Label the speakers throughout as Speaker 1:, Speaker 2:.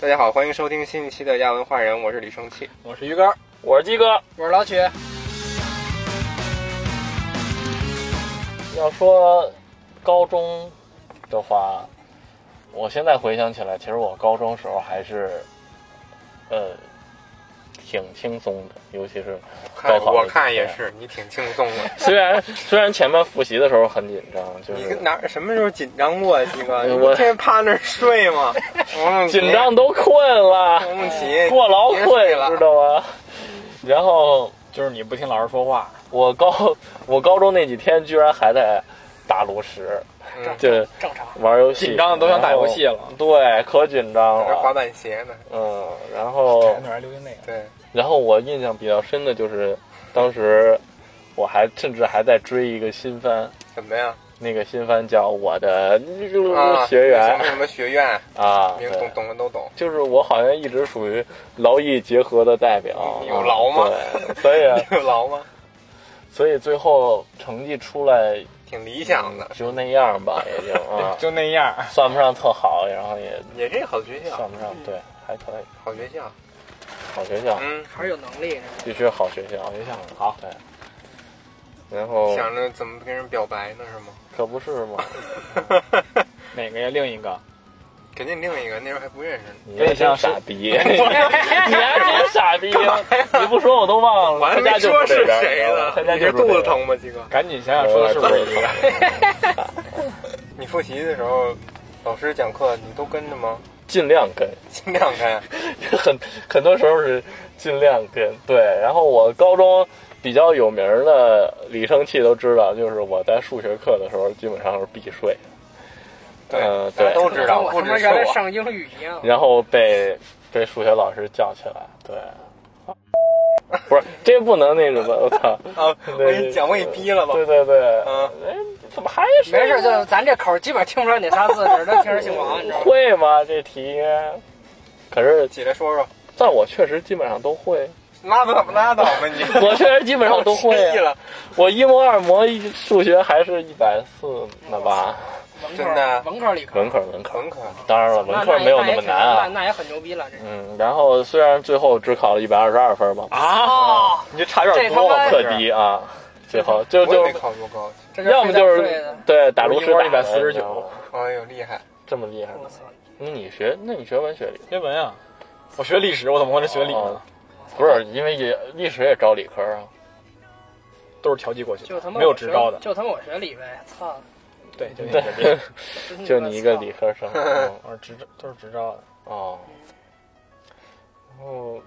Speaker 1: 大家好，欢迎收听新一期的亚文化人，我是李生气。
Speaker 2: 我是鱼竿，
Speaker 3: 我是鸡哥。
Speaker 2: 我是老曲。
Speaker 3: 要说高中的话，我现在回想起来，其实我高中时候还是，呃，挺轻松的，尤其是
Speaker 1: 看
Speaker 3: 高考的哎
Speaker 1: 我看也
Speaker 3: 时候
Speaker 1: 是，你挺轻松的。
Speaker 3: 虽然虽然前面复习的时候很紧张，就
Speaker 1: 你
Speaker 3: 是
Speaker 1: 哪什么时候紧张过啊，鸡哥？
Speaker 3: 我
Speaker 1: 你不天天趴那儿睡 吗？王梦琪
Speaker 3: 紧，张都困了，
Speaker 1: 王梦琪，
Speaker 3: 过劳
Speaker 1: 别睡
Speaker 3: 困，
Speaker 1: 了
Speaker 3: 知道吗？然后
Speaker 2: 就是你不听老师说话，
Speaker 3: 我高 我高中那几天居然还在打炉石，
Speaker 1: 嗯
Speaker 3: 就
Speaker 2: 正常。
Speaker 3: 玩游戏，
Speaker 2: 紧张的都想打游戏
Speaker 3: 然
Speaker 2: 了
Speaker 3: 后。对，可紧张
Speaker 1: 玩滑
Speaker 3: 了。
Speaker 1: 板鞋呢。
Speaker 3: 嗯，然后
Speaker 2: 那还流行那个，
Speaker 1: 对，
Speaker 3: 然后我印象比较深的就是，当时我还甚至还在追一个新番，
Speaker 1: 什么呀？
Speaker 3: 那个新番叫《我的
Speaker 1: 啊，
Speaker 3: 学
Speaker 1: 什
Speaker 3: 员
Speaker 1: 么》什么学院，
Speaker 3: 啊，
Speaker 1: 明懂
Speaker 3: 对，
Speaker 1: 懂的都懂。
Speaker 3: 就是我好像一直属于劳逸结合的代表，
Speaker 1: 你有劳吗
Speaker 3: 对，所以啊
Speaker 1: 有劳吗？
Speaker 3: 所以最后成绩出来
Speaker 1: 挺理想的，
Speaker 3: 就那样吧，也就 啊，
Speaker 2: 就那样。
Speaker 3: 算不上特好，然后也
Speaker 1: 也是好学校
Speaker 3: 算，不上对，还可以，
Speaker 1: 好学校。
Speaker 3: 好学校，
Speaker 1: 嗯，
Speaker 4: 还是有能力。
Speaker 3: 必须好学校，
Speaker 2: 学校好，
Speaker 3: 对，然后
Speaker 1: 想着怎么跟人表白呢，是吗？
Speaker 3: 可不是嘛，
Speaker 2: 哪个呀？另一个。
Speaker 1: 肯定另一个，那时候还不认识呢。
Speaker 3: 你也像傻逼，你还真傻逼！
Speaker 1: 干嘛呀
Speaker 3: 你不说我都忘
Speaker 1: 我
Speaker 3: 了。
Speaker 1: 还
Speaker 3: 他
Speaker 1: 没
Speaker 3: 家就
Speaker 1: 说
Speaker 3: 这
Speaker 1: 是
Speaker 3: 边
Speaker 1: 谁呢。
Speaker 3: 他家
Speaker 1: 你
Speaker 3: 就是这边
Speaker 1: 肚子。疼吗，鸡哥？
Speaker 2: 赶紧想想说的是不是这个？
Speaker 1: 你复习的时候，老师讲课你都跟着 吗？
Speaker 3: 尽量跟，
Speaker 1: 尽量跟。
Speaker 3: 很 很多时候是尽量跟。对，然后我高中比较有名儿的李生气都知道，就是我在数学课的时候基本上是必睡，
Speaker 1: 对，
Speaker 3: 嗯
Speaker 1: 大家
Speaker 3: 对
Speaker 1: 都知道，
Speaker 4: 我
Speaker 1: 不
Speaker 4: 他妈
Speaker 1: 只是
Speaker 4: 原来
Speaker 1: 我。
Speaker 4: 上英语一样。
Speaker 3: 然后被被数学老师叫起来，对。不是，这不能那什么，我 操！
Speaker 1: 啊，我
Speaker 3: 对
Speaker 1: 给你讲，我给你逼了吧。
Speaker 3: 对对对，
Speaker 1: 嗯
Speaker 3: 哎，怎么还是
Speaker 4: 没事，就咱这口儿基本听不出来哪仨字，只能听着姓王，你知道吗？
Speaker 3: 会吗？这题？可是，
Speaker 1: 起来说说，
Speaker 3: 但我确实基本上都会，
Speaker 1: 拉倒吧，拉倒吧你。
Speaker 3: 我确实基本上都 会
Speaker 1: 失忆
Speaker 3: 啊。
Speaker 1: 了，
Speaker 3: 我一模、二模、一数学还是一百四呢吧？
Speaker 4: 文科
Speaker 1: 真的
Speaker 4: 文科理科，
Speaker 3: 文科，文科，
Speaker 1: 很可爱。
Speaker 3: 当然了，文科没有那么难
Speaker 4: 那
Speaker 3: 啊。
Speaker 4: 那也很牛逼了，这是。
Speaker 3: 嗯，然后虽然最后只考了一百二十二分吧，
Speaker 2: 啊，
Speaker 4: 哦，
Speaker 2: 你这差
Speaker 4: 这
Speaker 2: 点
Speaker 4: 他
Speaker 2: 多
Speaker 4: 妈
Speaker 2: 了。
Speaker 3: 特低啊。最后就
Speaker 1: 我也
Speaker 3: 就
Speaker 1: 没考多高。
Speaker 4: 这
Speaker 3: 要么就
Speaker 4: 非常对
Speaker 3: 是
Speaker 4: 的
Speaker 3: 对打炉石
Speaker 2: 我
Speaker 3: 打
Speaker 2: 一模149
Speaker 3: 的你知道吗
Speaker 1: 哎呦，厉害！
Speaker 3: 这么厉害
Speaker 4: 我
Speaker 3: 吗？
Speaker 4: 操，
Speaker 3: 那你学那你学文学理
Speaker 2: 学文啊，我学历史，我怎么会能学理
Speaker 3: 哦
Speaker 2: 呢？
Speaker 3: 不是因为也历史也招理科啊？
Speaker 2: 都是调剂过去
Speaker 4: 就
Speaker 2: 的，
Speaker 4: 他妈
Speaker 2: 没有职高的
Speaker 4: 我。学就他妈我学理呗，操！
Speaker 2: 对，就
Speaker 3: 对
Speaker 2: 你学 历，
Speaker 4: 真
Speaker 3: 就
Speaker 4: 他妈
Speaker 3: 你一个
Speaker 4: 操
Speaker 3: 理科生。嗯
Speaker 2: 我是职都是职招的。
Speaker 3: 哦，然后哦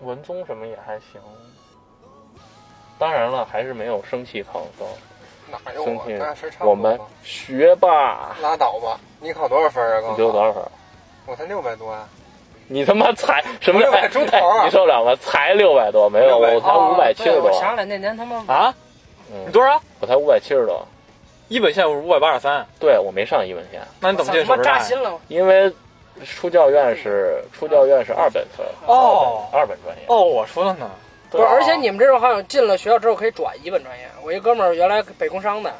Speaker 3: 文综什么也还行，当然了，还是没有生气考高。
Speaker 1: 哪有
Speaker 3: 生
Speaker 1: 哎我？
Speaker 3: 气
Speaker 1: 那是差，不
Speaker 3: 我
Speaker 1: 多
Speaker 3: 们
Speaker 1: 吧
Speaker 3: 学霸，
Speaker 1: 拉倒吧。你考多少分啊？
Speaker 3: 你
Speaker 1: 高
Speaker 3: 得多
Speaker 1: 考？
Speaker 3: 少分？
Speaker 1: 我才六百多啊。
Speaker 3: 你他妈才什么？
Speaker 1: 六百
Speaker 3: 哎
Speaker 1: 出头啊
Speaker 3: 哎你受得了吗？才六百多，没有，
Speaker 1: 600
Speaker 3: 我才
Speaker 4: 哦
Speaker 3: 五百七
Speaker 4: 对
Speaker 3: 十
Speaker 4: 我
Speaker 3: 多，
Speaker 4: 想起来那年他妈
Speaker 2: 啊，
Speaker 3: 嗯
Speaker 2: 你，多少？
Speaker 3: 我才五百七十多。
Speaker 2: 一本线五百八十三，
Speaker 3: 对，我没上一本线，
Speaker 2: 那你怎么进
Speaker 4: 我操他妈
Speaker 2: 手术
Speaker 4: 扎
Speaker 2: 站呀？
Speaker 4: 心了？
Speaker 3: 因为出教院是出教院是二本分，
Speaker 2: 哦
Speaker 3: 二本专业。
Speaker 2: 哦，我说了呢，
Speaker 3: 对啊
Speaker 4: 不是，而且你们这种好像进了学校之后可以转一本专业。我一哥们儿原来北工商的，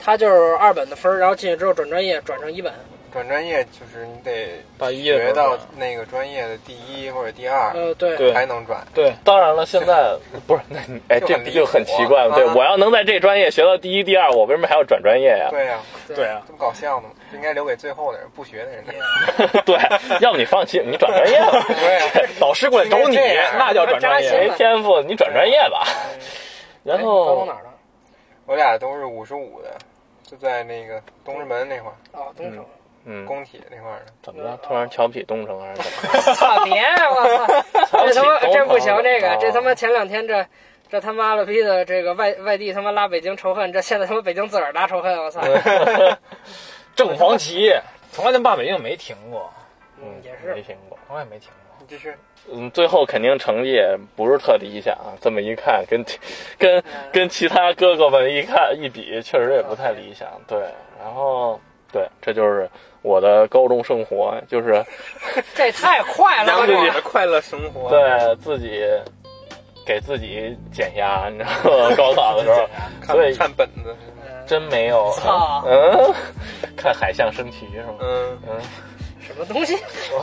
Speaker 4: 他就是二本的分儿，然后进去之后转专业，转成一本。
Speaker 1: 转专业就是你得
Speaker 2: 大一的时
Speaker 1: 学
Speaker 2: 候
Speaker 3: 啊
Speaker 1: 到那个专业的第一或者第二，
Speaker 4: 呃，对，
Speaker 2: 对
Speaker 1: 才能转。
Speaker 2: 对，
Speaker 3: 当然了，现在不是那你哎，
Speaker 1: 就
Speaker 3: 这
Speaker 1: 很
Speaker 3: 不
Speaker 1: 离
Speaker 3: 就很
Speaker 1: 谱
Speaker 3: 奇怪吗？对，
Speaker 1: 啊
Speaker 3: 我要能在这专业学到第一、第二，我为什么还要转专业呀？
Speaker 1: 对呀、
Speaker 2: 对啊，
Speaker 1: 这么搞笑呢？应该留给最后的人，不学的人。
Speaker 3: 对，要不你放弃，你转专业吧，
Speaker 1: 对，啊
Speaker 2: 老师过来找
Speaker 1: 应
Speaker 2: 你
Speaker 1: 该这样，
Speaker 2: 那叫转专
Speaker 4: 扎
Speaker 2: 业
Speaker 4: 心。
Speaker 3: 没天赋，你转专业吧。然
Speaker 4: 哎高中
Speaker 3: 后
Speaker 4: 哪儿的？
Speaker 1: 我俩都是五十五的，就在那个东直门那块儿，
Speaker 4: 哦，东城。
Speaker 3: 嗯，
Speaker 1: 工体那块儿的。
Speaker 3: 怎么了？突然瞧不起东城还是怎么了？
Speaker 4: 操别！ 我操，这他妈
Speaker 3: 嗯瞧不起
Speaker 4: 这不
Speaker 3: 东
Speaker 4: 行，
Speaker 3: 城
Speaker 4: 这个
Speaker 3: 啊
Speaker 4: 这他妈前两天这这他妈了逼的这个外外地他妈拉北京仇恨，这现在他妈北京自个儿拉仇恨，我操！
Speaker 2: 正黄旗从来跟爸北京没停过，
Speaker 4: 嗯， 也
Speaker 3: 没
Speaker 4: 是，
Speaker 3: 听过。
Speaker 2: 从来没停过。
Speaker 1: 你继续，
Speaker 3: 嗯，最后肯定成绩也不是特理想啊。这么一看，跟其跟跟其他哥哥们一看一比，确实也不太理想。对，然后对，这就是我的高中生活，就是
Speaker 4: 这也太快了
Speaker 1: 杨
Speaker 4: 吧！
Speaker 3: 自己
Speaker 1: 总的快乐生活。，
Speaker 3: 对自己给自己减压，你知道吗？ 高考的时候，对
Speaker 1: 看看本子。
Speaker 4: 嗯
Speaker 3: 真没有。
Speaker 4: 操
Speaker 3: 嗯，看海象升旗是吗？
Speaker 1: 嗯，
Speaker 3: 嗯，
Speaker 4: 什什么东西？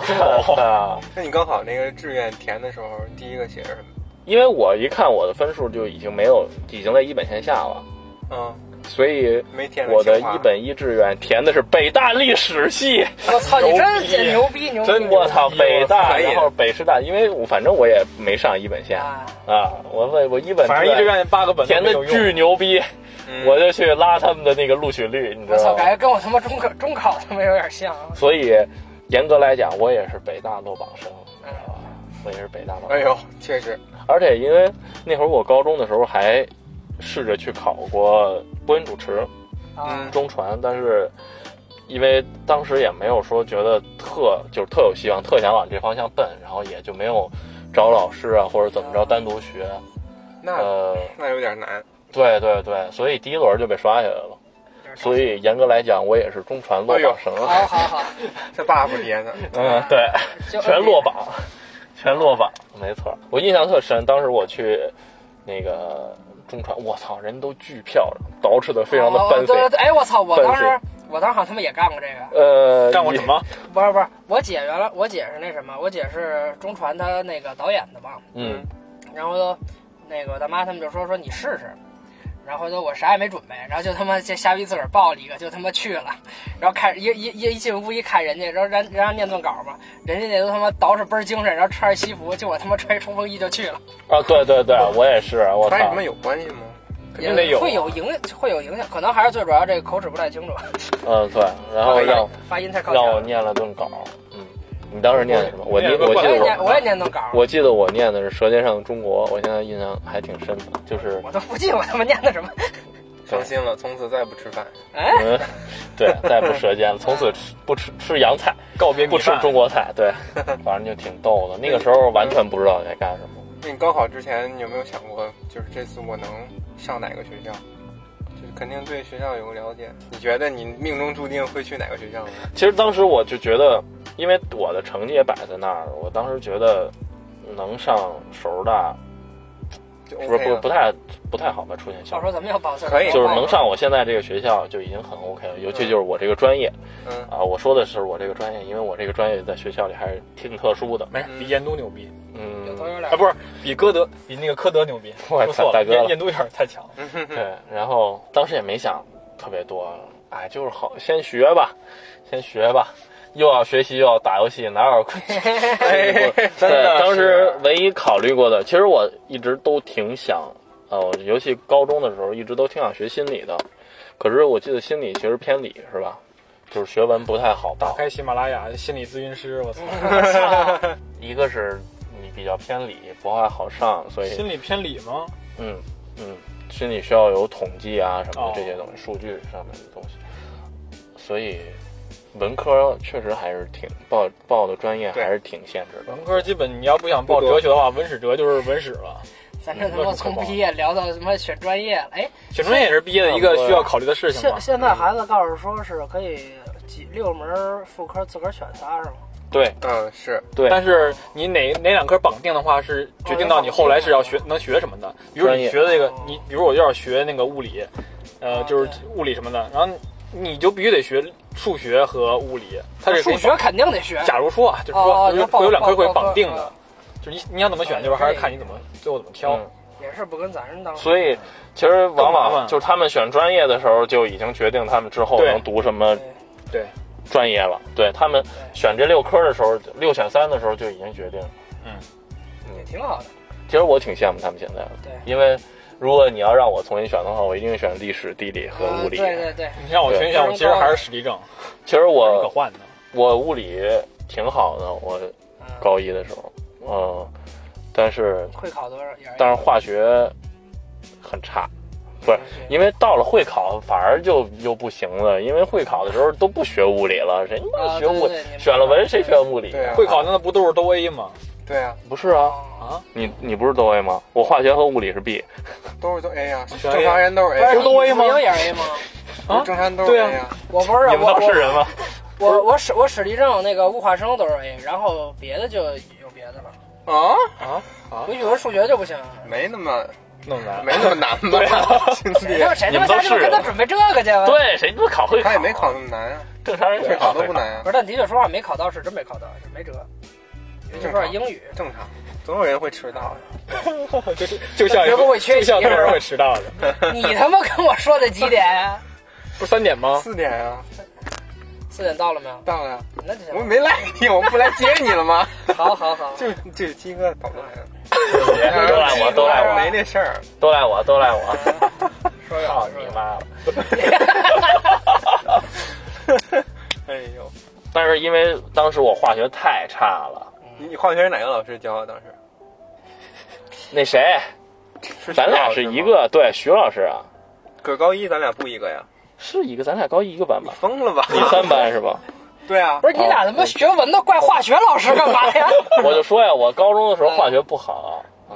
Speaker 3: 啊，
Speaker 1: 那你高考那个志愿填的时候，第一个写的什么？
Speaker 3: 因为我一看我的分数就已经没有，已经在一本线下了，
Speaker 1: 嗯，
Speaker 3: 所以
Speaker 1: 没填
Speaker 3: 我的
Speaker 1: 清华
Speaker 3: 一本一志愿填的是北大历史系，
Speaker 4: 我操，你
Speaker 3: 牛
Speaker 4: 真
Speaker 3: 逼
Speaker 4: 是牛逼牛逼！啊
Speaker 3: 真我
Speaker 2: 哎
Speaker 3: 操北大，
Speaker 1: 可以
Speaker 3: 然后北师大，因为我反正我也没上一本线
Speaker 4: 啊！
Speaker 3: 啊，我我我一本
Speaker 2: 反正一直愿意八个本都
Speaker 3: 填
Speaker 2: 没
Speaker 3: 的
Speaker 2: 有用。
Speaker 3: 巨牛逼，
Speaker 1: 嗯
Speaker 3: 我就去拉他们的那个录取率，你知
Speaker 4: 我操，
Speaker 3: 道
Speaker 4: 感
Speaker 3: 吗？
Speaker 4: 觉跟我他妈中考中考他妈有点像。啊
Speaker 3: 所以严格来讲，我也是北大落榜生，
Speaker 4: 嗯
Speaker 3: 我也是北大落榜
Speaker 1: 哎。呦，确实，
Speaker 3: 而且因为那会儿我高中的时候还试着去考过播音主持
Speaker 4: 啊
Speaker 1: 嗯，
Speaker 3: 中传，但是因为当时也没有说觉得特就是特有希望，特想往这方向奔，然后也就没有找老师啊或者怎么着单独学。
Speaker 1: 那
Speaker 3: 呃，
Speaker 1: 那有点难。
Speaker 3: 对对对，所以第一轮就被刷下来了。所以严格来讲，我也是中传落榜生。
Speaker 4: 好好好，
Speaker 1: 这 buff 叠的，
Speaker 4: 哎
Speaker 3: 嗯， 对。
Speaker 4: 就呃
Speaker 3: 全落榜，全落榜，没错儿。我印象特深，当时我去那个中传，我操，人都巨漂亮，捯饬的非常的
Speaker 4: 哦
Speaker 3: fancy。
Speaker 4: 对对哎，我操！我当时
Speaker 3: fancy
Speaker 4: 我当时好像他们也干过这个，
Speaker 3: 呃，
Speaker 2: 干过什？ 么？
Speaker 4: 不是不是，我姐原来我姐是那什么，我姐是中传她那个导演的嘛，
Speaker 3: 嗯，
Speaker 4: 然后那个我大妈他们就说说你试试，然后就我啥也没准备，然后就他妈就瞎逼自个儿报了一个，就他妈去了，然后看一一一一进屋一看人家，然后然然后念段稿嘛，人家那都他妈捯饬倍儿精神，然后穿着西服，就我他妈穿一冲锋衣就去了，
Speaker 3: 啊，对对对，我也是，我
Speaker 1: 穿什
Speaker 3: 操
Speaker 1: 么，有关系吗？
Speaker 2: 肯定得有啊
Speaker 4: 会有影会有影响，可能还是最主要这个口齿不太清楚，
Speaker 3: 嗯对，然后
Speaker 1: 哎呀
Speaker 3: 让
Speaker 4: 发音太靠前
Speaker 3: 让我
Speaker 4: 了。
Speaker 3: 念了顿稿，嗯，你当时念的什么？我念，
Speaker 2: 我
Speaker 3: 我记
Speaker 4: 我也
Speaker 3: 得
Speaker 4: 念
Speaker 3: 我。
Speaker 4: 我也念段稿，
Speaker 3: 我记得我念的是《舌尖上的中国》，我现在印象还挺深的，就是
Speaker 4: 我都不记得我他妈念的什么。
Speaker 1: 伤心了，从此再不吃饭。
Speaker 4: 哎，
Speaker 3: 嗯，对，再不舌尖了，从此吃不吃吃洋菜，
Speaker 2: 告别
Speaker 3: 不
Speaker 2: 米
Speaker 3: 吃
Speaker 2: 饭
Speaker 3: 中国菜， 对，反正就挺逗的。那个时候完全不知道该干什么。
Speaker 1: 那你高考之前你有没有想过，就是这次我能上哪个学校？就是肯定对学校有个了解。你觉得你命中注定会去哪个学校吗？
Speaker 3: 其实当时我就觉得，因为我的成绩也摆在那儿，我当时觉得能上首师大
Speaker 1: 就是
Speaker 3: 不是
Speaker 1: OK 啊
Speaker 3: 不
Speaker 1: 了
Speaker 3: 不太不太好吧？出现
Speaker 4: 到
Speaker 3: 校
Speaker 4: 时。候咱们要报字儿，
Speaker 1: 可以
Speaker 3: 就是能上我现在这个学校就已经很 OK 了，尤其就是我这个专业
Speaker 1: 嗯，
Speaker 3: 啊，我说的是我这个专业，因为我这个专业在学校里还是挺特殊的。
Speaker 2: 没事，比研都牛逼
Speaker 4: 有
Speaker 3: 嗯，
Speaker 4: 头有脸
Speaker 2: 啊，。不是比哥德，比那个科德牛逼。
Speaker 3: 我
Speaker 2: 说
Speaker 3: 操
Speaker 2: 错
Speaker 3: 大
Speaker 2: 了，
Speaker 3: 哥
Speaker 2: 研
Speaker 3: 了
Speaker 2: 研都有点太强了。
Speaker 3: 对，然后当时也没想特别多，哎，就是好先学吧，先学吧，又要学习又要打游戏，哪有空去过？
Speaker 2: 真的
Speaker 3: 对，当时
Speaker 2: 是
Speaker 3: 唯一考虑过的，其实我一直都挺想，呃，我尤其高中的时候一直都挺想学心理的，可是我记得心理其实偏理是吧？就是学文不太好
Speaker 2: 打
Speaker 3: 到，
Speaker 2: 开喜马拉雅心理咨询师，我操，
Speaker 3: 嗯一个是你比较偏理，不太好上，所以
Speaker 2: 心理偏理吗？
Speaker 3: 嗯，嗯，心里需要有统计啊什么
Speaker 2: 哦
Speaker 3: 的这些东西，数据上面的东西。所以文科确实还是挺报报的专业
Speaker 1: 对
Speaker 3: 还是挺限制的。
Speaker 2: 文科基本你要不想报
Speaker 1: 不多
Speaker 2: 哲学的话，文史哲就是文史了。
Speaker 4: 咱这他妈从毕业聊到他妈选专业了。哎，
Speaker 2: 选专业也是毕业的一个需要考虑的事情
Speaker 4: 现
Speaker 2: 吧？
Speaker 4: 现在孩子告诉说是可以几六门副科自个儿选仨是吗？
Speaker 3: 对
Speaker 1: 嗯，是
Speaker 3: 对，
Speaker 2: 但是你哪哪两科绑定的话，是决定到你后来是要学能学什么的。比如说
Speaker 3: 专
Speaker 2: 你
Speaker 3: 业
Speaker 2: 学这个
Speaker 4: 哦，
Speaker 2: 你比如我就要学那个物理，呃
Speaker 4: 啊，
Speaker 2: 就是物理什么的，然后你就必须得学数学和物理。它是可以
Speaker 4: 数学肯定得学。
Speaker 2: 假如说啊，就是
Speaker 4: 哦
Speaker 2: 说
Speaker 4: 哦
Speaker 2: 就是
Speaker 4: 能报
Speaker 2: 会有两科
Speaker 4: 报
Speaker 2: 会
Speaker 4: 报呃
Speaker 2: 绑定
Speaker 4: 报
Speaker 2: 的，就是你你想怎么选，就是还是看你怎么最后怎么挑
Speaker 3: 嗯。
Speaker 4: 也是不跟咱这当时
Speaker 3: 所以其实往
Speaker 2: 更麻
Speaker 3: 往
Speaker 2: 烦
Speaker 3: 就是他们选专业的时候就已经决定他们之后
Speaker 2: 对
Speaker 3: 能读什么
Speaker 2: 对
Speaker 3: 专业了。对他们选这六科的时候，六选三的时候就已经决定了。
Speaker 2: 嗯
Speaker 4: 也挺好的。
Speaker 3: 其实我挺羡慕他们现在的，
Speaker 4: 对
Speaker 3: 因为如果你要让我重新选的话，我一定选历史、地理和
Speaker 2: 啊
Speaker 4: 嗯
Speaker 3: 物理。
Speaker 4: 对对对，
Speaker 2: 你让我选一选，我其实还是史地政，
Speaker 3: 其实
Speaker 2: 没什么
Speaker 3: 我
Speaker 2: 可换的。
Speaker 3: 我物理挺好的，我
Speaker 4: 嗯，
Speaker 3: 高一的时候，嗯，但是
Speaker 4: 会考多少也是。
Speaker 3: 但是化学很差，不是
Speaker 4: 嗯
Speaker 3: 因为到了会考反而就又不行了，因为会考的时候都不学物理了，谁他妈
Speaker 4: 啊
Speaker 3: 学物
Speaker 4: 对对对你们
Speaker 3: 选了文谁学物理？
Speaker 1: 对啊
Speaker 2: 会考那不都是都 A 吗？
Speaker 1: 对啊，
Speaker 3: 不是啊，
Speaker 4: 哦
Speaker 2: 啊，
Speaker 3: 你你不是都 A 吗？我化学和物理是 B，
Speaker 1: 都是都 A 呀，
Speaker 2: 全 A
Speaker 1: 正常人哎都是
Speaker 4: 不
Speaker 1: A，
Speaker 4: 是
Speaker 1: 呀
Speaker 2: 都 A 吗
Speaker 4: 你不也是 A 吗？
Speaker 2: 啊
Speaker 1: 正常人都是
Speaker 2: 对啊
Speaker 1: A 呀。
Speaker 4: 我不是
Speaker 3: 你们
Speaker 4: 我
Speaker 3: 当
Speaker 4: 我
Speaker 3: 是人吗？
Speaker 4: 我我史我史地政那个物化生都是 A，然后别的就有别的了。
Speaker 1: 啊，
Speaker 2: 啊啊
Speaker 4: 我，语文数学就不行啊。
Speaker 1: 没那么
Speaker 2: 那么难
Speaker 1: 没那么难吧？
Speaker 3: 啊
Speaker 1: 经
Speaker 4: 谁
Speaker 1: 济
Speaker 4: 他妈谁他妈家里边给他准备这个去？，
Speaker 3: 对，谁他妈考会考？
Speaker 1: 他也没考那么难啊。
Speaker 3: 正常人
Speaker 1: 会
Speaker 3: 会
Speaker 1: 考
Speaker 3: 考
Speaker 1: 都
Speaker 3: 会
Speaker 1: 不
Speaker 3: 考。
Speaker 1: 难啊
Speaker 4: 不，是，但的确说话没考到是真没考到，是没辙。因为就说英语，
Speaker 1: 正常，总有人会迟到啊的。
Speaker 2: 就是就像
Speaker 4: 绝不会缺
Speaker 2: 就像
Speaker 4: 席
Speaker 2: 有
Speaker 4: 是
Speaker 2: 人
Speaker 4: 吧
Speaker 2: 会迟到的，
Speaker 4: 你他妈跟我说的几点啊？
Speaker 2: 不是三点吗？
Speaker 1: 四点啊，
Speaker 4: 四点到了没有？
Speaker 1: 到了呀，
Speaker 4: 那就行
Speaker 1: 我们没赖你，我们不来接你了吗？
Speaker 4: 好好 好，
Speaker 1: 就就鸡哥捣乱啊，
Speaker 3: 都赖我，都赖我，
Speaker 1: 哎没这事儿。
Speaker 3: 都赖我，都赖我！
Speaker 4: 说
Speaker 3: 操
Speaker 4: 好
Speaker 3: 你妈了！
Speaker 1: 哎呦，
Speaker 3: 但是因为当时我化学太差了，
Speaker 1: 你你化学是哪个老师教啊？当时
Speaker 3: 那谁，
Speaker 1: 是
Speaker 3: 咱俩
Speaker 1: 徐
Speaker 3: 是
Speaker 1: 老师吗
Speaker 3: 一，个，对，徐老师啊，
Speaker 1: 搁高一咱俩不一个呀？
Speaker 3: 是一个，咱俩高一一个 班
Speaker 1: 你
Speaker 3: 吧？
Speaker 1: 疯了吧？
Speaker 3: 你三班是吧？
Speaker 1: 对啊
Speaker 4: 不，是你俩他妈学文的怪化学老师干嘛呀？
Speaker 3: 我就说呀，我高中的时候化学不好，
Speaker 1: 嗯，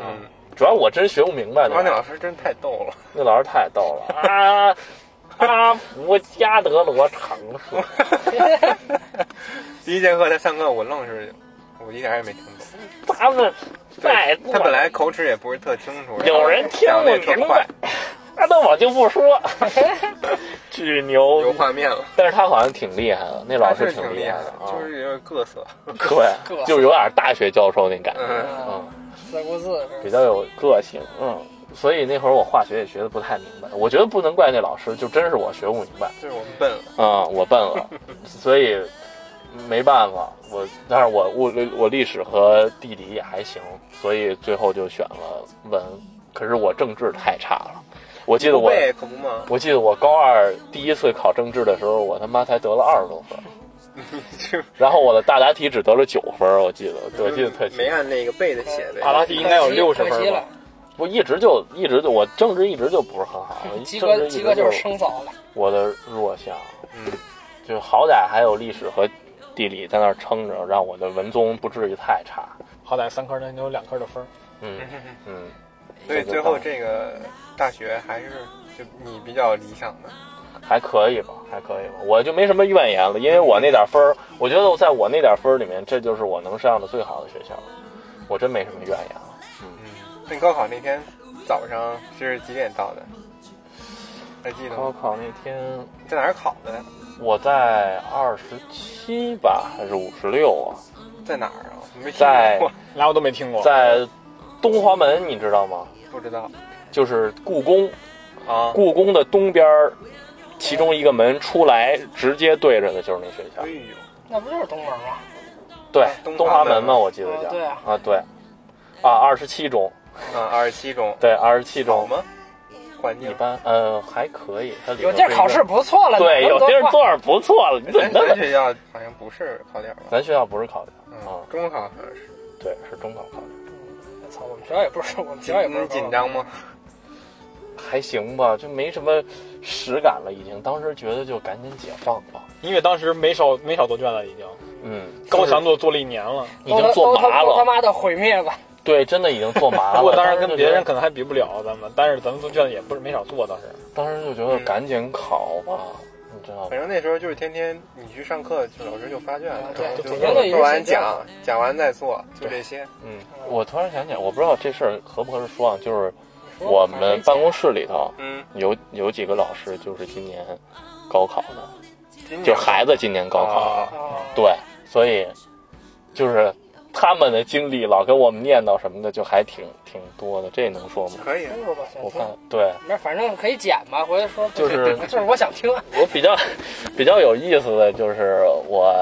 Speaker 3: 主要我真学不明白。
Speaker 1: 主要那
Speaker 3: 那
Speaker 1: 老师真太逗了，
Speaker 3: 那老师太逗了啊！阿伏加德罗常数，
Speaker 1: 第一节课他上课我愣是，我一点儿也没听懂。
Speaker 3: 咱们再
Speaker 1: 他本来口齿也不是特清楚，
Speaker 3: 有人听
Speaker 1: 讲
Speaker 3: 不
Speaker 1: 的也特
Speaker 3: 明
Speaker 1: 快
Speaker 3: 白，，啊那我就不说， 巨
Speaker 1: 有
Speaker 3: 牛！
Speaker 1: 画面了。
Speaker 3: 但是他好像挺厉害的，那老
Speaker 1: 他
Speaker 3: 师
Speaker 1: 是
Speaker 3: 挺
Speaker 1: 挺
Speaker 3: 厉
Speaker 1: 厉
Speaker 3: 害
Speaker 1: 害
Speaker 3: 的
Speaker 1: 的，
Speaker 3: 啊，
Speaker 1: 就是有点各色。
Speaker 3: 对，就有点大学教授那感觉，
Speaker 1: 嗯，
Speaker 3: 嗯，
Speaker 4: 四个字
Speaker 3: 比
Speaker 4: 是
Speaker 3: 较有个性，嗯。所以那会儿我化学也学的不太明白，我觉得不能怪那老师，就真是我学不明白。
Speaker 1: 就是我们笨了。
Speaker 3: 啊、我笨了，所以没办法。我但是我物理我历史和地理也还行，所以最后就选了文。可是我政治太差了，我记得
Speaker 1: 不
Speaker 3: 我
Speaker 1: 背可不嘛，
Speaker 3: 我记得我高二第一次考政治的时候，我他妈才得了二十多 分，然后我的大答题只得了九分，我记得我记得特
Speaker 1: 没
Speaker 3: 清。
Speaker 1: 按那个背的写呗。
Speaker 2: 阿拉提应该有六十
Speaker 4: 可惜
Speaker 2: 分吧
Speaker 4: 了？，
Speaker 3: 我一直就一直就我政治一直就不是很好，我
Speaker 4: 鸡
Speaker 3: 政
Speaker 4: 哥
Speaker 3: 哎治一
Speaker 4: 鸡
Speaker 3: 直
Speaker 4: 哥就是
Speaker 3: 是
Speaker 4: 生早了，
Speaker 3: 我的弱项。
Speaker 1: 嗯，
Speaker 3: 就好歹还有历史和地理在那儿撑着，让我的文综不至于太差。
Speaker 2: 好歹三科能有两科的分儿，
Speaker 3: 嗯嗯，
Speaker 1: 所以最后这个大学还是就你比较理想的。
Speaker 3: 还可以吧，还可以吧，我就没什么怨言了，因为我那点分儿，我觉得在我那点分儿里面，这就是我能上的最好的学校了，我真没什么怨言了。
Speaker 1: 嗯，那你高考那天早上是几点到的？还记得
Speaker 3: 高
Speaker 1: 吗？
Speaker 3: 考那天
Speaker 1: 在哪儿考的呀？
Speaker 3: 我在二十七吧，还是五十六啊，
Speaker 1: 在哪儿啊？我没听
Speaker 3: 在
Speaker 1: 过，
Speaker 2: 俩我都没听过。
Speaker 3: 在东华门，你知道吗？
Speaker 1: 不知道
Speaker 3: 就是故宫，
Speaker 1: 啊。
Speaker 3: 故宫的东边儿，其中一个门出来，直接对着的就是那学校
Speaker 1: 哎。呦，
Speaker 4: 那不就是东门吗？
Speaker 3: 对，
Speaker 1: 东
Speaker 3: 东
Speaker 1: 华
Speaker 3: 华
Speaker 1: 门
Speaker 3: 门嘛，
Speaker 1: 吗
Speaker 3: 我记得
Speaker 4: 哦
Speaker 3: 叫。
Speaker 4: 对啊
Speaker 3: 啊，对，啊，二十七中，
Speaker 1: 啊，二十七中，
Speaker 3: 对，二十七
Speaker 1: 好
Speaker 3: 中，
Speaker 1: 吗？环
Speaker 3: 一
Speaker 1: 境
Speaker 3: 般，呃，还可以。它里
Speaker 4: 有
Speaker 3: 头
Speaker 4: 地儿
Speaker 3: 规
Speaker 4: 考
Speaker 3: 定
Speaker 4: 试，不错了，
Speaker 3: 对，
Speaker 4: 哪那
Speaker 3: 有
Speaker 4: 么多
Speaker 3: 地儿
Speaker 4: 话
Speaker 3: 做儿不错了。你怎么
Speaker 1: 咱
Speaker 3: 那
Speaker 1: 咱
Speaker 3: 么？
Speaker 1: 哎学校好像不是考点吧？
Speaker 3: 咱学校不是考点，
Speaker 1: 嗯
Speaker 3: 啊，
Speaker 1: 中考好像是。
Speaker 3: 对，是中考考点，
Speaker 4: 操，我们学校也不是，我们学
Speaker 1: 紧
Speaker 4: 校也不是
Speaker 1: 你紧张吗？
Speaker 3: 还行吧，就没什么实感了，已经。当时觉得就赶紧解放吧，
Speaker 2: 因为当时没少没少做卷子，已经
Speaker 3: 嗯，
Speaker 2: 高强度做了一年了。
Speaker 3: 已
Speaker 4: 高考，
Speaker 3: 经做
Speaker 4: 都他
Speaker 3: 麻
Speaker 4: 都他
Speaker 3: 了，
Speaker 4: 妈的毁灭吧！
Speaker 3: 对，真的已经做麻了。
Speaker 2: 不 过啊当然
Speaker 3: 就
Speaker 2: 跟
Speaker 3: 觉
Speaker 2: 别
Speaker 3: 得
Speaker 2: 人可能还比不了咱们，但是咱们做卷子也不是没少做，当时。
Speaker 3: 当时就觉
Speaker 2: 嗯
Speaker 3: 得赶紧考吧，你知道吗
Speaker 1: 反？正那时候就是天天你去上课，就老师就发卷了，
Speaker 4: 对
Speaker 1: 然后
Speaker 2: 就
Speaker 1: 就
Speaker 2: 主要
Speaker 4: 就一直
Speaker 1: 做完
Speaker 4: 写卷
Speaker 1: 讲，讲完再做，就这些。
Speaker 3: 嗯，我突然想起来，我不知道这事儿合不合适说啊，就是
Speaker 4: 说
Speaker 3: 我们办公室里头
Speaker 1: 嗯，
Speaker 3: 有有几个老师就是今年高考的，
Speaker 1: 今年
Speaker 3: 就孩子今年高考，
Speaker 1: 啊，
Speaker 4: 哦
Speaker 3: 对，所以就是他们的经历老跟我们念叨什么的，就还挺挺多的，这能说吗？
Speaker 1: 可以，
Speaker 4: 听着吧，
Speaker 2: 哎
Speaker 4: 想
Speaker 3: 我
Speaker 4: 听
Speaker 3: 看。对，
Speaker 4: 那反正可以剪吧，回来说
Speaker 3: 就是
Speaker 4: 就是我想听。
Speaker 3: 我比较 比较有意思的就是我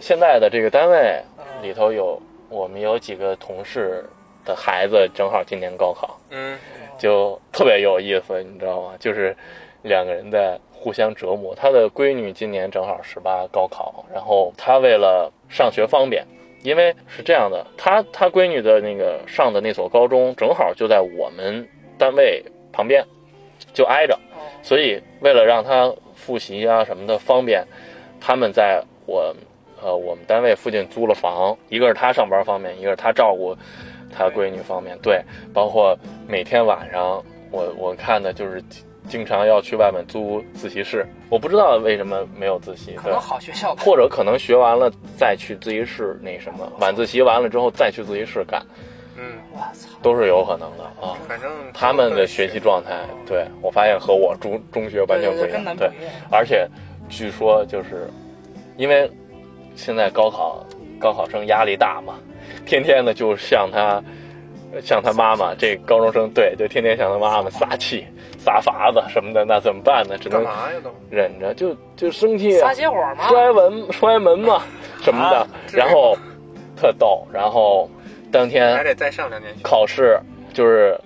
Speaker 3: 现在的这个单位里头有我们有几个同事的孩子正好今年高考，
Speaker 1: 嗯，
Speaker 3: 就特别有意思，你知道吗？就是两个人在互相折磨。他的闺女今年正好十八高考，然后他为了上学方便，因为是这样的，他他闺女的那个上的那所高中正好就在我们单位旁边，就挨着，所以为了让他复习啊什么的方便，他们在我呃我们单位附近租了房，一个是他上班方便，一个是他照顾他闺女方面，对，包括每天晚上我我看的就是经经常要去外面租自习室，我不知道为什么没有自习，
Speaker 4: 可
Speaker 3: 对
Speaker 4: 能。好学校吧，
Speaker 3: 或者可能学完了再去自习室那什么，晚自习完了之后再去自习室干，
Speaker 1: 嗯，
Speaker 4: 我操，
Speaker 3: 都是有可能的啊。
Speaker 1: 反正
Speaker 3: 他们的学习状态，对我发现和我中中学完全
Speaker 4: 对
Speaker 3: 不
Speaker 4: 对
Speaker 3: 一
Speaker 4: 对，
Speaker 3: 样
Speaker 4: 跟咱，们
Speaker 3: 对
Speaker 4: 不，一样。
Speaker 3: 而且据说就是因为现在高考高考生压力大嘛，天天的就向他向他妈妈这高中生对，就天天向他妈妈撒气、撒法子什么的，那怎么办呢？只
Speaker 1: 干
Speaker 3: 能
Speaker 1: 嘛呀都？
Speaker 3: 忍着，就就生气啊
Speaker 4: 撒，些火嘛，
Speaker 3: 摔门摔门嘛什么的
Speaker 2: 啊，
Speaker 1: 这
Speaker 3: 然后特逗，然后当天
Speaker 1: 还得再上两年学。
Speaker 3: 呃考试就是，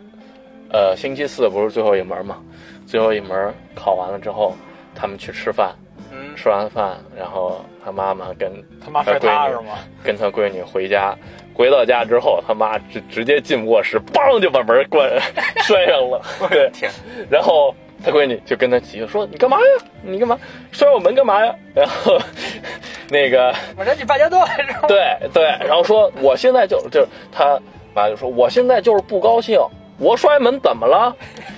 Speaker 3: 呃，星期四不是最后一门嘛，最后一门考完了之后，他们去吃饭，
Speaker 1: 嗯，
Speaker 3: 吃完饭，然后他妈妈跟
Speaker 2: 他妈摔他是吗？
Speaker 3: 跟他闺女回家，回到家之后，他妈直直接进卧室，梆就把门关 摔上了，对，
Speaker 1: 天，
Speaker 3: 然后他闺女就跟他急说：“你干嘛呀？你干嘛摔我门干嘛呀？”然后那个。
Speaker 4: 我说你败家多，然后
Speaker 3: 对对，然后说我现在就就是他妈就说我现在就是不高兴，我摔门怎么了？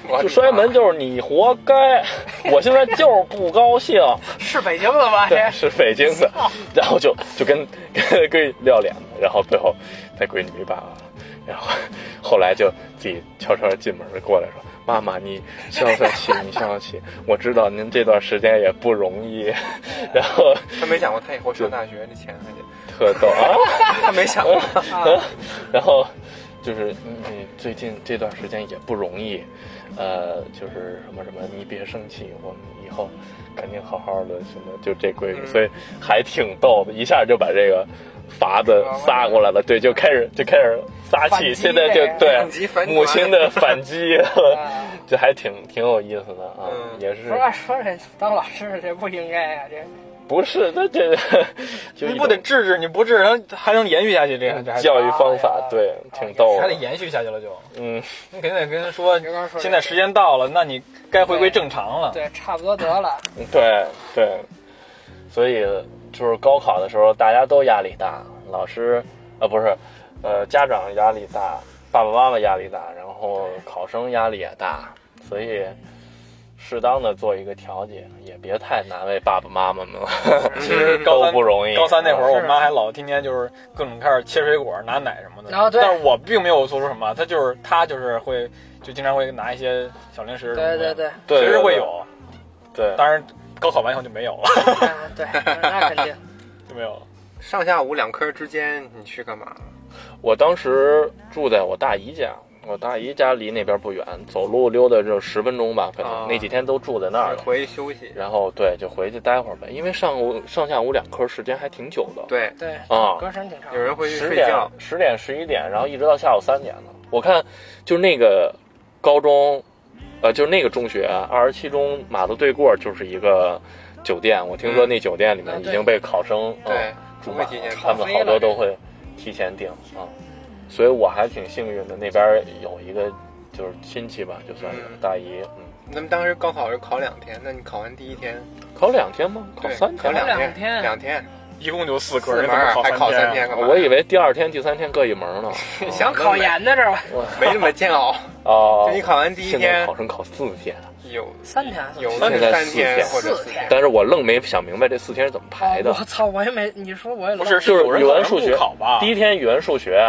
Speaker 1: 我
Speaker 3: 就摔门就是你活该，我现在就是不高兴。
Speaker 4: 是北京的吧？这
Speaker 3: 对， 是北京的， 然后就就跟跟闺女撂脸子，然后最后他闺女没办法了，然后后来就自己悄悄进门过来说。妈妈，你消消气，你消消气。我知道您这段时间也不容易， 然后
Speaker 1: 他没想过他以后上大学这钱还得，
Speaker 3: 特逗啊。
Speaker 1: 他没想过。
Speaker 3: 然后就是你最近这段时间也不容易，呃，就是什么什么，你别生气，我们以后肯定好好的，什么就这规矩，
Speaker 1: 嗯
Speaker 3: 所以还挺逗的，一下就把这个法子撒过来了，对，就开始就开始撒
Speaker 4: 反
Speaker 3: 气，
Speaker 4: 击
Speaker 3: 现在就
Speaker 4: 呗
Speaker 3: 对
Speaker 1: 反击反击
Speaker 3: 母亲的反击，
Speaker 4: 啊
Speaker 3: 就还挺挺有意思的啊，
Speaker 1: 嗯
Speaker 3: 也是
Speaker 4: 说话说这当老师的这不应该啊，这
Speaker 3: 不是那这 就
Speaker 2: 你
Speaker 3: 一
Speaker 2: 不得
Speaker 3: 种
Speaker 2: 治治，你不治，然后还能延续下去，这样这还
Speaker 3: 教育方
Speaker 4: 哎
Speaker 3: 法
Speaker 4: 呀，
Speaker 3: 对，挺逗
Speaker 2: 还得
Speaker 3: 的，
Speaker 2: 延续下去了就，
Speaker 3: 嗯，
Speaker 2: 你肯定得跟他说
Speaker 4: 刘刚说，
Speaker 2: 现在时间到了，那你该回归正常了。
Speaker 4: 对差不多得了。
Speaker 3: 对对，所以就是高考的时候，大家都压力大，老师呃不是，呃家长压力大，爸爸妈妈压力大，然后考生压力也大，所以适当的做一个调节，也别太难为爸爸妈妈们了，
Speaker 2: 其实嗯高
Speaker 3: 都
Speaker 2: 三
Speaker 3: 不容易。
Speaker 2: 高三那会儿，
Speaker 3: 啊
Speaker 4: 是
Speaker 2: 我妈还老天天就是各种开始切水果、拿奶什么的。
Speaker 4: 啊对
Speaker 2: 但是我并没有做出什么，她就是她就是会就经常会拿一些小零食什么
Speaker 4: 对对
Speaker 2: 的。
Speaker 4: 对，
Speaker 3: 对
Speaker 2: 其实
Speaker 3: 对
Speaker 2: 会
Speaker 3: 对
Speaker 2: 有，
Speaker 3: 对，
Speaker 2: 当然高考完以后就没有了，
Speaker 4: 嗯对，那肯定。
Speaker 2: 就没有了。
Speaker 1: 上下午两科之间，你去干 嘛？
Speaker 3: 我当时住在我大姨家。我大姨家离那边不远，走路溜达就十分钟吧，可能、
Speaker 2: 哦
Speaker 1: 啊
Speaker 3: 那几天都住在那儿了。
Speaker 1: 回去休息。
Speaker 3: 然后对，就回去待会儿呗，因为上午上下午两科时间还挺久的，
Speaker 1: 对，
Speaker 4: 对，
Speaker 3: 啊，
Speaker 4: 歌声挺长
Speaker 1: 有。人会去
Speaker 3: 十
Speaker 1: 睡
Speaker 3: 点
Speaker 1: 觉。
Speaker 3: 十点十一点，然后一直到下午三点呢。我看就那个高中，呃，就是那个中学二十七中马路对过就是一个酒店，我听说那酒店里面
Speaker 4: 嗯
Speaker 3: 已经被考生、嗯、
Speaker 1: 对，
Speaker 3: 住
Speaker 1: 不
Speaker 3: 满
Speaker 1: 会
Speaker 3: 了
Speaker 1: 提前
Speaker 3: 他
Speaker 1: 看。
Speaker 3: 们好多都会提前订啊，所以我还挺幸运的，那边有一个就是亲戚吧，就算是
Speaker 1: 嗯
Speaker 3: 大姨，嗯，
Speaker 1: 咱们当时高考是考两天，那你考完第一天，
Speaker 3: 考两天吗？考
Speaker 1: 对
Speaker 3: 三
Speaker 1: 考
Speaker 3: 天吗。
Speaker 1: 两
Speaker 4: 两天
Speaker 1: 两天，
Speaker 2: 一共就四科，
Speaker 1: 四门
Speaker 2: 那
Speaker 1: 儿
Speaker 2: 怎么
Speaker 1: 还考
Speaker 2: 三
Speaker 1: 三
Speaker 2: 天啊
Speaker 1: 天干嘛？
Speaker 3: 我以为第二天、第三天各一门呢。
Speaker 4: 想考研的这儿吧，
Speaker 1: 没那么煎熬。
Speaker 3: 哦
Speaker 1: 就，你考完第一
Speaker 3: 现在
Speaker 1: 天
Speaker 3: 考生考四天，
Speaker 1: 有
Speaker 4: 三天
Speaker 1: 有
Speaker 4: 四
Speaker 1: 的
Speaker 3: 现
Speaker 1: 是
Speaker 3: 在
Speaker 1: 三
Speaker 3: 四
Speaker 1: 天
Speaker 3: 天
Speaker 1: 或者
Speaker 4: 四
Speaker 1: 四
Speaker 4: 天
Speaker 1: 天，
Speaker 3: 但是我愣没想明白这四天是怎么排的
Speaker 4: 哦。我操，我也没你说我也
Speaker 2: 不
Speaker 3: 就
Speaker 2: 是，
Speaker 3: 是
Speaker 2: 有人
Speaker 3: 语文
Speaker 2: 可能
Speaker 3: 数
Speaker 2: 不
Speaker 3: 学
Speaker 2: 考吧？
Speaker 3: 第一天语文、数学，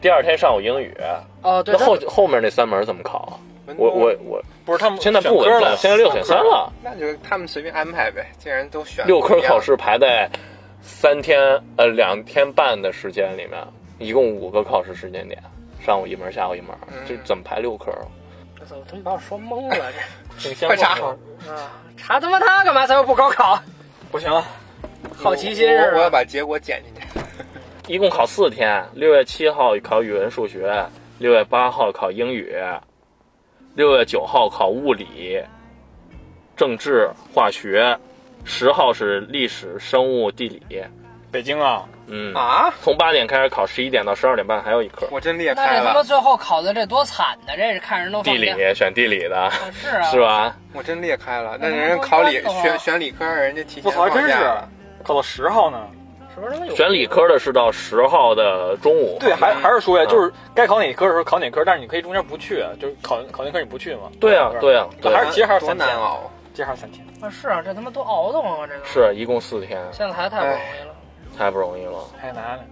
Speaker 3: 第二天上午英语，
Speaker 4: 哦，对
Speaker 3: 那，后后面那三门怎么考？啊
Speaker 1: 文
Speaker 3: 我
Speaker 1: 综
Speaker 3: 我我
Speaker 2: 不是他们
Speaker 3: 现在
Speaker 2: 选
Speaker 3: 不
Speaker 2: 科
Speaker 3: 稳
Speaker 2: 了
Speaker 3: 了，，现在六选三了，
Speaker 1: 那就是他们随便安排呗。既然都选
Speaker 3: 六
Speaker 1: 不
Speaker 3: 科
Speaker 1: 一样
Speaker 3: 考，试排在三天呃两天半的时间里面，一共五个考试时间点，上午一门，下午一门，
Speaker 1: 嗯
Speaker 3: 这怎么排六科？啊
Speaker 4: 我操，他妈把我说懵了这
Speaker 3: 挺香
Speaker 1: 快查
Speaker 3: 的
Speaker 4: 啊！查他妈他干嘛？咱又不高考，
Speaker 2: 不行啊，
Speaker 4: 好奇心
Speaker 1: 我
Speaker 4: 是
Speaker 1: 我要
Speaker 4: 吧？
Speaker 1: 把结果剪进去。
Speaker 3: 一共考四天，六月七号考语文、数学，六月八号考英语，六月九号考物理、政治、化学，十号是历史、生物、地理。
Speaker 2: 北京啊，
Speaker 3: 嗯，
Speaker 1: 啊！
Speaker 3: 从八点开始考，十一点到十二点半还有一科。
Speaker 1: 我真裂
Speaker 4: 那
Speaker 1: 开
Speaker 4: 这他妈
Speaker 1: 了，
Speaker 4: 最后考的这多惨的，这是看人都放
Speaker 3: 地理
Speaker 4: 电
Speaker 3: 选地理的，
Speaker 4: 啊是啊，
Speaker 3: 是？吧？
Speaker 1: 我真裂开了。那
Speaker 4: 那
Speaker 1: 人
Speaker 4: 不
Speaker 1: 家考理
Speaker 4: 关了吗
Speaker 1: 选选理科，人家提前
Speaker 2: 我操，还
Speaker 1: 放
Speaker 2: 真是
Speaker 1: 假了。
Speaker 2: 考到十号呢。
Speaker 4: 是不是他妈有
Speaker 3: 选理科的是到十号的中午。
Speaker 4: 啊
Speaker 2: 对，还
Speaker 1: 嗯
Speaker 2: 还是说呀，
Speaker 3: 嗯
Speaker 2: 就是该考哪科的时候考哪科，但是你可以中间不去，啊就是考考那科你不去嘛。
Speaker 3: 对啊，对啊，对
Speaker 2: 还
Speaker 3: 啊，
Speaker 2: 是结号
Speaker 1: 多
Speaker 2: 三
Speaker 1: 难
Speaker 2: 天
Speaker 1: 熬。
Speaker 2: 接号三天，
Speaker 4: 啊？是啊，这他妈多熬得慌啊！这个
Speaker 3: 是哎一共四天，
Speaker 4: 现在还太不容易了。
Speaker 3: 太不容易了。
Speaker 2: 太难了。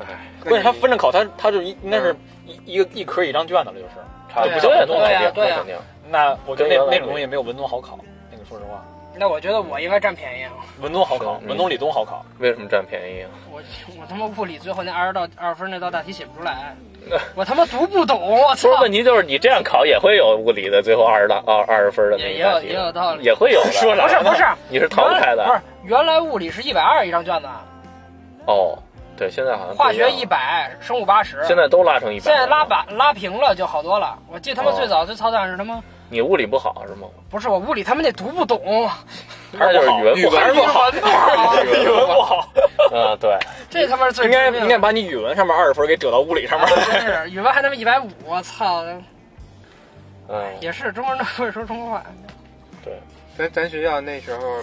Speaker 3: 哎，
Speaker 1: 那
Speaker 2: 关键
Speaker 1: 你
Speaker 2: 他分着考，他他就一应该是
Speaker 3: 嗯
Speaker 2: 一一个一科一张卷的了，就是。
Speaker 3: 差不
Speaker 4: 对啊
Speaker 3: 多，那
Speaker 4: 对啊
Speaker 3: 肯定，
Speaker 4: 对啊
Speaker 3: 那肯定。
Speaker 2: 那我觉
Speaker 3: 跟
Speaker 2: 得
Speaker 3: 原
Speaker 2: 那
Speaker 3: 来
Speaker 2: 那种东西没有文综好考，那个说实话，
Speaker 4: 那我觉得我应该占便宜啊！
Speaker 2: 文综好考，
Speaker 3: 是嗯
Speaker 2: 文综理综好考，
Speaker 3: 为什么占便宜啊？
Speaker 4: 我我他妈物理最后那二十道二十分那道大题写不 出来，我他妈读不懂，我
Speaker 3: 不
Speaker 4: 操
Speaker 3: 是！问题就是你这样考也会有物理的最后二十道二二十分的
Speaker 4: 也
Speaker 3: 那
Speaker 4: 也
Speaker 3: 个大
Speaker 4: 有
Speaker 3: 题，
Speaker 4: 也有道理。
Speaker 3: 也会有的。
Speaker 2: 说
Speaker 4: 不是不是，
Speaker 3: 你是 逃不开
Speaker 4: 原来不
Speaker 3: 的
Speaker 4: 是，原来物理是一百二一张卷子，啊
Speaker 3: 哦，对，现在好像不
Speaker 4: 化
Speaker 3: 一样
Speaker 4: 学一百，生物八十。
Speaker 3: 啊现在都拉成一百，
Speaker 4: 现在拉板拉平了就好多了。我记得他妈
Speaker 3: 哦
Speaker 4: 最早最操蛋是他妈
Speaker 3: 你物理不好是吗？
Speaker 4: 不是我物理他们那读不懂，
Speaker 3: 那就是语文
Speaker 1: 语
Speaker 3: 不好
Speaker 1: 文不好，
Speaker 4: 不好，
Speaker 2: 语文不好，
Speaker 3: 啊， 对，
Speaker 4: 这他妈是最
Speaker 2: 应该
Speaker 4: 致命
Speaker 2: 应
Speaker 4: 的
Speaker 2: 该把你语文上面二十分给折到物理上面
Speaker 4: 真
Speaker 2: 来。
Speaker 4: 是语文还他妈一百五，我操！
Speaker 3: 嗯，
Speaker 4: 也是中国人都不会说中国话，
Speaker 1: 咱咱学校那时候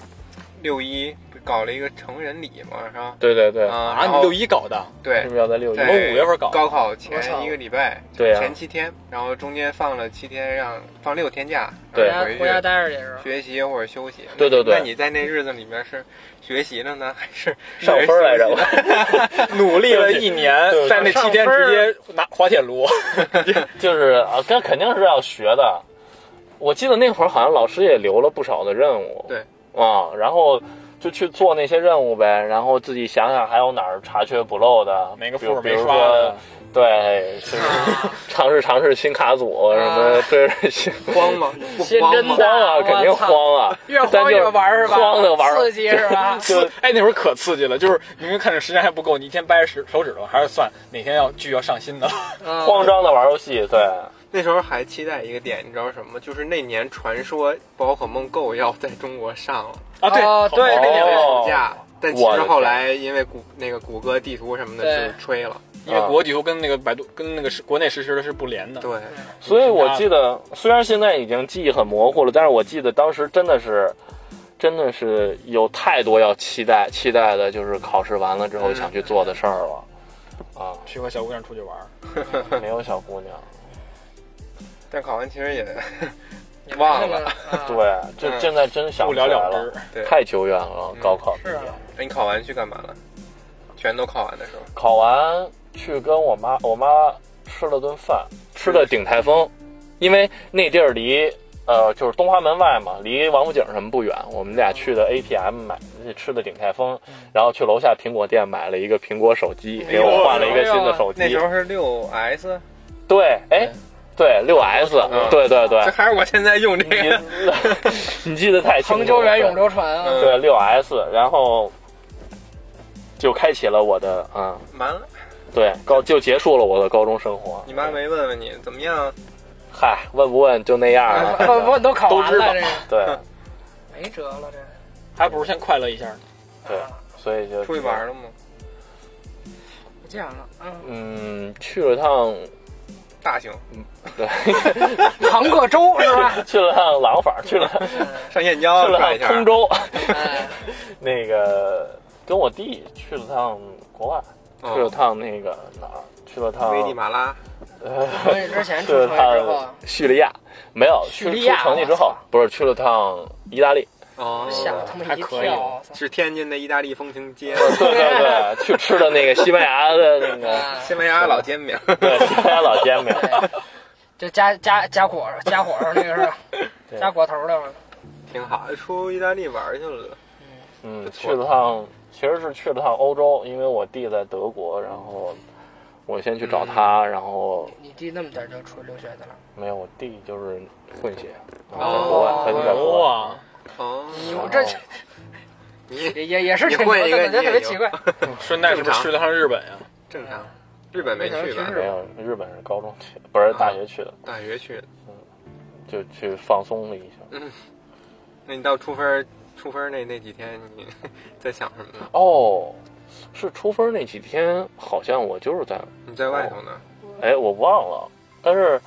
Speaker 1: 六一不搞了一个成人礼嘛，是吧？
Speaker 3: 对对对，
Speaker 1: 啊，
Speaker 2: 啊，
Speaker 1: 然
Speaker 2: 你
Speaker 1: 后
Speaker 2: 六一搞的，
Speaker 3: 是
Speaker 1: 对
Speaker 3: 不，是要在六一
Speaker 1: 在？
Speaker 2: 我五月份搞啊
Speaker 1: 高考
Speaker 4: 我操
Speaker 1: 前一个礼拜，
Speaker 3: 对呀，
Speaker 1: 前七天，然后中间放了七天让，放六天假，
Speaker 3: 对
Speaker 1: 然后
Speaker 4: 回家
Speaker 1: 回去
Speaker 4: 待着也是。
Speaker 1: 学习或者休息。
Speaker 3: 对对对
Speaker 1: 那你在那日子里面是学习了呢，还是
Speaker 3: 上分来着？
Speaker 2: 努力了一年
Speaker 3: 对对，
Speaker 2: 在那七天直接拿滑铁卢，
Speaker 3: 就是啊，这肯定是要学的。我记得那会儿好像老师也留了不少的任务，
Speaker 1: 对
Speaker 3: 啊，然后就去做那些任务呗，然后自己想想还有哪儿查缺补漏的，
Speaker 2: 哪个
Speaker 3: 比
Speaker 2: 分
Speaker 3: 如
Speaker 2: 数
Speaker 3: 比
Speaker 2: 没
Speaker 3: 如
Speaker 2: 刷
Speaker 3: 说
Speaker 2: 的，
Speaker 3: 对，就是 尝试尝试新卡组什么，
Speaker 4: 啊
Speaker 3: 这是新
Speaker 1: 慌 吗？不
Speaker 4: 先
Speaker 1: 慌
Speaker 4: 真
Speaker 1: 吗
Speaker 4: 的？
Speaker 3: 慌啊，肯定慌啊，
Speaker 4: 越
Speaker 3: 但就
Speaker 4: 慌越玩儿是吧？
Speaker 3: 慌的玩儿
Speaker 4: 刺激是 吧？
Speaker 3: 就
Speaker 2: 哎，那会儿可刺激了，就是明明看着时间还不够，你一天掰着手手指头，还是算哪天要剧要上新的。
Speaker 4: 嗯
Speaker 3: 慌张的玩游戏，对，
Speaker 1: 那时候还期待一个点，你知道什么吗？就是那年传说《宝可梦 GO》要在中国上了，
Speaker 2: 啊，对
Speaker 4: 哦对
Speaker 2: 好
Speaker 1: 那年
Speaker 3: 哦
Speaker 1: 暑假。但其
Speaker 3: 我
Speaker 1: 实
Speaker 3: 的
Speaker 1: 后来因为谷那个谷歌地图什么的
Speaker 4: 对
Speaker 1: 就吹了，
Speaker 2: 因为国际图跟那个百度跟那个实国内实时的是不
Speaker 4: 嗯
Speaker 2: 连的。
Speaker 1: 对，
Speaker 3: 所以我记得，虽然现在已经记忆很模糊了，但是我记得当时真的是，真的是有太多要期待，期待的就是考试完了之后
Speaker 1: 嗯
Speaker 3: 想去做的事儿了。啊，
Speaker 2: 去和小姑娘出去玩儿，
Speaker 3: 没有小姑娘，
Speaker 1: 但考完其实也
Speaker 4: 也没
Speaker 1: 忘了
Speaker 4: 那么。啊
Speaker 3: 对，这
Speaker 1: 嗯
Speaker 3: 现在真想
Speaker 2: 不
Speaker 3: 不起
Speaker 2: 了
Speaker 3: 来
Speaker 2: 了
Speaker 3: 了，
Speaker 2: 之。
Speaker 1: 对。
Speaker 3: 太久远了。
Speaker 1: 嗯
Speaker 3: 高考那
Speaker 4: 是
Speaker 3: 年
Speaker 4: 啊，
Speaker 1: 哎，你考完去干嘛了？全都考完的时候，
Speaker 3: 考完去跟我妈，我妈吃了顿饭，吃的顶台风，因为那地儿离呃就是东华门外嘛，离王府井什么不远。我们俩去的 ATM 买吃的顶泰丰，然后去楼下苹果店买了一个苹果手机，
Speaker 1: 哎
Speaker 3: 给我换了一个新的手
Speaker 1: 那
Speaker 3: 机
Speaker 1: 时。候是六 S，
Speaker 3: 对，哎，对，六 S，
Speaker 1: 嗯
Speaker 3: 对对对
Speaker 1: 这，还是我现在用这
Speaker 3: 你
Speaker 1: 个。
Speaker 3: 你记得 太清楚了。
Speaker 4: 滕州园永流传啊，
Speaker 1: 嗯
Speaker 3: 对六 S，然后就开启了我的嗯。
Speaker 1: 完了，
Speaker 3: 对，高就结束了我的高中生活。
Speaker 1: 你妈没问问你怎么样？
Speaker 3: 嗨，问不问就那样
Speaker 4: 啊
Speaker 3: 了。
Speaker 4: 不不，都考
Speaker 3: 嗯都
Speaker 4: 完
Speaker 3: 知道
Speaker 4: 了，这个
Speaker 3: 对
Speaker 4: 没辙了，这
Speaker 2: 还不如先快乐一下呢。
Speaker 3: 对，所以就
Speaker 1: 出去玩。了吗？
Speaker 4: 不见了。嗯，
Speaker 3: 嗯，去了趟，
Speaker 1: 大型
Speaker 3: 对，
Speaker 4: 唐各州是吧？
Speaker 3: 去了趟廊坊，去了
Speaker 1: 上燕
Speaker 3: 去
Speaker 1: 郊
Speaker 3: 了
Speaker 1: 转一
Speaker 3: 趟
Speaker 1: 下，
Speaker 3: 通州，
Speaker 4: 哎
Speaker 3: 那个跟我弟去了趟国外，去了
Speaker 1: 哦，
Speaker 3: 趟那个哪儿，去了趟
Speaker 1: 危地马拉，
Speaker 4: 我们之前
Speaker 3: 去
Speaker 4: 出
Speaker 3: 了
Speaker 4: 城之后
Speaker 3: 趟，叙利亚，没有
Speaker 4: 叙
Speaker 3: 去
Speaker 4: 利亚
Speaker 3: 出城里之后，不是去了趟意 大利，
Speaker 1: 哦
Speaker 4: 吓我他妈
Speaker 2: 还
Speaker 4: 一
Speaker 2: 可以
Speaker 4: 跳，我操
Speaker 1: 是天津的意大利风情 街，
Speaker 3: 对对对，去吃的那个西班牙的那个，
Speaker 4: 啊
Speaker 1: 西班牙老煎饼，
Speaker 3: 对西班牙老煎饼，
Speaker 4: 对就加加加火加火那个是吧
Speaker 3: 对
Speaker 4: 加火头的嘛，
Speaker 1: 挺好。出意大利玩去了，
Speaker 3: 嗯
Speaker 1: 不，
Speaker 3: 去
Speaker 1: 错
Speaker 3: 了趟，其实是去了趟欧洲，因为我弟在德国，然后我先去找他，然后
Speaker 4: 你弟那么点儿就出留学去了，
Speaker 3: 没有，我弟就是混血，然后在
Speaker 1: 哦
Speaker 3: 国外，他
Speaker 2: 哎
Speaker 3: 就在国外，
Speaker 2: 哇，
Speaker 1: 哦，
Speaker 4: 我这
Speaker 1: 你
Speaker 4: 也也也是挺
Speaker 1: 你
Speaker 4: 多
Speaker 1: 会
Speaker 4: 的，
Speaker 1: 一个
Speaker 4: 感觉
Speaker 1: 你也
Speaker 4: 特别
Speaker 1: 有
Speaker 4: 奇怪。
Speaker 2: 顺带是不是去了趟日本呀？
Speaker 1: 正常。日本没去吧
Speaker 4: 没？
Speaker 3: 没有，日本是高中去，不是大学去的，
Speaker 1: 大学去的。
Speaker 3: 就去放松了一下。
Speaker 1: 那你到出分出分那那几天，你在想什么呢？
Speaker 3: 哦，是出分那几天，好像我就是在，
Speaker 1: 你在外头呢？
Speaker 3: 哎，我忘了，但是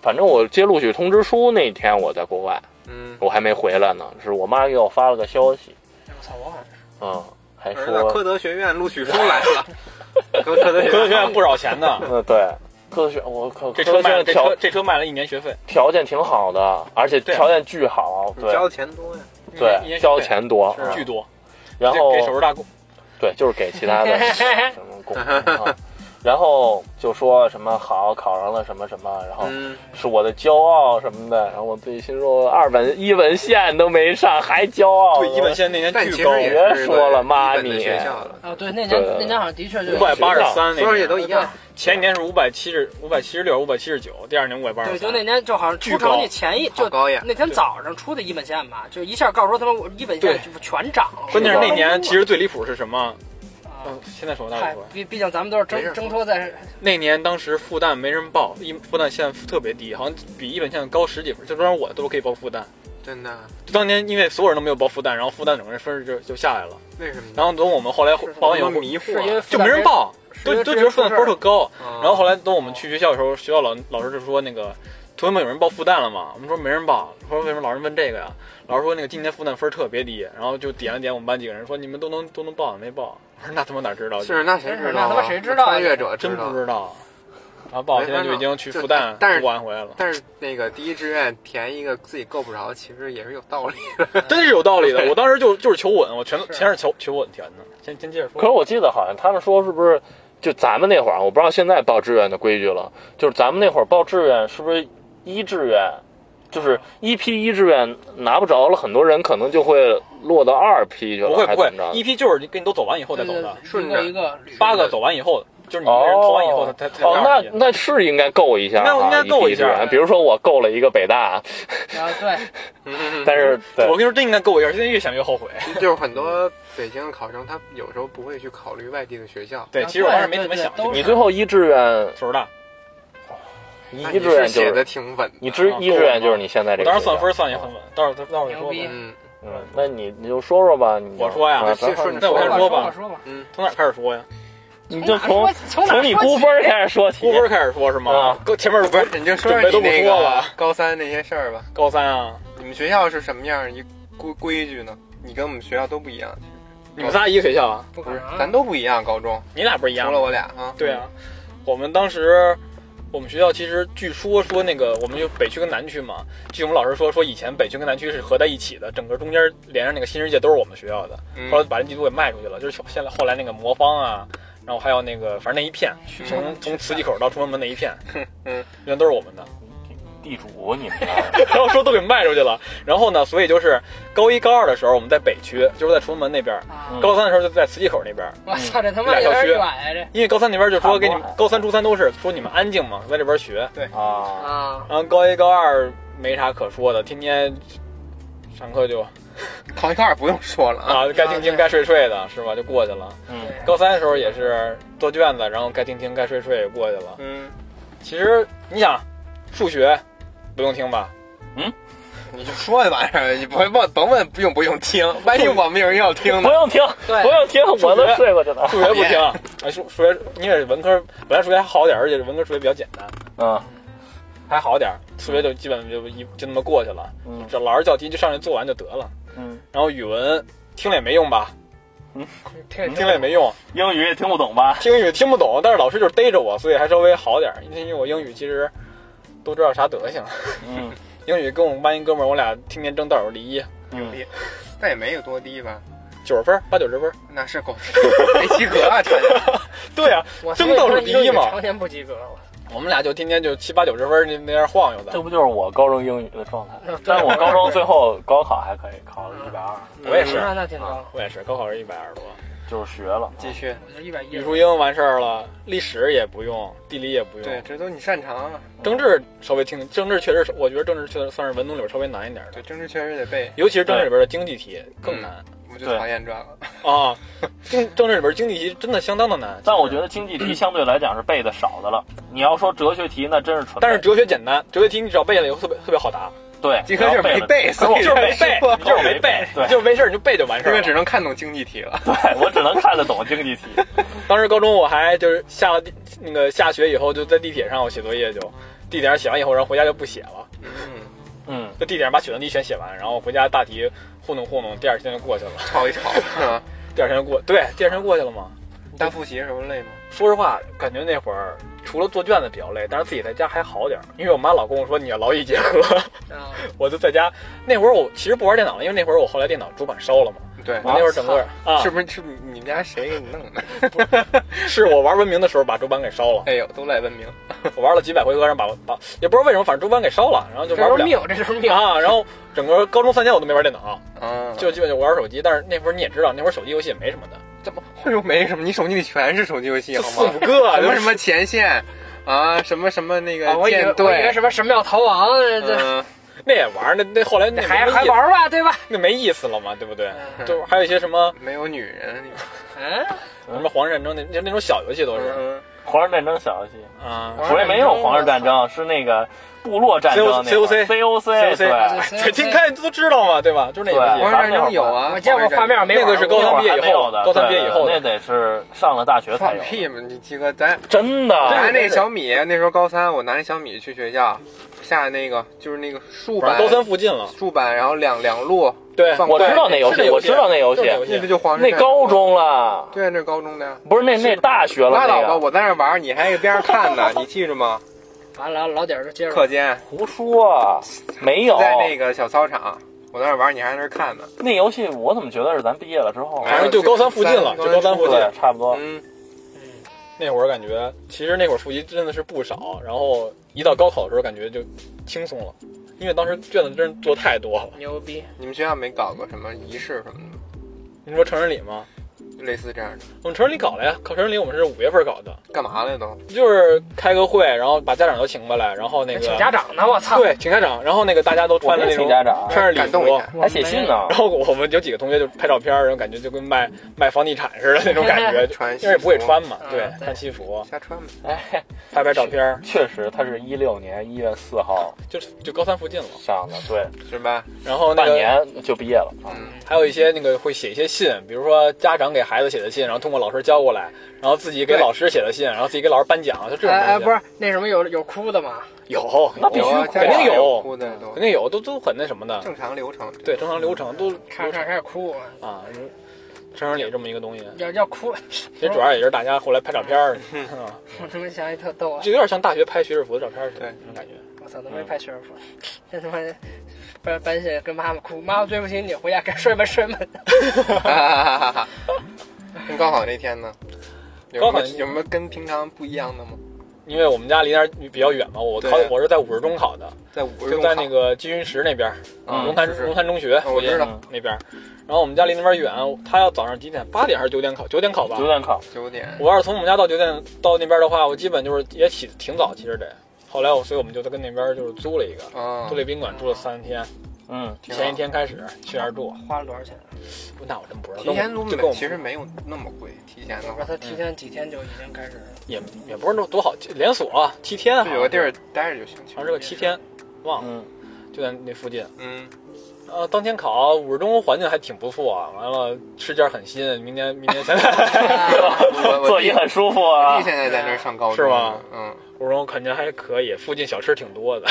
Speaker 3: 反正我接录取通知书那天我在国外，
Speaker 1: 嗯，
Speaker 3: 我还没回来呢，是我妈给我发了个消息，
Speaker 4: 我操，我好像是
Speaker 3: 嗯，还
Speaker 1: 儿
Speaker 3: 说
Speaker 1: 子，科德学院录取书来了。科科德学
Speaker 2: 科学
Speaker 1: 院
Speaker 2: 院不少钱呢，
Speaker 3: 嗯，对，科学，我靠，
Speaker 2: 这
Speaker 3: 科
Speaker 2: 车卖
Speaker 3: 学
Speaker 2: 了这
Speaker 3: 条
Speaker 2: 车这车卖了一年学费，
Speaker 3: 条件挺好的，而且
Speaker 2: 对啊
Speaker 3: 条件巨好，
Speaker 1: 你
Speaker 3: 对
Speaker 1: 交的钱多呀。
Speaker 2: 一年
Speaker 3: 对，
Speaker 2: 学
Speaker 3: 交
Speaker 2: 费
Speaker 3: 钱多，嗯
Speaker 1: 是啊
Speaker 2: 巨多，
Speaker 3: 然后
Speaker 2: 给给首师大工。
Speaker 3: 对，就是给其他的什么工，啊然后就说什么好考上了什么什么，然后
Speaker 1: 嗯，
Speaker 3: 是我的骄傲什么的，然后我自己心说二本一本线都没上，还骄傲？
Speaker 2: 对，一本线那年
Speaker 1: 但
Speaker 2: 巨
Speaker 1: 其
Speaker 2: 高
Speaker 1: 实，也
Speaker 3: 别
Speaker 1: 是
Speaker 3: 说
Speaker 1: 个
Speaker 3: 了
Speaker 1: 一
Speaker 3: 妈
Speaker 1: 本的
Speaker 3: 咪
Speaker 1: 学校了，
Speaker 4: 啊，对，那
Speaker 3: 对
Speaker 4: 年
Speaker 3: 对对
Speaker 4: 那年好像的确就
Speaker 2: 五
Speaker 4: 有
Speaker 2: 百八十三那
Speaker 1: 所有也
Speaker 2: 年，
Speaker 1: 都一样。
Speaker 2: 前一年是五百七十五百七十六、五百七十九，第二年五百八十
Speaker 4: 对，
Speaker 2: 三
Speaker 4: 就。那年就好像
Speaker 2: 巨
Speaker 4: 出
Speaker 2: 高
Speaker 4: 城那前一就
Speaker 1: 好高呀
Speaker 4: 那天早上出的一本线吧，就一下告诉说他妈一本线就全涨了。
Speaker 2: 关键是那年其
Speaker 4: 实
Speaker 2: 实最离谱是什么？嗯，现在说那
Speaker 4: 嗨
Speaker 2: 说，，
Speaker 4: 毕毕竟咱们都是
Speaker 1: 没事
Speaker 4: 挣挣脱在
Speaker 2: 那年当时复旦没人报，一复旦线特别低，好像比一本线高十几分，就当然我都可以报复旦。
Speaker 1: 真的？
Speaker 2: 就当年因为所有人都没有报复旦，然后复旦整个人分数就就下来了。
Speaker 1: 为什么呢？
Speaker 2: 然后等我们后来
Speaker 4: 是
Speaker 2: 报完以
Speaker 1: 我
Speaker 2: 后
Speaker 1: 们迷惑
Speaker 4: 是因为
Speaker 1: 了，
Speaker 4: 复旦
Speaker 2: 啊就没人报，
Speaker 4: 因
Speaker 2: 都
Speaker 4: 为
Speaker 2: 都
Speaker 4: 之
Speaker 2: 觉
Speaker 4: 前
Speaker 2: 得复旦
Speaker 4: 出事
Speaker 2: 分
Speaker 4: 儿
Speaker 2: 数高。
Speaker 1: 然
Speaker 2: 然后后来等我们去学校的时候，学校老老师就说那个同学们有人报复旦了吗？我们说没人报，说为什么老师问这个呀？老师说那个今年复旦分儿特别低，然后就点了点我们班几个人，说你们都能都能报，没报。我说那他妈哪知道？
Speaker 1: 是那谁知道啊？
Speaker 4: 那他妈谁知道啊
Speaker 1: 穿越者
Speaker 2: 真
Speaker 1: 知道
Speaker 2: 不。知道。然后报，
Speaker 1: 没
Speaker 2: 现在就已经去
Speaker 1: 办法
Speaker 2: 复旦
Speaker 1: 就但是
Speaker 2: 不完回 来了，
Speaker 1: 但是那个第一志愿填一个自己够不着，其实也是有道理。
Speaker 2: 真是有道理的。我当时就就是求稳，我全
Speaker 4: 是
Speaker 2: 全是求求稳填的。先先接着
Speaker 3: 可是
Speaker 2: 说，
Speaker 3: 我记得好像他们说是不是就咱们那会儿，我不知道现在报志愿的规矩了，就是咱们那会儿报志愿是不是一志愿，就是一批一志愿拿不着了，很多人可能就会落到二批去了，
Speaker 2: 不会不
Speaker 3: 还
Speaker 2: 会
Speaker 3: 怎么，
Speaker 2: 一
Speaker 3: 着？
Speaker 2: 批就是跟你都走完以后再
Speaker 4: 对对
Speaker 2: 走的，
Speaker 1: 顺
Speaker 4: 一
Speaker 1: 着
Speaker 4: 个呃一个捋
Speaker 2: 八个走完以后就是你一个人投完以后才才才
Speaker 3: 哦，
Speaker 2: 二
Speaker 3: 那
Speaker 2: 批
Speaker 3: 那是应该够一下、啊，
Speaker 2: 那我应该够一下哎
Speaker 3: 批志愿比如说我够了一个北大，
Speaker 4: 啊，对，
Speaker 3: 但是对
Speaker 2: 我跟你说，真应该够我一下，现在越想越后悔。
Speaker 1: 就是很多北京的考生，他有时候不会去考虑外地的学校。
Speaker 2: 对，
Speaker 4: 啊
Speaker 2: 其实我
Speaker 4: 对
Speaker 2: 当时没
Speaker 4: 对
Speaker 2: 怎么
Speaker 4: 对
Speaker 2: 想这
Speaker 4: 都
Speaker 2: 个
Speaker 3: 你最后一志愿，
Speaker 2: 岁数大，
Speaker 1: 那
Speaker 3: 一
Speaker 1: 你
Speaker 3: 志愿
Speaker 1: 是
Speaker 3: 就
Speaker 1: 写的
Speaker 3: 是
Speaker 1: 挺稳的，
Speaker 3: 你志
Speaker 2: 啊
Speaker 3: 一志愿就是你现在这
Speaker 2: 我
Speaker 3: 个学校。
Speaker 2: 当时算分算也很稳，到时候到时候
Speaker 4: 牛
Speaker 2: 再说
Speaker 4: 逼
Speaker 2: 吧。
Speaker 1: 嗯，
Speaker 3: 嗯，那你你就说说吧，你就
Speaker 2: 我说呀
Speaker 3: 啊
Speaker 1: 这顺着
Speaker 2: 那我
Speaker 1: 说
Speaker 2: 开
Speaker 1: 吧
Speaker 2: 始说
Speaker 4: 吧
Speaker 2: 吧，
Speaker 4: 说吧，
Speaker 2: 从哪儿开始说呀？
Speaker 3: 你就
Speaker 4: 从
Speaker 3: 从
Speaker 4: 哪 哎说从哪
Speaker 3: 从你
Speaker 4: 说
Speaker 3: 估
Speaker 4: 起
Speaker 3: 分儿开始说起。
Speaker 2: 估分儿开始说是吗
Speaker 3: 啊？
Speaker 2: 哥，前面
Speaker 1: 不是，你就说
Speaker 2: 准备
Speaker 1: 说
Speaker 2: 都
Speaker 1: 你
Speaker 2: 不
Speaker 1: 那
Speaker 2: 说
Speaker 1: 个
Speaker 2: 了啊
Speaker 1: 高三那些事儿吧。
Speaker 2: 高三啊，
Speaker 1: 你们学校是什么样儿一规规矩呢？你跟我们学校都不一样，
Speaker 2: 你们仨一个学校啊？
Speaker 4: 不可
Speaker 1: 不是，
Speaker 4: 能，
Speaker 1: 咱都不一样。高中
Speaker 2: 你俩不是一
Speaker 1: 除
Speaker 2: 样
Speaker 1: 了
Speaker 2: 吗？
Speaker 1: 我俩啊，
Speaker 2: 对啊，我们当时。我们学校其实据说说那个，我们就北区跟南区嘛。据我们老师说，说以前北区跟南区是合在一起的，整个中间连上那个新世界都是我们学校的。
Speaker 1: 嗯
Speaker 2: 后来把这基督给卖出去了，就是现在后来那个魔方啊，然后还有那个反正那一片，从从磁器口到崇文门那一片，
Speaker 1: 嗯，
Speaker 2: 原来都是我们的，
Speaker 3: 地主，你们
Speaker 2: 然后说都给卖出去了，然后呢，所以就是高一高二的时候我们在北区，就是在崇文门那边儿，
Speaker 4: 啊，
Speaker 2: 高三的时候就在磁器口那边儿。
Speaker 4: 我操，这他
Speaker 2: 嗯俩
Speaker 4: 妈
Speaker 2: 小
Speaker 4: 有点
Speaker 2: 区
Speaker 4: 远呀，这
Speaker 2: 因为高三那边就说给你们
Speaker 3: 差不
Speaker 2: 高三、初三都是说你们安静嘛，在这边学。
Speaker 3: 啊，
Speaker 4: 啊，
Speaker 2: 然后高一、高二没啥可说的，天天上课就
Speaker 1: 考一高二不用说了啊。
Speaker 2: 啊，该听听、该睡睡的，是吧？就过去了。
Speaker 3: 嗯，
Speaker 2: 高三的时候也是做卷子，然后该听听、该睡睡也过去了。
Speaker 1: 嗯，
Speaker 2: 其实你想，数学不用听吧？
Speaker 1: 你就说就完事 儿，你不会问，甭问不用不用听，万一我们有人要听
Speaker 3: 不
Speaker 1: 呢？
Speaker 3: 用听，
Speaker 4: 对
Speaker 3: 不用听，我都睡过去了。
Speaker 2: 数学不听，哎，数数学因为文科本来数学还好点儿，而且文科数学比较简单，
Speaker 3: 嗯
Speaker 2: 还好点儿，数学就基本就一就那么过去了。
Speaker 3: 嗯
Speaker 2: 这老师叫题就上去做完就得了。
Speaker 3: 嗯，
Speaker 2: 然后语文听了也没用吧？
Speaker 4: 听
Speaker 2: 听了也没用，
Speaker 3: 英语也听不懂吧？
Speaker 2: 听英语听不懂，但是老师就是逮着我，所以还稍微好点儿。因为我英语其实都知道啥德行，
Speaker 3: 嗯
Speaker 2: 英语跟我们班一哥们儿，我俩天天争倒数第一，
Speaker 3: 嗯，
Speaker 1: 那也没有多低吧？
Speaker 2: 九十分儿，八九十分儿。
Speaker 1: 那是够， 没及格啊，差点。
Speaker 2: 对啊，
Speaker 4: 我
Speaker 2: 争斗是第一嘛
Speaker 4: 常年不及格，我
Speaker 2: 我们俩就天天就七八九十分儿那那样晃悠
Speaker 3: 这
Speaker 2: 的。
Speaker 3: 不就是我高中英语的状态？
Speaker 4: 对
Speaker 3: 但是我高中最后高考还可以，考了一百二，
Speaker 2: 我也是，
Speaker 4: 嗯
Speaker 2: 啊
Speaker 4: 那那挺高，
Speaker 2: 我也是，高考是一百二十多。
Speaker 3: 就是学了。
Speaker 1: 继续。
Speaker 4: 我就一百一
Speaker 2: 语数英完事儿了，历史也不用，地理也不用。
Speaker 1: 对，，这都你擅长啊。
Speaker 2: 政治稍微听，政治确实是，我觉得政治确实算是文综里边稍微难一点的
Speaker 1: 对，，政治确实得背，
Speaker 2: 尤其是政治里边的经济题更
Speaker 1: 嗯
Speaker 2: 难
Speaker 1: 我就
Speaker 3: 对
Speaker 1: 讨厌这个。
Speaker 2: 啊。 经政治里边经济题真的相当的难，
Speaker 3: 但我觉得经济题相对来讲是背的少的了。你要说哲学题，那真是纯背。
Speaker 2: 但是哲学简单，哲学题你只要背下来以后特别特别好答，
Speaker 3: 对，
Speaker 1: 基哥就是没背， 所
Speaker 2: 就
Speaker 1: 以
Speaker 2: 是没背， 你就是没背，
Speaker 3: 对
Speaker 2: 你就是没事儿你就背就完事
Speaker 1: 这
Speaker 2: 儿
Speaker 1: 个只
Speaker 2: 了。
Speaker 1: 能看懂经济题了。
Speaker 3: 对 我只能看得懂经济题。
Speaker 2: 当时高中我还就是下了地那个下学以后就在地铁上我写作业就，地铁上写完以后，然后回家就不写了，
Speaker 1: 嗯，
Speaker 3: 嗯，
Speaker 2: 在地铁上把选择题全写完，然后回家大题糊弄糊弄，第二天就过去了。
Speaker 1: 吵一吵是吧？
Speaker 2: 第二天就过，对，第二天就过去了嘛。
Speaker 1: 你当复习的时候累吗？
Speaker 2: 说实话，感觉那会儿除了做卷子比较累，但是自己在家还好点儿，因为我妈老跟我说你要劳逸结合，
Speaker 4: 啊，
Speaker 2: 我就在家那会儿我其实不玩电脑了，因为那会儿我后来电脑主板烧了嘛，
Speaker 1: 对，
Speaker 2: 我那会儿整个啊
Speaker 1: 是不是是你们家谁给你弄的？
Speaker 2: 是我玩文明的时候把主板给烧了，
Speaker 1: 哎呦，都赖文明。
Speaker 2: 我玩了几百回合，然后把把也不知道为什么，反正主板给烧了，然后就
Speaker 4: 这
Speaker 2: 玩
Speaker 4: 都是
Speaker 2: 不了
Speaker 4: 命，这都是命。
Speaker 2: 啊。然后整个高中三年我都没玩电脑，
Speaker 1: 嗯，
Speaker 2: 就基本就玩手机。但是那会儿你也知道，那会儿手机游戏也没什么的，
Speaker 1: 怎么会又哎没什么？你手机里全是手机游戏，
Speaker 2: 就
Speaker 1: 好
Speaker 2: 四
Speaker 1: 吗
Speaker 2: 五？个，
Speaker 1: 什
Speaker 2: 就
Speaker 1: 么
Speaker 2: 是
Speaker 1: 什么前线啊，什么什么那个
Speaker 4: 啊我以
Speaker 1: 舰
Speaker 4: 为我以为
Speaker 1: 队，
Speaker 4: 什么神庙逃亡，啊这
Speaker 1: 嗯，
Speaker 2: 那也玩，那那后来那
Speaker 4: 这还
Speaker 2: 没
Speaker 4: 还
Speaker 2: 意
Speaker 4: 玩吧，对吧？
Speaker 2: 那没意思了嘛，对不对？
Speaker 4: 嗯
Speaker 1: 嗯
Speaker 2: 就是还有一些什么
Speaker 1: 没有女人，啊
Speaker 4: 嗯，
Speaker 2: 什么黄日战争那就那种小游戏都是
Speaker 1: 嗯，
Speaker 3: 皇室战争小游戏，
Speaker 2: 啊，
Speaker 1: 皇
Speaker 3: 我也没有皇室战争，是那个部落战争那个
Speaker 2: COC
Speaker 3: COC 对，
Speaker 4: 对
Speaker 2: 对，听看都知道嘛，对吧？就是那
Speaker 1: 《王
Speaker 2: 游戏
Speaker 3: 对，
Speaker 1: 者战争》有啊，
Speaker 4: 我见过画面，没玩
Speaker 2: 那
Speaker 4: 过
Speaker 2: 个是高
Speaker 3: 那
Speaker 2: 三
Speaker 3: 会
Speaker 2: 毕业
Speaker 3: 儿
Speaker 2: 以
Speaker 3: 还没有
Speaker 2: 后
Speaker 3: 的，，
Speaker 2: 高三毕
Speaker 3: 对
Speaker 2: 业以后
Speaker 3: 那
Speaker 2: 的，
Speaker 3: 得是上了大学才
Speaker 1: 放
Speaker 3: 有的，
Speaker 1: 屁嘛！你鸡哥，咱
Speaker 3: 真
Speaker 2: 啊
Speaker 1: 我拿
Speaker 3: 的。
Speaker 1: 那小米，那时候高三，我拿那小米去学校下那个就是那个竖
Speaker 2: 反
Speaker 1: 板
Speaker 2: 正，高三附近了。
Speaker 1: 竖板，然后两两路
Speaker 2: 对，
Speaker 1: 放
Speaker 3: 我知道那游
Speaker 2: 是
Speaker 3: 戏，我知道那游戏
Speaker 2: 是，游
Speaker 1: 那不
Speaker 2: 戏，
Speaker 1: 就黄
Speaker 3: 那高中了，
Speaker 1: 对，那是高中的呀。
Speaker 3: 不是那那大学了
Speaker 1: 拉
Speaker 3: 那
Speaker 1: 倒吧，
Speaker 3: 个。
Speaker 1: 我在那玩，你还一边看 呢，你记着吗？
Speaker 4: 完了，老底儿就接着
Speaker 1: 课间
Speaker 3: 胡说，没有
Speaker 1: 在那个小操场，我在那玩，你还在那看呢。
Speaker 3: 那游戏，我怎么觉得是咱毕业了之后？啊
Speaker 2: 反正就高三附近了，就高三附近。
Speaker 3: 对，差不多。
Speaker 1: 嗯，
Speaker 4: 嗯
Speaker 2: 那会儿感觉，其实那会儿复习真的是不少，然后一到高考的时候，感觉就轻松了，因为当时卷子真是做太多了。
Speaker 4: 牛逼，
Speaker 1: 你们学校没搞过什么仪式什么的吗，
Speaker 2: 你说成人礼吗？
Speaker 1: 类似这样的？
Speaker 2: 我们成人礼搞了呀，考成人礼我们是五月份搞的，
Speaker 1: 干嘛来都？
Speaker 2: 就是开个会，然后把家长都请过来，然后那个
Speaker 4: 请家长呢，我操！
Speaker 2: 对请家长，然后那个大家都
Speaker 3: 我
Speaker 2: 穿着
Speaker 3: 没
Speaker 2: 那
Speaker 3: 请
Speaker 2: 种
Speaker 3: 家长，
Speaker 2: 穿着礼
Speaker 1: 感
Speaker 2: 服
Speaker 1: 动，一下。，
Speaker 3: 还写信呢。
Speaker 2: 然后我们有几个同学就拍照片，然后感觉就跟卖卖房地产似的那种感觉
Speaker 1: 穿西
Speaker 2: 因为也不会
Speaker 1: 服
Speaker 2: 穿嘛，
Speaker 4: 嗯
Speaker 2: 对，
Speaker 4: 对
Speaker 2: 穿西服
Speaker 1: 瞎穿吧。
Speaker 3: 哎，
Speaker 2: 拍拍照片，
Speaker 3: 确实，他是一六年一月四号
Speaker 2: 就就高三附近了。
Speaker 3: 上的，对，
Speaker 1: 是吧？
Speaker 2: 然后那
Speaker 3: 半
Speaker 2: 个
Speaker 3: 年就毕业了。
Speaker 1: 嗯，
Speaker 2: 还有一些那个会写一些信，比如说家长给孩子写的信，然后通过老师交过来，然后自己给
Speaker 1: 对
Speaker 2: 老师写的信，然后自己给老师颁奖，就这种东西。
Speaker 4: 哎哎，不是那什么有有哭的吗？
Speaker 2: 有，
Speaker 3: 那必须
Speaker 1: 有啊，
Speaker 3: 肯
Speaker 2: 定
Speaker 1: 家里
Speaker 2: 有
Speaker 1: 哭的都
Speaker 2: 肯定有，都都很那什么的。
Speaker 1: 正常流 程。
Speaker 2: 对，正常流程都
Speaker 4: 看看开始哭，
Speaker 2: 啊，成人礼这么一个东西，
Speaker 4: 要要哭，
Speaker 2: 其实主要也就是大家后来拍照片儿，
Speaker 1: 嗯
Speaker 4: 我他妈想起特逗啊！
Speaker 2: 就有点像大学拍学士服的照片似的，
Speaker 1: 对
Speaker 2: 那种感觉。
Speaker 4: 我操，都
Speaker 2: 嗯
Speaker 4: 没拍学生服，这他妈搬搬下来跟妈妈哭，妈妈对不起你，回家该睡吧睡吧。
Speaker 1: 哈，那高考那天呢？有
Speaker 2: 高
Speaker 1: 什
Speaker 2: 考
Speaker 1: 么有什么跟平常不一样的吗？
Speaker 2: 因为我们家离那儿比较远嘛，我考
Speaker 1: 对
Speaker 2: 我是在五十中考的，
Speaker 1: 在五十
Speaker 2: 就在那个金云石那边，
Speaker 1: 啊
Speaker 2: 龙潭
Speaker 1: 是是啊哦
Speaker 2: 龙潭中学
Speaker 1: 我知道
Speaker 3: 嗯
Speaker 2: 那边。然后我们家离那边远，他要早上几点？八点还是九点考？九点考吧
Speaker 3: 九。点考，
Speaker 1: 九点，
Speaker 2: 我要是从我们家到九点到那边的话，我基本就是也起得挺早，其实得。后来我，所以我们就跟那边就是租了一个，
Speaker 1: 啊
Speaker 2: 租，了一宾馆住了三天，
Speaker 3: 嗯，
Speaker 1: 挺好嗯
Speaker 2: 前一天开始去那儿住。
Speaker 4: 花了多少钱？
Speaker 2: 那我真不知道，
Speaker 1: 提前租
Speaker 2: 就
Speaker 1: 没，
Speaker 2: 跟我们
Speaker 1: 其实没有那么贵，提前的
Speaker 4: 我说
Speaker 1: 话。
Speaker 4: 他提前几天就已经开始了，
Speaker 2: 也也不是那多好，连锁啊七天好
Speaker 1: 就
Speaker 2: 像
Speaker 1: 有个地儿
Speaker 2: 是，
Speaker 1: 待着就行。其
Speaker 2: 好像
Speaker 1: 实
Speaker 2: 是个七天，忘了，
Speaker 3: 嗯，
Speaker 2: 就在那附近。
Speaker 1: 嗯，
Speaker 2: 呃，当天考五十中环境还挺不错啊，完了吃劲儿很新，明年明年现 在
Speaker 4: 啊
Speaker 1: 我我
Speaker 3: 座椅
Speaker 1: 弟
Speaker 3: 很舒服啊
Speaker 1: 弟。现在在那儿上高中，
Speaker 2: 是吗？
Speaker 1: 嗯，
Speaker 2: 五十中感觉还可以，附近小吃挺多的，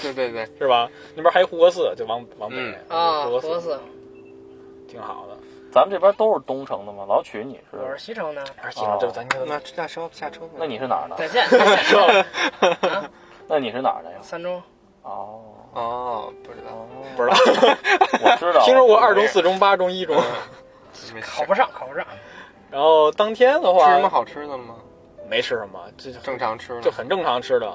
Speaker 1: 对对对，
Speaker 2: 是吧？那边还有护国寺，就往往北
Speaker 1: 嗯
Speaker 4: 啊，
Speaker 2: 护
Speaker 4: 多
Speaker 2: 国寺
Speaker 4: 次。
Speaker 2: 挺好的。
Speaker 3: 咱们这边都是东城的吗？老曲你
Speaker 4: 我是
Speaker 3: 是？
Speaker 4: 西城的，
Speaker 2: 而且这咱这
Speaker 1: 那下车下车吧。
Speaker 3: 那你是哪儿的
Speaker 4: 再？见。
Speaker 3: 那你是哪儿的呀？
Speaker 4: 三中，
Speaker 3: 哦，
Speaker 1: 哦，不知道，嗯
Speaker 3: 哦
Speaker 2: 不 知道，
Speaker 3: 我知道。
Speaker 2: 听说过二中、四中、八中、 一中。
Speaker 1: 没事
Speaker 2: 啊
Speaker 4: 考不上，考不上。
Speaker 2: 然后当天的
Speaker 1: 吃什么
Speaker 2: 话，
Speaker 1: 好吃的吗？
Speaker 2: 没吃什么，这
Speaker 1: 正常吃
Speaker 2: 就
Speaker 1: 的。
Speaker 2: 很正常吃的。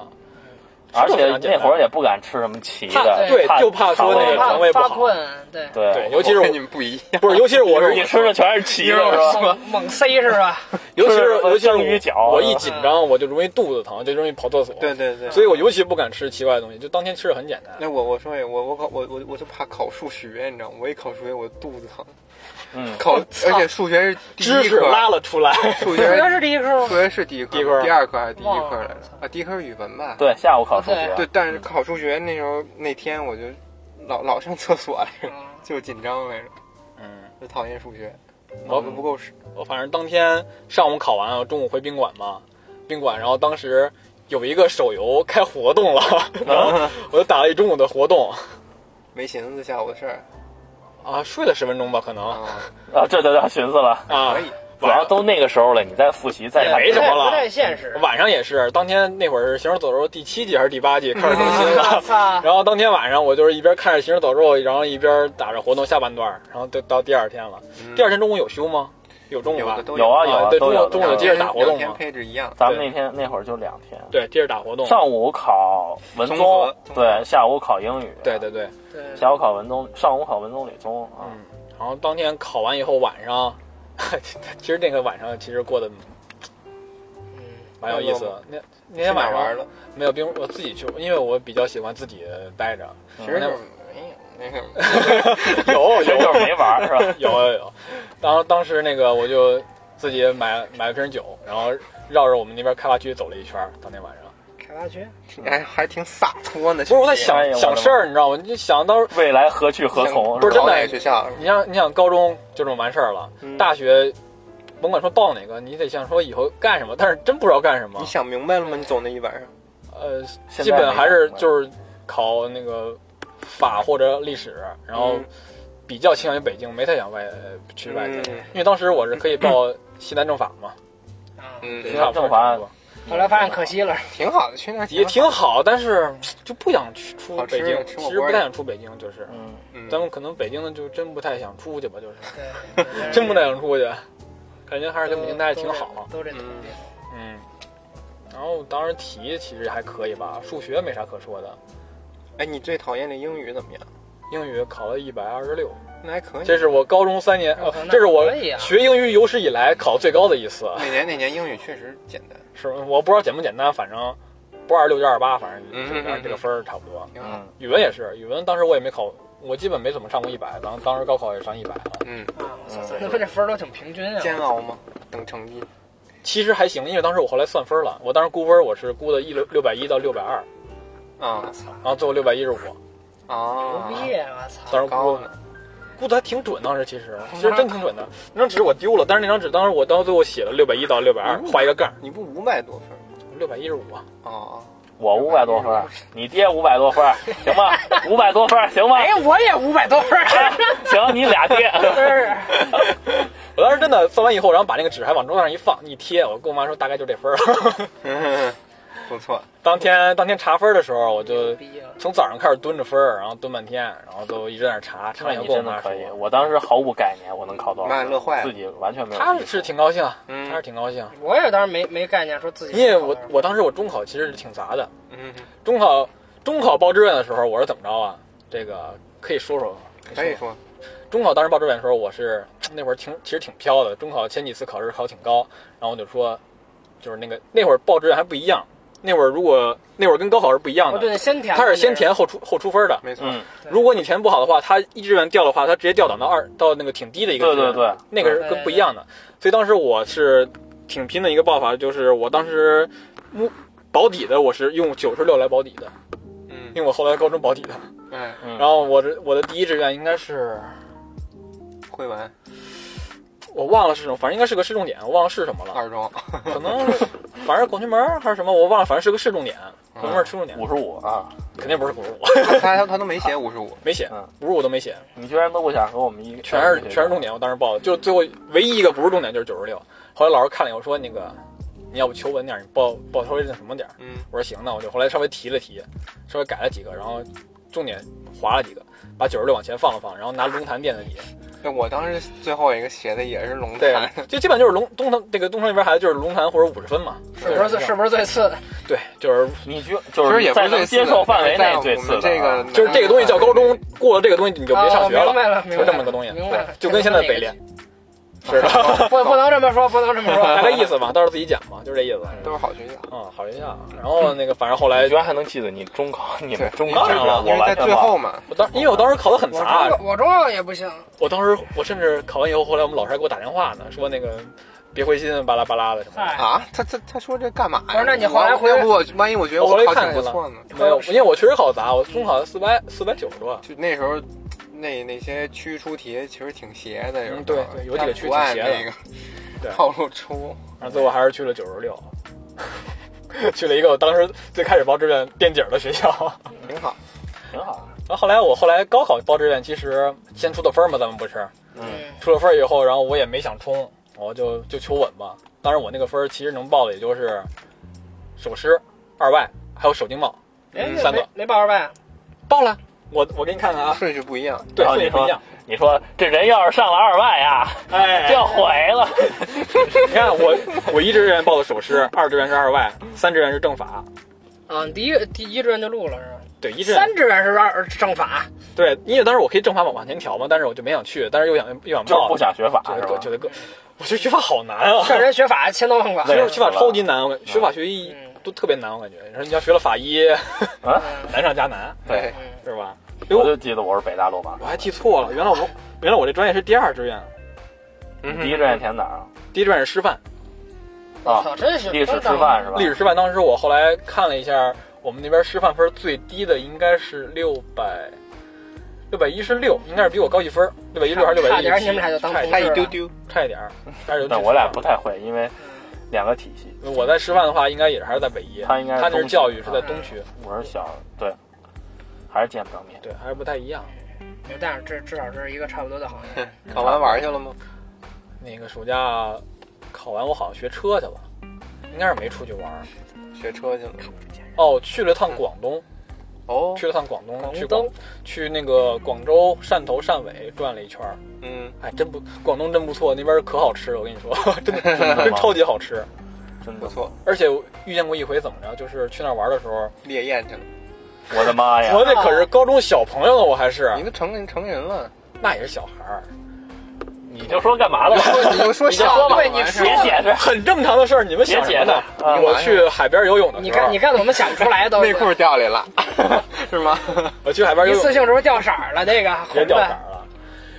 Speaker 3: 而且那会儿也不敢吃什么奇的，
Speaker 2: 对
Speaker 3: 怕
Speaker 2: 就怕说那个
Speaker 3: 怕
Speaker 2: 肠胃不
Speaker 4: 发
Speaker 2: 好
Speaker 4: 困，对，
Speaker 2: 对，
Speaker 3: 对，
Speaker 2: 尤其是
Speaker 1: 我
Speaker 2: 我
Speaker 1: 跟你们不一 样，
Speaker 2: 不是，尤其 是我是
Speaker 3: 你吃的全是奇的，是吧？
Speaker 4: 猛猛塞是 吧？
Speaker 2: 尤其是
Speaker 3: 吃
Speaker 2: 尤其是
Speaker 3: 生鱼饺
Speaker 2: 我一紧张我就容易肚子疼，就容易跑厕所。
Speaker 1: 嗯对，对对。
Speaker 2: 所以我尤其不敢吃奇怪的东西，就当天吃的很简单。
Speaker 1: 那我我说也我我考我我我就怕考数学，你知道吗？我一考数学我肚子疼，
Speaker 3: 嗯，
Speaker 1: 考
Speaker 4: 操
Speaker 1: 而且数学是第
Speaker 2: 知
Speaker 1: 一
Speaker 2: 识
Speaker 1: 科，
Speaker 2: 拉了出来，
Speaker 1: 数
Speaker 4: 主要
Speaker 1: 学
Speaker 4: 是第一科
Speaker 1: 数学是第一科，
Speaker 2: 第一科
Speaker 1: 第二科还是第一科
Speaker 4: 忘了
Speaker 1: 来着？啊，第一科是语文吧？
Speaker 3: 对，下午考数
Speaker 4: 对
Speaker 3: 学，
Speaker 1: 对，但是考数学那时候那天我就老老上厕所来着，
Speaker 4: 嗯
Speaker 1: 就紧张来着，
Speaker 2: 嗯，
Speaker 1: 就讨厌数学，脑
Speaker 2: 我
Speaker 1: 子不够使。
Speaker 2: 我反正当天上午考完，啊我中午回宾馆嘛，宾馆，然后当时有一个手游开活动了，然
Speaker 1: 啊
Speaker 2: 后我就打了一中午的活动
Speaker 1: 没寻思下午的事儿
Speaker 2: 啊，睡了十分钟吧，可能
Speaker 1: 啊，
Speaker 3: 啊，这就叫寻思了。
Speaker 2: 啊
Speaker 1: 可，以，
Speaker 3: 主要都那个时候了，你再复习再
Speaker 2: 也没什么了
Speaker 4: 不太现实。
Speaker 2: 晚上也是，当天那会儿是《行尸走肉》第七季还是第 八季开始更新
Speaker 4: 我
Speaker 2: 了。
Speaker 4: 操！
Speaker 2: 然后当天晚上我就是一边看着《行尸走肉》，然后一边打着活动下半段，然后就到第二天了。第二天中午有休吗？有中午
Speaker 1: 嗯有
Speaker 2: 吧
Speaker 1: 的？都
Speaker 3: 有啊有啊
Speaker 2: 对，
Speaker 3: 都
Speaker 2: 中
Speaker 3: 有
Speaker 2: 午
Speaker 3: 的
Speaker 2: 中午有接着打活
Speaker 1: 两
Speaker 2: 动
Speaker 1: 天
Speaker 2: 嘛？
Speaker 1: 配置一样，
Speaker 3: 咱们那天那会儿就两天，
Speaker 2: 对，接着打活动。
Speaker 3: 上午考文
Speaker 1: 综
Speaker 3: 综
Speaker 1: 合，
Speaker 3: 对，下午考英语，
Speaker 2: 对对对，
Speaker 4: 对
Speaker 3: 下午考文综，上午考文综理综啊。
Speaker 2: 嗯。然后当天考完以后晚上， 其实那个晚上其实过得
Speaker 4: 嗯
Speaker 2: 蛮有意思的。那那天
Speaker 1: 去哪
Speaker 2: 晚
Speaker 1: 儿玩
Speaker 2: 上
Speaker 1: 了？
Speaker 2: 没有，冰我自己去，因为我比较喜欢自己待着。
Speaker 1: 其实就是
Speaker 2: 嗯
Speaker 1: 没有那个
Speaker 2: 有
Speaker 3: 其实就是没玩儿，是吧？
Speaker 2: 有有有，当当时那个我就自己买买了瓶酒，然后绕着我们那边开发区走了一圈儿。当天晚上，
Speaker 4: 开发区，
Speaker 1: 你还哎还挺洒脱呢。
Speaker 2: 不是我在
Speaker 1: 兄弟
Speaker 2: 想
Speaker 3: 哎呀我的
Speaker 2: 想
Speaker 3: 妈
Speaker 2: 事儿，你知道吗？你就想到时候
Speaker 3: 未来何去何从？
Speaker 1: 不
Speaker 2: 不
Speaker 1: 是哎
Speaker 3: 吧
Speaker 2: 是真
Speaker 1: 考
Speaker 2: 的
Speaker 1: 哪个学校？
Speaker 2: 你像你想高中就这么完事儿了，
Speaker 1: 嗯
Speaker 2: 大学甭管说报哪个，你得想说以后干什么，但是真不知道干什么
Speaker 1: 你。想明白了吗？你走那一晚上，
Speaker 2: 呃，
Speaker 3: 现在
Speaker 2: 基本还
Speaker 3: 没
Speaker 2: 是
Speaker 3: 有
Speaker 2: 就是考那个法或者历史，然后
Speaker 1: 嗯
Speaker 2: 比较倾向于北京，没太想外呃去外地，
Speaker 1: 嗯
Speaker 2: 因为当时我是可以报西南政法嘛，
Speaker 1: 嗯，
Speaker 4: 嗯，
Speaker 2: 对
Speaker 3: 南政法
Speaker 2: 差不多
Speaker 4: 后来发现可惜了，
Speaker 1: 挺好的，去那儿
Speaker 2: 也
Speaker 1: 好
Speaker 2: 挺好，但是就不想去出
Speaker 1: 好吃
Speaker 2: 北京，
Speaker 1: 吃火锅
Speaker 2: 其实不太想出北京，就是
Speaker 3: 嗯，
Speaker 1: 嗯
Speaker 2: 咱们可能北京的就真不太想出去吧，就是
Speaker 4: 对，对
Speaker 2: 嗯真不太想出去，感觉还是跟北京待着挺好，
Speaker 4: 都这都这
Speaker 1: 嗯
Speaker 2: 嗯。然后当时题其实还可以吧，数学没啥可说的，
Speaker 1: 哎，你最讨厌的英语怎么样？
Speaker 2: 英语考了一百二十六，
Speaker 1: 那还可以。
Speaker 2: 这是我高中三年，呃
Speaker 4: 那
Speaker 2: 这是我
Speaker 4: 可以啊
Speaker 2: 学英语有史以来考最高的一次，啊
Speaker 1: 哪年哪年英语确实简单，
Speaker 2: 是吧我不知道简不简单，反正不二十六就二十八，反正
Speaker 1: 嗯
Speaker 2: 这
Speaker 1: 嗯
Speaker 2: 个这个分儿差不多。
Speaker 1: 挺
Speaker 3: 嗯
Speaker 1: 好。
Speaker 2: 语文也是，语文当时我也没考，我基本没怎么上过一百，当当时高考也上一百了，
Speaker 1: 嗯，
Speaker 4: 啊，我操，咱们这分儿都挺平均啊，
Speaker 1: 煎熬吗？等成绩，
Speaker 2: 其实还行，因为当时我后来算分了，我当时估分我是估的一六六百一到六百二，
Speaker 1: 啊
Speaker 2: 然后最后六百一十五，
Speaker 1: 啊，
Speaker 4: 牛逼啊，我操，
Speaker 2: 当时
Speaker 1: 高
Speaker 2: 估
Speaker 1: 呢，
Speaker 2: 估的还挺准，当时其实其实真挺准的，那张纸我丢了，但是那张纸当时我到最后写了六百一到六百
Speaker 1: 哦
Speaker 2: 二，画一个杠，
Speaker 1: 你不五百多分儿吗？
Speaker 2: 六百一十五啊，
Speaker 1: 哦，
Speaker 3: 我五百多分
Speaker 4: 嗯
Speaker 3: 儿，你爹五百多分儿，行 吧？五百多分儿，行吧？
Speaker 4: 哎，我也五百多分 儿，
Speaker 3: 行，你俩爹。
Speaker 4: 是
Speaker 2: 我当时真的算完以后，然后把那个纸还往桌上一放一贴，我跟我妈说大概就这分儿。
Speaker 1: 嗯 不错，
Speaker 2: 当天当天查分儿的时候，我就
Speaker 4: 牛逼啊
Speaker 2: 从早上开始蹲着分儿，然后蹲半天，然后都一直在那儿查，查
Speaker 3: 那
Speaker 2: 完以后
Speaker 3: 哎你
Speaker 2: 跟我
Speaker 3: 真的
Speaker 2: 妈
Speaker 3: 可以，
Speaker 2: 说，
Speaker 3: 我当时毫无概念，我能考多少
Speaker 1: 妈
Speaker 3: 分？
Speaker 1: 乐坏
Speaker 3: 自
Speaker 1: 了。
Speaker 3: 己完全没有。
Speaker 2: 她是挺高兴，啊
Speaker 1: 嗯
Speaker 2: 她是挺高兴，
Speaker 4: 我也当时没没概念，说自己
Speaker 2: 因为我我当时我中考其实是挺杂的，
Speaker 1: 嗯，
Speaker 2: 中考中考报志愿的时候我是怎么着啊？这个可以说说吗，
Speaker 1: 可以说，
Speaker 2: 中考当时报志愿的时候，我是那会儿挺其实挺飘的，中考前几次考试考挺高，然后我就说，就是那个那会儿报志愿还不一样，那会儿如果那会儿跟高考是不一样
Speaker 4: 哦，对，
Speaker 2: 的，
Speaker 4: 先填，
Speaker 2: 它是先，填后出后出分的。
Speaker 1: 没错，
Speaker 3: 嗯，
Speaker 4: 对
Speaker 2: 如果你填不好的话，它一志愿掉的话，它直接调档到二到那个挺低的一个
Speaker 3: 对
Speaker 2: 志愿，
Speaker 3: 对对，
Speaker 2: 那个是跟不一样的。所以当时我是挺拼的一个报法，就是我当时目保底的，我是用九十六来保底的，
Speaker 1: 嗯
Speaker 2: 因为我后来高中保底的。
Speaker 1: 哎，
Speaker 3: 嗯
Speaker 2: 然后我的我的第一志愿应该是
Speaker 1: 会玩
Speaker 2: 我忘了是什么，反正应该是个市重点，我忘了是什么了。
Speaker 1: 二中，
Speaker 2: 可能反正广渠门儿还是什么，我忘了，反正是个市重点，广渠门儿市重点，
Speaker 3: 五十五啊！
Speaker 2: 肯定不是古五，
Speaker 1: 他他他都没写五十五，
Speaker 2: 没写
Speaker 3: 嗯，
Speaker 2: 五十五都没写，
Speaker 3: 你居然都不想和我们一呃
Speaker 2: 全是全是重点，我当时报的，就最后唯一一个不是重点就是九十六，后来老师看了以后说那个你要不求稳点儿，你报报稍微那什么点儿，
Speaker 1: 嗯，
Speaker 2: 我说行，那我就后来稍微提了提，稍微改了几个，然后重点划了几个，把九十六往前放了放，然后拿龙潭垫的底，
Speaker 1: 那我当时最后一个写的也是龙
Speaker 2: 对
Speaker 1: 潭，，
Speaker 2: 就基本就是龙东城这个东城那边孩子就是龙潭或者五十分嘛，
Speaker 4: 是不是是不是最次？
Speaker 2: 对，就是
Speaker 3: 你居
Speaker 1: 其
Speaker 3: 就
Speaker 1: 实
Speaker 3: 是
Speaker 1: 也不
Speaker 3: 在
Speaker 1: 是
Speaker 3: 能
Speaker 1: 最
Speaker 3: 接
Speaker 1: 次
Speaker 3: 受
Speaker 1: 的，
Speaker 3: 范围
Speaker 1: 在
Speaker 3: 内
Speaker 1: 我
Speaker 3: 最
Speaker 1: 们
Speaker 3: 次的
Speaker 1: 这个
Speaker 3: 啊
Speaker 2: 就是这个东西叫高中，过了这个东西你就别上学
Speaker 4: 哦明白了，明白
Speaker 2: 就这么个东西
Speaker 4: 明白了，
Speaker 2: 就跟现在北联是的，
Speaker 4: 不不能这么说，不能这 么
Speaker 2: 大
Speaker 4: 说，
Speaker 2: 概意思吧，到时候自己讲吧，就是这意思。
Speaker 1: 都是好学校。
Speaker 2: 嗯，好学校。然后那个，反正后来
Speaker 3: 你居
Speaker 4: 嗯
Speaker 3: 然还能记得你中考，你们
Speaker 1: 哎对，
Speaker 3: 中
Speaker 1: 因
Speaker 3: 考
Speaker 1: 为
Speaker 2: 当然了
Speaker 1: 因
Speaker 3: 我
Speaker 1: 为
Speaker 3: 完
Speaker 1: 在
Speaker 3: 全
Speaker 1: 最
Speaker 3: 忘
Speaker 1: 后
Speaker 3: 了。
Speaker 1: 嘛，
Speaker 2: 我当，因为我当时考得很
Speaker 4: 我
Speaker 2: 杂啊
Speaker 4: 中，我中考也不行，
Speaker 2: 我当时我甚至考完以后，后来我们老师还给我打电话呢，说那个别灰心，巴拉巴拉的什么的。
Speaker 4: 嗨，
Speaker 1: 啊，他他他说这干嘛呀？
Speaker 4: 不是那你后来回
Speaker 1: 要不我万一我觉得
Speaker 2: 我后来
Speaker 1: 考
Speaker 2: 看
Speaker 1: 挺不
Speaker 2: 见了
Speaker 1: 错呢？
Speaker 2: 没有，因为我确实考得杂，我中考四百四百九十多。
Speaker 1: 就那时候，那那些区出题其实挺邪的，有时候
Speaker 2: 嗯对对有几个区挺
Speaker 1: 不按
Speaker 2: 邪的
Speaker 1: 那
Speaker 2: 对
Speaker 1: 个套路出。
Speaker 2: 然后最后还是去了九十六， 去了一个我当时最开始报志愿垫底儿的学校。
Speaker 1: 挺好。
Speaker 3: 挺好。
Speaker 2: 然后后来我后来高考报志愿，其实先出的分儿嘛，咱们不是，
Speaker 4: 嗯，
Speaker 2: 出了分儿以后，然后我也没想冲，我就就求稳吧。当然我那个分儿其实能报的也就是首师、二外还有首经贸，
Speaker 4: 哎，
Speaker 2: 嗯
Speaker 4: 那
Speaker 2: 三
Speaker 4: 没
Speaker 2: 个
Speaker 4: 没报二外，
Speaker 2: 报了。我我给你看看啊，
Speaker 1: 顺序不一样。
Speaker 2: 对，
Speaker 3: 哦
Speaker 2: 顺序
Speaker 3: 你
Speaker 2: 不一
Speaker 3: 说
Speaker 2: 样。
Speaker 3: 你说这人要是上了二外啊，
Speaker 2: 哎
Speaker 3: 就要毁了。
Speaker 2: 你看我我一志愿报的首师，二志愿是二外，三志愿是政法。
Speaker 4: 啊，第一第一志愿就录了是
Speaker 2: 对，
Speaker 4: 吧？
Speaker 2: 一志愿啊
Speaker 4: 三志愿是二政法，
Speaker 2: 对，因为当时我可以政法往往前调嘛，但是我就没想去，但是又想又想
Speaker 3: 就是
Speaker 2: 报，
Speaker 3: 不想学法
Speaker 2: 就是得
Speaker 3: 吧
Speaker 2: 各？就得各，我觉得学法好难啊。
Speaker 4: 劝人学法千刀万剐。
Speaker 2: 其
Speaker 3: 对
Speaker 2: 实学法超级难，我感觉学法学医
Speaker 4: 嗯
Speaker 2: 都特别难，我感觉。然后你要学了法医，
Speaker 4: 嗯
Speaker 2: 难上加难，
Speaker 3: 对，
Speaker 4: 嗯
Speaker 2: 是吧？哎
Speaker 3: 我
Speaker 2: 我
Speaker 3: 就记得我是北大罗马
Speaker 2: 我，还记错了，原来我原来我这专业是第二志愿，
Speaker 1: 嗯哼
Speaker 3: 第一志愿填哪儿啊？
Speaker 2: 第一志愿是师范，
Speaker 4: 我
Speaker 3: 啊
Speaker 4: 操，真是
Speaker 3: 历史师范是吧？
Speaker 2: 历史师范。当时我后来看了一下，我们那边师范分最低的应该是六百。六百一十六，应该是比我高一分，六百一十六还是六百
Speaker 4: 差
Speaker 2: 一十
Speaker 4: 点儿你们俩就当
Speaker 2: 差
Speaker 4: 同
Speaker 1: 差
Speaker 4: 事
Speaker 1: 一
Speaker 4: 了
Speaker 1: 丢丢，
Speaker 2: 差一点儿，但是
Speaker 3: 但我俩不太会，因为
Speaker 4: 嗯
Speaker 3: 两个体系。
Speaker 2: 我在师范的话，应该也还是在北医，
Speaker 3: 他应该是啊
Speaker 2: 他那是
Speaker 3: 东区
Speaker 2: 教育是在
Speaker 4: 嗯
Speaker 2: 东区，
Speaker 3: 我是小对，还是见不着面。
Speaker 2: 对，还是不太一样。
Speaker 4: 嗯但是这至少这是一个差不多的行 业。
Speaker 1: 考完玩去了吗？
Speaker 2: 那个暑假考完，我好像学车去了，应该是没出去玩儿。
Speaker 1: 学车去了。
Speaker 2: 哦，去了趟广东，
Speaker 1: 哦，
Speaker 2: 去了趟广东，
Speaker 4: 广
Speaker 2: 去
Speaker 4: 东
Speaker 2: 广去那个广州汕头汕尾转了一圈儿。
Speaker 1: 嗯，
Speaker 2: 哎，真不，广东真不错，那边儿可好吃了，我跟你说， 真的
Speaker 3: 真的
Speaker 2: 真
Speaker 3: 吗
Speaker 2: 超级好吃。
Speaker 3: 真
Speaker 1: 不
Speaker 3: 的，
Speaker 1: 错，
Speaker 2: 而且我遇见过一回怎么着，就是去那儿玩儿的时候，
Speaker 1: 烈焰去了。
Speaker 3: 我的妈哎呀！
Speaker 2: 我那可是高中小朋友呢，我还是
Speaker 1: 你都成人成人了，
Speaker 2: 那也是小孩儿，
Speaker 3: 你就说干嘛了吧？
Speaker 1: 你就说
Speaker 3: 你就
Speaker 1: 小
Speaker 3: 说吧
Speaker 1: 对，
Speaker 4: 你
Speaker 1: 说
Speaker 3: 别解释，
Speaker 2: 很正常的事儿，你们
Speaker 3: 别
Speaker 2: 想什
Speaker 3: 解
Speaker 2: 么
Speaker 3: 释
Speaker 2: 呢？。
Speaker 3: 啊
Speaker 1: 你
Speaker 2: 我去海边游泳的时候，
Speaker 4: 你看，你看，我们想不出来都
Speaker 1: 内裤掉里了， 是吗？
Speaker 2: 我去海边游
Speaker 4: 一
Speaker 2: 泳
Speaker 4: 次，性是不是掉色儿了？这个
Speaker 2: 别
Speaker 4: 红
Speaker 2: 掉色
Speaker 4: 的，
Speaker 2: 儿了。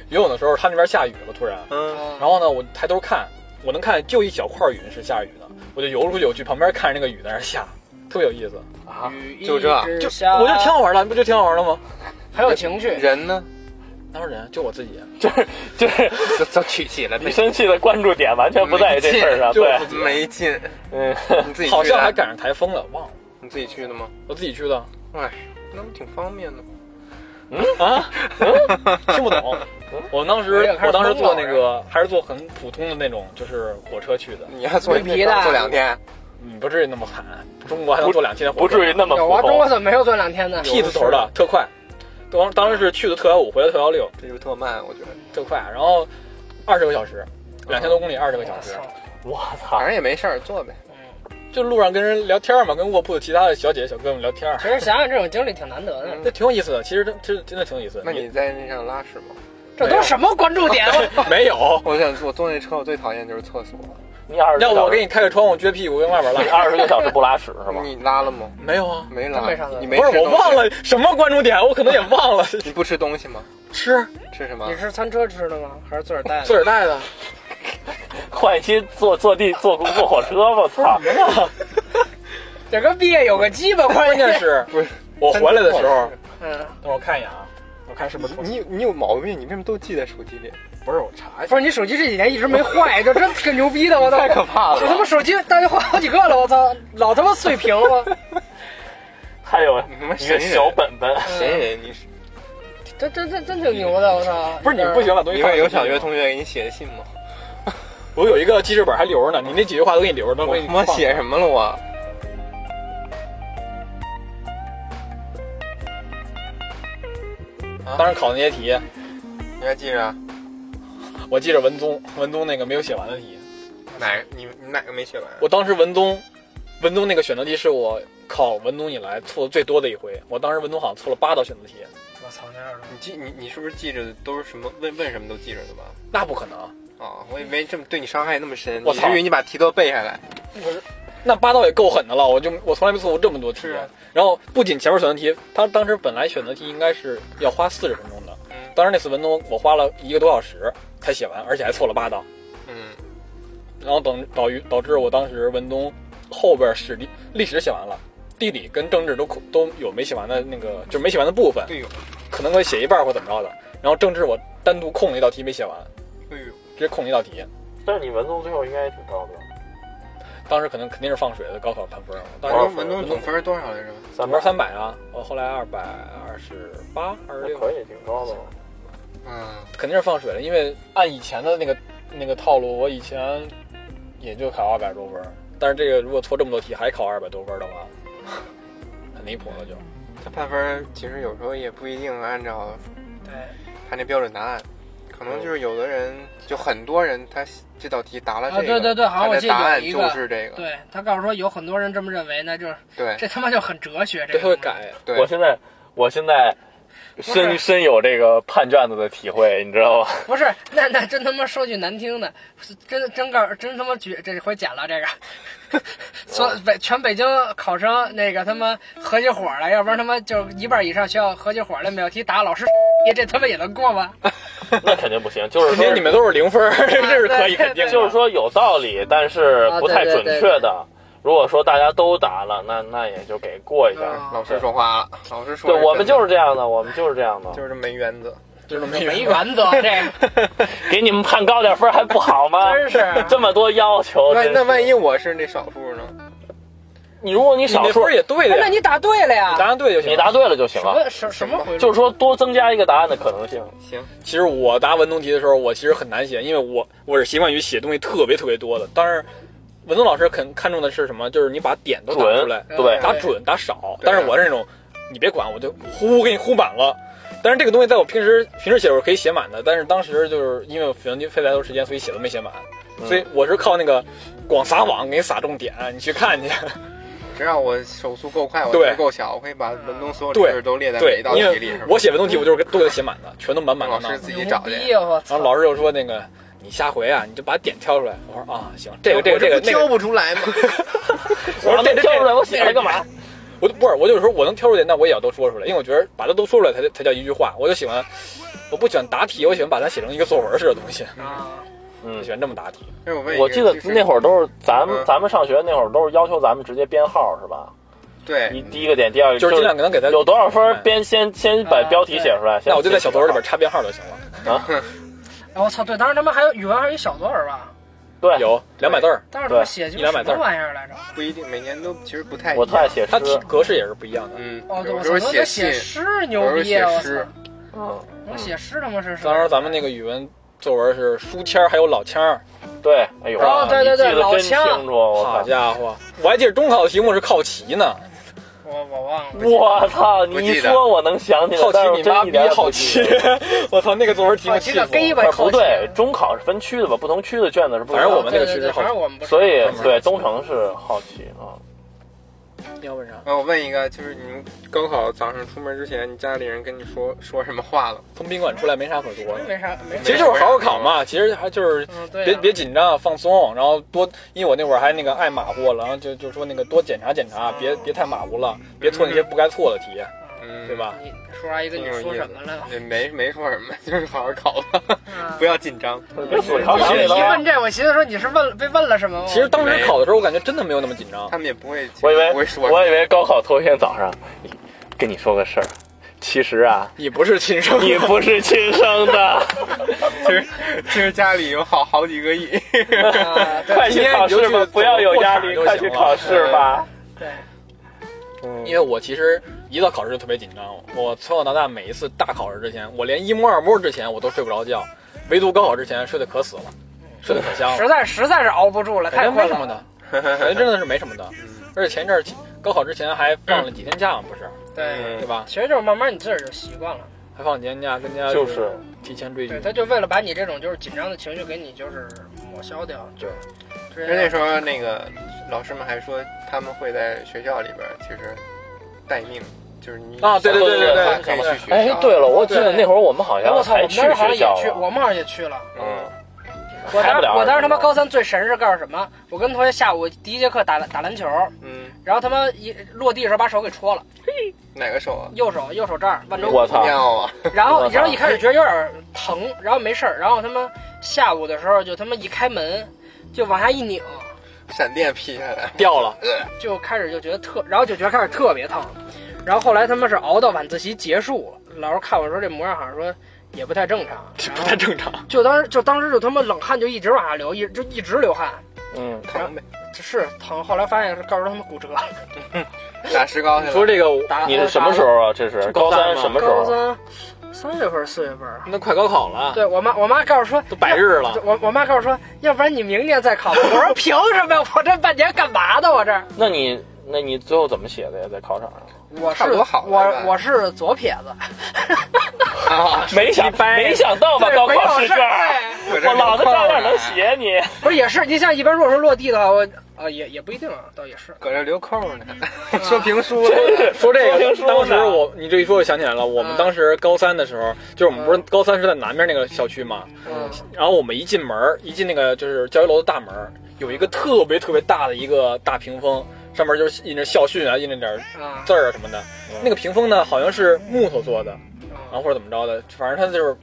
Speaker 2: 游泳的时候，他那边下雨了，突然，
Speaker 1: 嗯，
Speaker 4: 嗯
Speaker 2: 然后呢，我抬头看，我能看就一小块云是下雨的，我就游出去，我去旁边看着那个雨在那下， 特别有意思，
Speaker 1: 啊，
Speaker 4: 雨一
Speaker 1: 就这样
Speaker 4: 直
Speaker 2: 就
Speaker 4: 下
Speaker 2: 我觉得挺好玩的，不就挺好玩的吗？
Speaker 4: 很有情趣。
Speaker 1: 人呢？
Speaker 2: 哪有人？就我自己，
Speaker 3: 就是
Speaker 1: 这这取起了，
Speaker 3: 你生气的关注点完全不在于这事儿上，
Speaker 2: 就
Speaker 3: 对
Speaker 2: 我，自己，
Speaker 1: 没劲，
Speaker 3: 嗯，
Speaker 1: 你自己去的啊
Speaker 2: 好像还赶上台风了，忘了，
Speaker 1: 你自己去的吗？
Speaker 2: 我自己去的
Speaker 1: 哎，那不挺方便的吗？
Speaker 2: 啊，听不懂。我当时
Speaker 4: 我也开始
Speaker 2: 我当时坐那
Speaker 4: 懵
Speaker 2: 个还是坐很普通的那种，就是火车去的，
Speaker 1: 你还坐一
Speaker 4: 驴皮的
Speaker 1: 坐两天，
Speaker 2: 你不至于那么惨。中国还能坐两天 火
Speaker 3: 不
Speaker 2: 车
Speaker 3: 至于那么
Speaker 4: 有
Speaker 3: 普
Speaker 4: 啊，中国
Speaker 3: 通。
Speaker 4: 怎么没有坐两天呢？
Speaker 2: T 字头的，特快。当当时是去的特幺五，回来特幺六，
Speaker 1: 这就是特慢，我觉得，
Speaker 2: 特快。然后二十个小时，两千多公里，二十个
Speaker 4: 我
Speaker 2: 小时，
Speaker 4: 操
Speaker 3: 我操
Speaker 1: 反！正也没事儿，坐呗。
Speaker 4: 嗯
Speaker 2: 就路上跟人聊天嘛，跟卧铺的其他的小姐姐小哥们聊天，
Speaker 4: 其实想想这种经历挺难得的，
Speaker 2: 那挺有意思的。其实真真真的挺有意思的。
Speaker 1: 那你在那上拉屎吗？
Speaker 4: 这都什么关注 点？我
Speaker 2: 没有？
Speaker 1: 我想坐坐那车，我最讨厌就是厕所。
Speaker 3: 你二十
Speaker 2: 要
Speaker 3: 个
Speaker 2: 不
Speaker 3: 小
Speaker 2: 我
Speaker 3: 时
Speaker 2: 给，你开个窗户撅屁股跟外边
Speaker 3: 你
Speaker 2: 拉？
Speaker 3: 二十个小时不拉屎是吗？
Speaker 1: 你拉了吗？
Speaker 2: 没有啊，
Speaker 1: 没拉
Speaker 4: 真没上厕，所
Speaker 1: 你没
Speaker 2: 不
Speaker 1: 吃
Speaker 2: 是我
Speaker 1: 东西
Speaker 2: 忘。了什么关注点，我可能也忘了。
Speaker 1: 你不吃东西吗？
Speaker 2: 吃
Speaker 1: 吃什么
Speaker 4: 你？是餐车吃的吗？还是自个儿带
Speaker 2: 自
Speaker 4: 的？
Speaker 2: 个儿带的，
Speaker 3: 换一期坐坐地坐公坐火车吧，我操！
Speaker 4: 这跟毕业有个鸡巴关
Speaker 2: 关键
Speaker 4: 系。
Speaker 2: 是
Speaker 1: 不是
Speaker 2: 我回来的时候，
Speaker 4: 嗯，
Speaker 2: 等我看一眼啊，我看是不是重
Speaker 1: 你你有毛病，你为什么都记在手机里？
Speaker 2: 不是我查一下
Speaker 4: 不。是你手机这几年一直没坏，这真挺牛逼的，我操！
Speaker 1: 太可怕
Speaker 4: 我他
Speaker 1: 了！
Speaker 4: 妈手机大概换好几个了，我操，老他妈碎屏了。
Speaker 3: 还有
Speaker 1: 你
Speaker 3: 一
Speaker 1: 他妈
Speaker 3: 个
Speaker 1: 神人
Speaker 3: 小本本，
Speaker 1: 谁？你是
Speaker 4: 这嗯真真真挺牛的，我操！
Speaker 2: 不是你们不喜欢把东西
Speaker 1: 你
Speaker 2: 放
Speaker 1: 会
Speaker 2: 手
Speaker 1: 有
Speaker 2: 机里
Speaker 1: 小
Speaker 2: 吗
Speaker 1: 学同学给你写的信吗？
Speaker 2: 我有一个记事本还留着呢，你那几句话都给你留着，都
Speaker 1: 我
Speaker 2: 给你
Speaker 1: 他妈
Speaker 2: 放
Speaker 1: 写什么了我？
Speaker 2: 当时考那些题，
Speaker 1: 你还记着啊
Speaker 2: 我记着文综，文综那个没有写完的题，
Speaker 1: 哪个？你你哪个没写完啊？
Speaker 2: 我当时文综，文综那个选择题是我考文综以来错的最多的一回，我当时文综好像错了八道选择题，
Speaker 4: 我操，那样的
Speaker 1: 你记你你是不是记着的都是什么问问什么都记着的吧？
Speaker 2: 那不可能，
Speaker 1: 啊，我以为这么对你伤害那么深，
Speaker 2: 我
Speaker 1: 以
Speaker 2: 操
Speaker 1: 至于你把题都背下来。
Speaker 2: 那八道也够狠的了，我就我从来没错过这么多题
Speaker 1: 是啊。
Speaker 2: 然后不仅前面选择题，他当时本来选择题应该是要花四十分钟的
Speaker 1: 嗯，
Speaker 2: 当时那次文综我花了一个多小时才写完，而且还错了八道。
Speaker 1: 嗯，
Speaker 2: 然后等导于导致我当时文综后边史地历史写完了，地理跟政治都苦都有没写完的那个，就是没写完的部分，
Speaker 1: 对哟，
Speaker 2: 可能会写一半或怎么着的。然后政治我单独空了一道题没写完，
Speaker 1: 对哟，
Speaker 2: 直接空了一道题。
Speaker 3: 但是你文综最后应该也挺高的吧，
Speaker 2: 当时可能肯定是放水的，高考判分儿。我当
Speaker 1: 文
Speaker 2: 时
Speaker 1: 综文综总分多少来着？
Speaker 3: 三
Speaker 2: 我是三百啊，我后来二百二十八、二十
Speaker 3: 那
Speaker 2: 六，
Speaker 3: 可以，挺高的了。
Speaker 1: 嗯，
Speaker 2: 肯定是放水了，因为按以前的那个那个套路，我以前也就考二百多分儿，但是这个如果错这么多题还考二百多分儿的话，很离谱了就。
Speaker 1: 他判分其实有时候也不一定按照
Speaker 4: 对，
Speaker 1: 他那标准答案，可能就是有的人，就很多人他这道题答了这个，
Speaker 4: 啊对对对好像
Speaker 1: 他
Speaker 4: 我
Speaker 1: 的
Speaker 4: 记得
Speaker 1: 答案
Speaker 4: 有一个
Speaker 1: 就是这个，
Speaker 4: 对他告诉说有很多人这么认为呢，就是
Speaker 1: 对
Speaker 4: 这他妈就很哲学，这
Speaker 2: 这
Speaker 4: 个
Speaker 2: 他
Speaker 4: 东
Speaker 2: 会
Speaker 4: 西。
Speaker 2: 改，
Speaker 1: 对
Speaker 3: 我现在我现在
Speaker 4: 是
Speaker 3: 深深有这个判卷子的体 会，你知道吧？
Speaker 4: 不是，那那真他妈说句难听的，是真真告真他妈绝，这回捡了这个。 所
Speaker 1: 哦
Speaker 4: 北全北京考生那个他妈合起伙来，要不然他妈就一半以上学校合起伙来，每道题打老师，这他妈也能过吗？
Speaker 3: 那肯定不行，就是
Speaker 2: 肯定
Speaker 3: 说
Speaker 2: 你们都是零分儿，这是可
Speaker 4: 对对
Speaker 2: 以肯定的。
Speaker 3: 就是说有道理，但是不太准
Speaker 4: 啊对
Speaker 3: 确
Speaker 4: 对对
Speaker 3: 的。如果说大家都答了，那那也就给过一下。
Speaker 4: 啊
Speaker 1: 老师说话了，老师说
Speaker 3: 对，我们
Speaker 1: 真的
Speaker 3: 就是这样的，我们就是这 样的，
Speaker 1: 就是这么没原则，
Speaker 2: 就是没
Speaker 4: 没原则，这个
Speaker 3: 给你们判高点分还不好 吗？
Speaker 4: 真是
Speaker 3: 这么多要
Speaker 2: 哦
Speaker 3: 求，
Speaker 1: 那
Speaker 3: 真是
Speaker 1: 那万一我是那少数呢？
Speaker 3: 你如果你
Speaker 2: 你那
Speaker 3: 少
Speaker 2: 分
Speaker 3: 数
Speaker 2: 儿，也对的
Speaker 4: 那
Speaker 2: 呀，
Speaker 4: 你答对了呀
Speaker 2: 答？案对就行
Speaker 3: 你
Speaker 2: 了。
Speaker 3: 答对了就行
Speaker 4: 什
Speaker 3: 了。
Speaker 4: 么什什么回
Speaker 3: 就
Speaker 4: 路？
Speaker 3: 是说多增加一个答案的可能性。
Speaker 1: 行，
Speaker 2: 其实我答文综题的时候，我其实很难写，因为我我是习惯于写东西特别特别多的。但是文综老师肯看重的是什么？就是你把点都打出来，
Speaker 3: 准
Speaker 1: 哎
Speaker 3: 对
Speaker 2: 打准打少。
Speaker 1: 对
Speaker 2: 但是我是那种，你别管，我就呼给你呼满了。但是这个东西在我平时平时写的时候可以写满的，但是当时就是因为我费费太多时间，所以写都没写满。
Speaker 3: 嗯
Speaker 2: 所以我是靠那个
Speaker 1: 嗯
Speaker 2: 广撒网给你撒重点，你去看去。
Speaker 1: 只要我手速够快，我
Speaker 2: 对
Speaker 1: 足够小，我可以把文综所有
Speaker 2: 对
Speaker 1: 知识都列在每
Speaker 2: 对
Speaker 1: 一道，题
Speaker 2: 因
Speaker 1: 里，
Speaker 2: 为
Speaker 1: 是吧？
Speaker 2: 我写文综题，我就是给都给它写满的，全都满满
Speaker 1: 老
Speaker 2: 当当
Speaker 1: 师
Speaker 2: 的。
Speaker 1: 自己找
Speaker 4: 牛
Speaker 1: 去
Speaker 4: 逼。啊！我
Speaker 2: 然后
Speaker 4: 操！
Speaker 2: 老师就说那个你下回啊，你就把点挑出来。我说啊，行，这个这个这
Speaker 1: 我
Speaker 2: 个
Speaker 1: 不
Speaker 2: 那
Speaker 1: 挑
Speaker 2: 个，
Speaker 1: 不出 来吗？
Speaker 2: 我说
Speaker 3: 能
Speaker 2: 这这
Speaker 3: 挑出来，
Speaker 2: 这，
Speaker 3: 我写了干嘛？
Speaker 2: 我就不是，我就是说我能挑出点，那我也要都说出来，因为我觉得把它都说出来才才叫一句话。我就喜欢，我不喜欢答题，我喜欢把它写成一个作文似的东西，
Speaker 4: 啊，
Speaker 3: 嗯
Speaker 2: 我喜，欢这么答题。
Speaker 1: 哎我问一个，
Speaker 3: 我记得
Speaker 1: 就是
Speaker 3: 那会儿都是咱们
Speaker 1: 嗯
Speaker 3: 咱们上学那会儿都是要求咱们直接编号是吧？一
Speaker 1: 对，
Speaker 3: 第一个点，第二个
Speaker 2: 嗯就是尽量给它给它
Speaker 3: 有多少分儿
Speaker 2: 对
Speaker 3: 编先先把
Speaker 4: 啊
Speaker 3: 标题写出来。啊先
Speaker 2: 那我就在
Speaker 3: 先
Speaker 2: 小作文里
Speaker 3: 写
Speaker 2: 边插编号就行了。
Speaker 4: 哎我操！对，当时他妈还有语文还有一小作文吧？
Speaker 3: 对，
Speaker 2: 有两百字儿，
Speaker 4: 当时他妈
Speaker 3: 对
Speaker 4: 写就
Speaker 2: 一
Speaker 4: 是
Speaker 2: 两
Speaker 4: 什
Speaker 2: 百
Speaker 4: 么玩意儿来着？
Speaker 1: 不一定，每年都其实不太一样。
Speaker 3: 我特爱写诗
Speaker 2: 它，题格式也是不一样的。
Speaker 1: 嗯，
Speaker 4: 哦，对，
Speaker 1: 有
Speaker 4: 我
Speaker 1: 时
Speaker 4: 操，
Speaker 1: 候
Speaker 4: 能写
Speaker 1: 信，
Speaker 4: 诗
Speaker 1: 有时
Speaker 4: 牛
Speaker 1: 候
Speaker 4: 逼啊！
Speaker 1: 写
Speaker 4: 我
Speaker 1: 诗
Speaker 4: 操，，
Speaker 3: 嗯，
Speaker 4: 能写诗他妈是是。
Speaker 2: 当时咱们那个语文作文是书签儿还有老签儿，
Speaker 3: 对，哎呦，
Speaker 2: 啊
Speaker 4: 哦对对对
Speaker 3: 你记得
Speaker 4: 老
Speaker 3: 真
Speaker 4: 枪
Speaker 3: 清楚，我
Speaker 2: 好
Speaker 3: 靠，
Speaker 2: 家伙，我还记得中考的题目是靠齐呢，
Speaker 4: 我我忘了。
Speaker 3: 我操！
Speaker 1: 不
Speaker 3: 你一
Speaker 1: 记得
Speaker 3: 说我能想起来，
Speaker 2: 好奇
Speaker 3: 但是
Speaker 2: 你
Speaker 3: 真
Speaker 2: 妈
Speaker 3: 一
Speaker 2: 逼
Speaker 3: 点也不
Speaker 2: 好
Speaker 3: 记
Speaker 2: 奇
Speaker 3: 得。，
Speaker 2: 我操，那个作文题目
Speaker 4: 好
Speaker 2: 气
Speaker 4: 奇
Speaker 2: 死
Speaker 4: 的
Speaker 2: 我
Speaker 4: 根
Speaker 2: 了。
Speaker 4: 本
Speaker 3: 不对，中考是分区的吧？不同区的卷子是不一
Speaker 2: 反
Speaker 3: 样
Speaker 2: 正
Speaker 3: 的。
Speaker 2: 我们那个
Speaker 4: 对
Speaker 2: 区
Speaker 4: 对
Speaker 2: 是
Speaker 4: 对
Speaker 2: 好
Speaker 4: 反正我们不
Speaker 3: 所以
Speaker 2: 专门
Speaker 3: 对东城是好奇啊，
Speaker 2: 你要问啥？
Speaker 1: 那我问一个，就是你们高考早上出门之前，你家里人跟你说说什么话了？
Speaker 2: 从宾馆出来没啥可说的，
Speaker 4: 没啥没啥。
Speaker 2: 其实就是好好考嘛，其实还就是。
Speaker 4: 嗯，对啊，
Speaker 2: 别别紧张，放松，然后多，因为我那会儿还那个爱马虎了，然后就就说那个多检查检查，别别太马虎了，别错那些不该错的题，
Speaker 1: 嗯，
Speaker 2: 对？吧？
Speaker 4: 你说啥一个你说什么 了？
Speaker 1: 也没没说什么， 就是好好考吧，
Speaker 4: 啊
Speaker 1: 不要紧张。
Speaker 2: 嗯
Speaker 3: 别死
Speaker 1: 对
Speaker 3: 考
Speaker 1: 对
Speaker 3: 场里
Speaker 4: 一
Speaker 3: 了吗
Speaker 4: 问这，我寻思说你是问被问了什么？
Speaker 2: 其实当时考的时候，我感觉真的没有那么紧张。
Speaker 1: 他们也不会，
Speaker 3: 我以为
Speaker 1: 不会说什么。
Speaker 3: 我以为高考头一天早上，跟你说个事儿，其实啊，
Speaker 2: 你不是亲生，
Speaker 3: 你不是亲生 的，
Speaker 1: 其实其实家里有好好几个亿，
Speaker 4: 啊对
Speaker 3: 快去考试吧，不要有压力，快去考试吧。
Speaker 4: 对，
Speaker 2: 因为我其实一到考试就特别紧张，我从小到大每一次大考试之前，我连一模二模之前我都睡不着觉，唯独高考之前睡得可死了，睡得可香了
Speaker 4: 实，在实在是熬不住了，
Speaker 2: 感
Speaker 4: 太
Speaker 2: 觉没
Speaker 4: 困
Speaker 2: 什么
Speaker 4: 了。
Speaker 2: 的， 感觉真的是没什么的。而且前阵儿高考之前还放了几天假嘛，不是，
Speaker 1: 嗯
Speaker 4: 对，
Speaker 2: 对吧？
Speaker 4: 其实就是慢慢你自个儿就习惯了。
Speaker 2: 还放几天假，跟家
Speaker 3: 就是
Speaker 2: 提前追剧
Speaker 4: 对，。他就为了把你这种就是紧张的情绪给你就是抹消掉，就直
Speaker 1: 因为那
Speaker 4: 接
Speaker 1: 时候那个老师们还说他们会在学校里边儿其实待命，就是你
Speaker 2: 啊对对
Speaker 3: 对对对
Speaker 1: 可以去学校。
Speaker 3: 哎，对了，我记得那会儿我们好
Speaker 4: 哎，我
Speaker 3: 像
Speaker 4: 操！
Speaker 3: 还
Speaker 4: 我们
Speaker 3: 去
Speaker 4: 当时好像
Speaker 3: 学校啊
Speaker 4: 也去，我
Speaker 3: 了，
Speaker 4: 们好像也去了。
Speaker 3: 嗯，
Speaker 4: 我
Speaker 3: 开
Speaker 4: 当
Speaker 3: 不
Speaker 4: 时
Speaker 3: 了
Speaker 4: 我当时他妈高三最神是告诉什么？我跟同学下午第一节课打打篮球，
Speaker 1: 嗯，
Speaker 4: 然后他妈一落地的时候把手给戳了，
Speaker 1: 哪个手啊？
Speaker 4: 右手右手这儿腕中骨
Speaker 3: 我操，
Speaker 1: 尿啊！
Speaker 4: 然后
Speaker 3: 我，操
Speaker 4: 然后一开始觉得有点疼，然后没事儿，然后他妈下午的时候就他妈一开门，就往下一拧，
Speaker 1: 闪电劈下来，
Speaker 2: 掉了，
Speaker 4: 就开始就觉得特，然后就觉得开始特别疼，然后后来他妈是熬到晚自习结束，老师看我说这模样好像说也不太正 常，
Speaker 2: 这
Speaker 4: 然
Speaker 2: 不
Speaker 4: 后
Speaker 2: 太正
Speaker 3: 啊
Speaker 2: 常。
Speaker 4: 就当时就当时就他妈冷汗就一直往下流，一就一直流汗，
Speaker 3: 嗯，
Speaker 1: 疼呗，
Speaker 4: 是疼，后来发现是告诉他们骨折了，
Speaker 1: 打石膏去
Speaker 2: 你
Speaker 1: 了。
Speaker 2: 说这个，
Speaker 4: 打
Speaker 3: 你是什么时候啊？这是高三什么时
Speaker 4: 高
Speaker 3: 候？
Speaker 4: 三三月份四月份啊。
Speaker 2: 那快高考了，
Speaker 4: 对我妈，我妈告诉说
Speaker 2: 都百日了
Speaker 4: 我我妈告诉说，要不然你明年再考吧。我 说凭什么呀？我这半年干嘛的？我这
Speaker 3: 那你那你最后怎么写的呀？在考场上？
Speaker 4: 我
Speaker 1: 差
Speaker 4: 是
Speaker 1: 不多好了吧
Speaker 4: 我我是左撇 子，
Speaker 1: 啊，
Speaker 3: 没想没想到吧？
Speaker 4: 对
Speaker 3: 高
Speaker 4: 没哎有
Speaker 3: 考试
Speaker 4: 事
Speaker 3: 卷
Speaker 4: 儿
Speaker 3: 儿，
Speaker 4: 对
Speaker 1: 我
Speaker 3: 我老子照样
Speaker 4: 啊
Speaker 3: 能
Speaker 1: 写，
Speaker 3: 写你。
Speaker 4: 不是也是？你像一般如果是落地的话，我啊也也不一定啊，倒也是。
Speaker 1: 搁这留扣呢，说评书了，
Speaker 3: 真是说
Speaker 2: 说这个
Speaker 3: 评，书
Speaker 2: 当时
Speaker 3: 呢
Speaker 2: 我你这一说，我想起来了，我们
Speaker 4: 嗯
Speaker 2: 当时高三的时候，就是我们不是高三是在南边那个校区嘛，
Speaker 4: 嗯，
Speaker 2: 然后我们一进门儿，一进那个就是教学楼的大门儿，有一个特别特别大的一个大屏风，上面就是印着校训啊，印着点儿
Speaker 4: 啊
Speaker 2: 字儿啊什么的。
Speaker 3: 嗯
Speaker 2: 那个屏风呢，好像是木头做的，然
Speaker 4: 啊
Speaker 2: 后或者怎么着的，反正它就是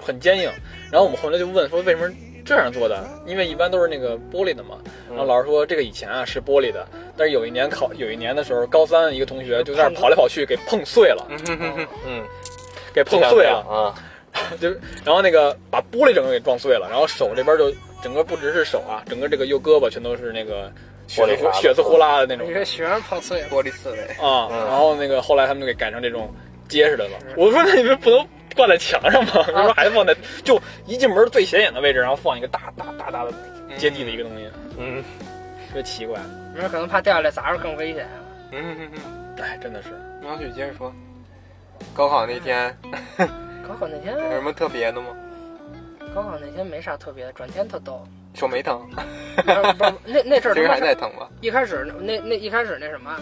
Speaker 2: 很坚硬。然后我们后来就问说为什么这样做的，因为一般都是那个玻璃的嘛。
Speaker 3: 嗯
Speaker 2: 然后老师说这个以前啊是玻璃的，但是有一年考有一年的时候，高三一个同学就在那儿跑来跑去给碰碎了，
Speaker 3: 嗯，
Speaker 2: 给碰碎了。
Speaker 3: 啊！
Speaker 2: 就是，然后那个把玻璃整个给撞碎了，然后手这边就整个不只是手啊，整个这个右胳膊全都是那个血
Speaker 3: 玻璃碴
Speaker 2: 丝
Speaker 3: 子
Speaker 2: 血丝呼啦的那种
Speaker 4: 你这学生碰碎了，
Speaker 1: 玻璃刺猬，
Speaker 2: 啊。
Speaker 3: 嗯
Speaker 2: 然后那个后来他们就给改成这种结实的了。我说那你们不能挂在墙上 吗？你说还放在就一进门最显眼的位置，然后放一个大大大大的接地的一个东西，
Speaker 3: 嗯，
Speaker 2: 特别奇怪。
Speaker 4: 你说可能怕掉下来砸着更危险啊。
Speaker 1: 嗯嗯嗯
Speaker 2: 哎，真的是
Speaker 1: 嗯，苗许接着说，高考那天
Speaker 4: 高考那天，
Speaker 1: 有什
Speaker 3: 嗯
Speaker 1: 么特别的吗？
Speaker 4: 高考那天没啥特别的，转天特 逗。
Speaker 1: 手没疼，
Speaker 4: 不是不是那那阵儿
Speaker 1: 其实
Speaker 4: 他妈
Speaker 1: 还
Speaker 4: 是
Speaker 1: 在疼吧？
Speaker 4: 一开始那那一开始那什么，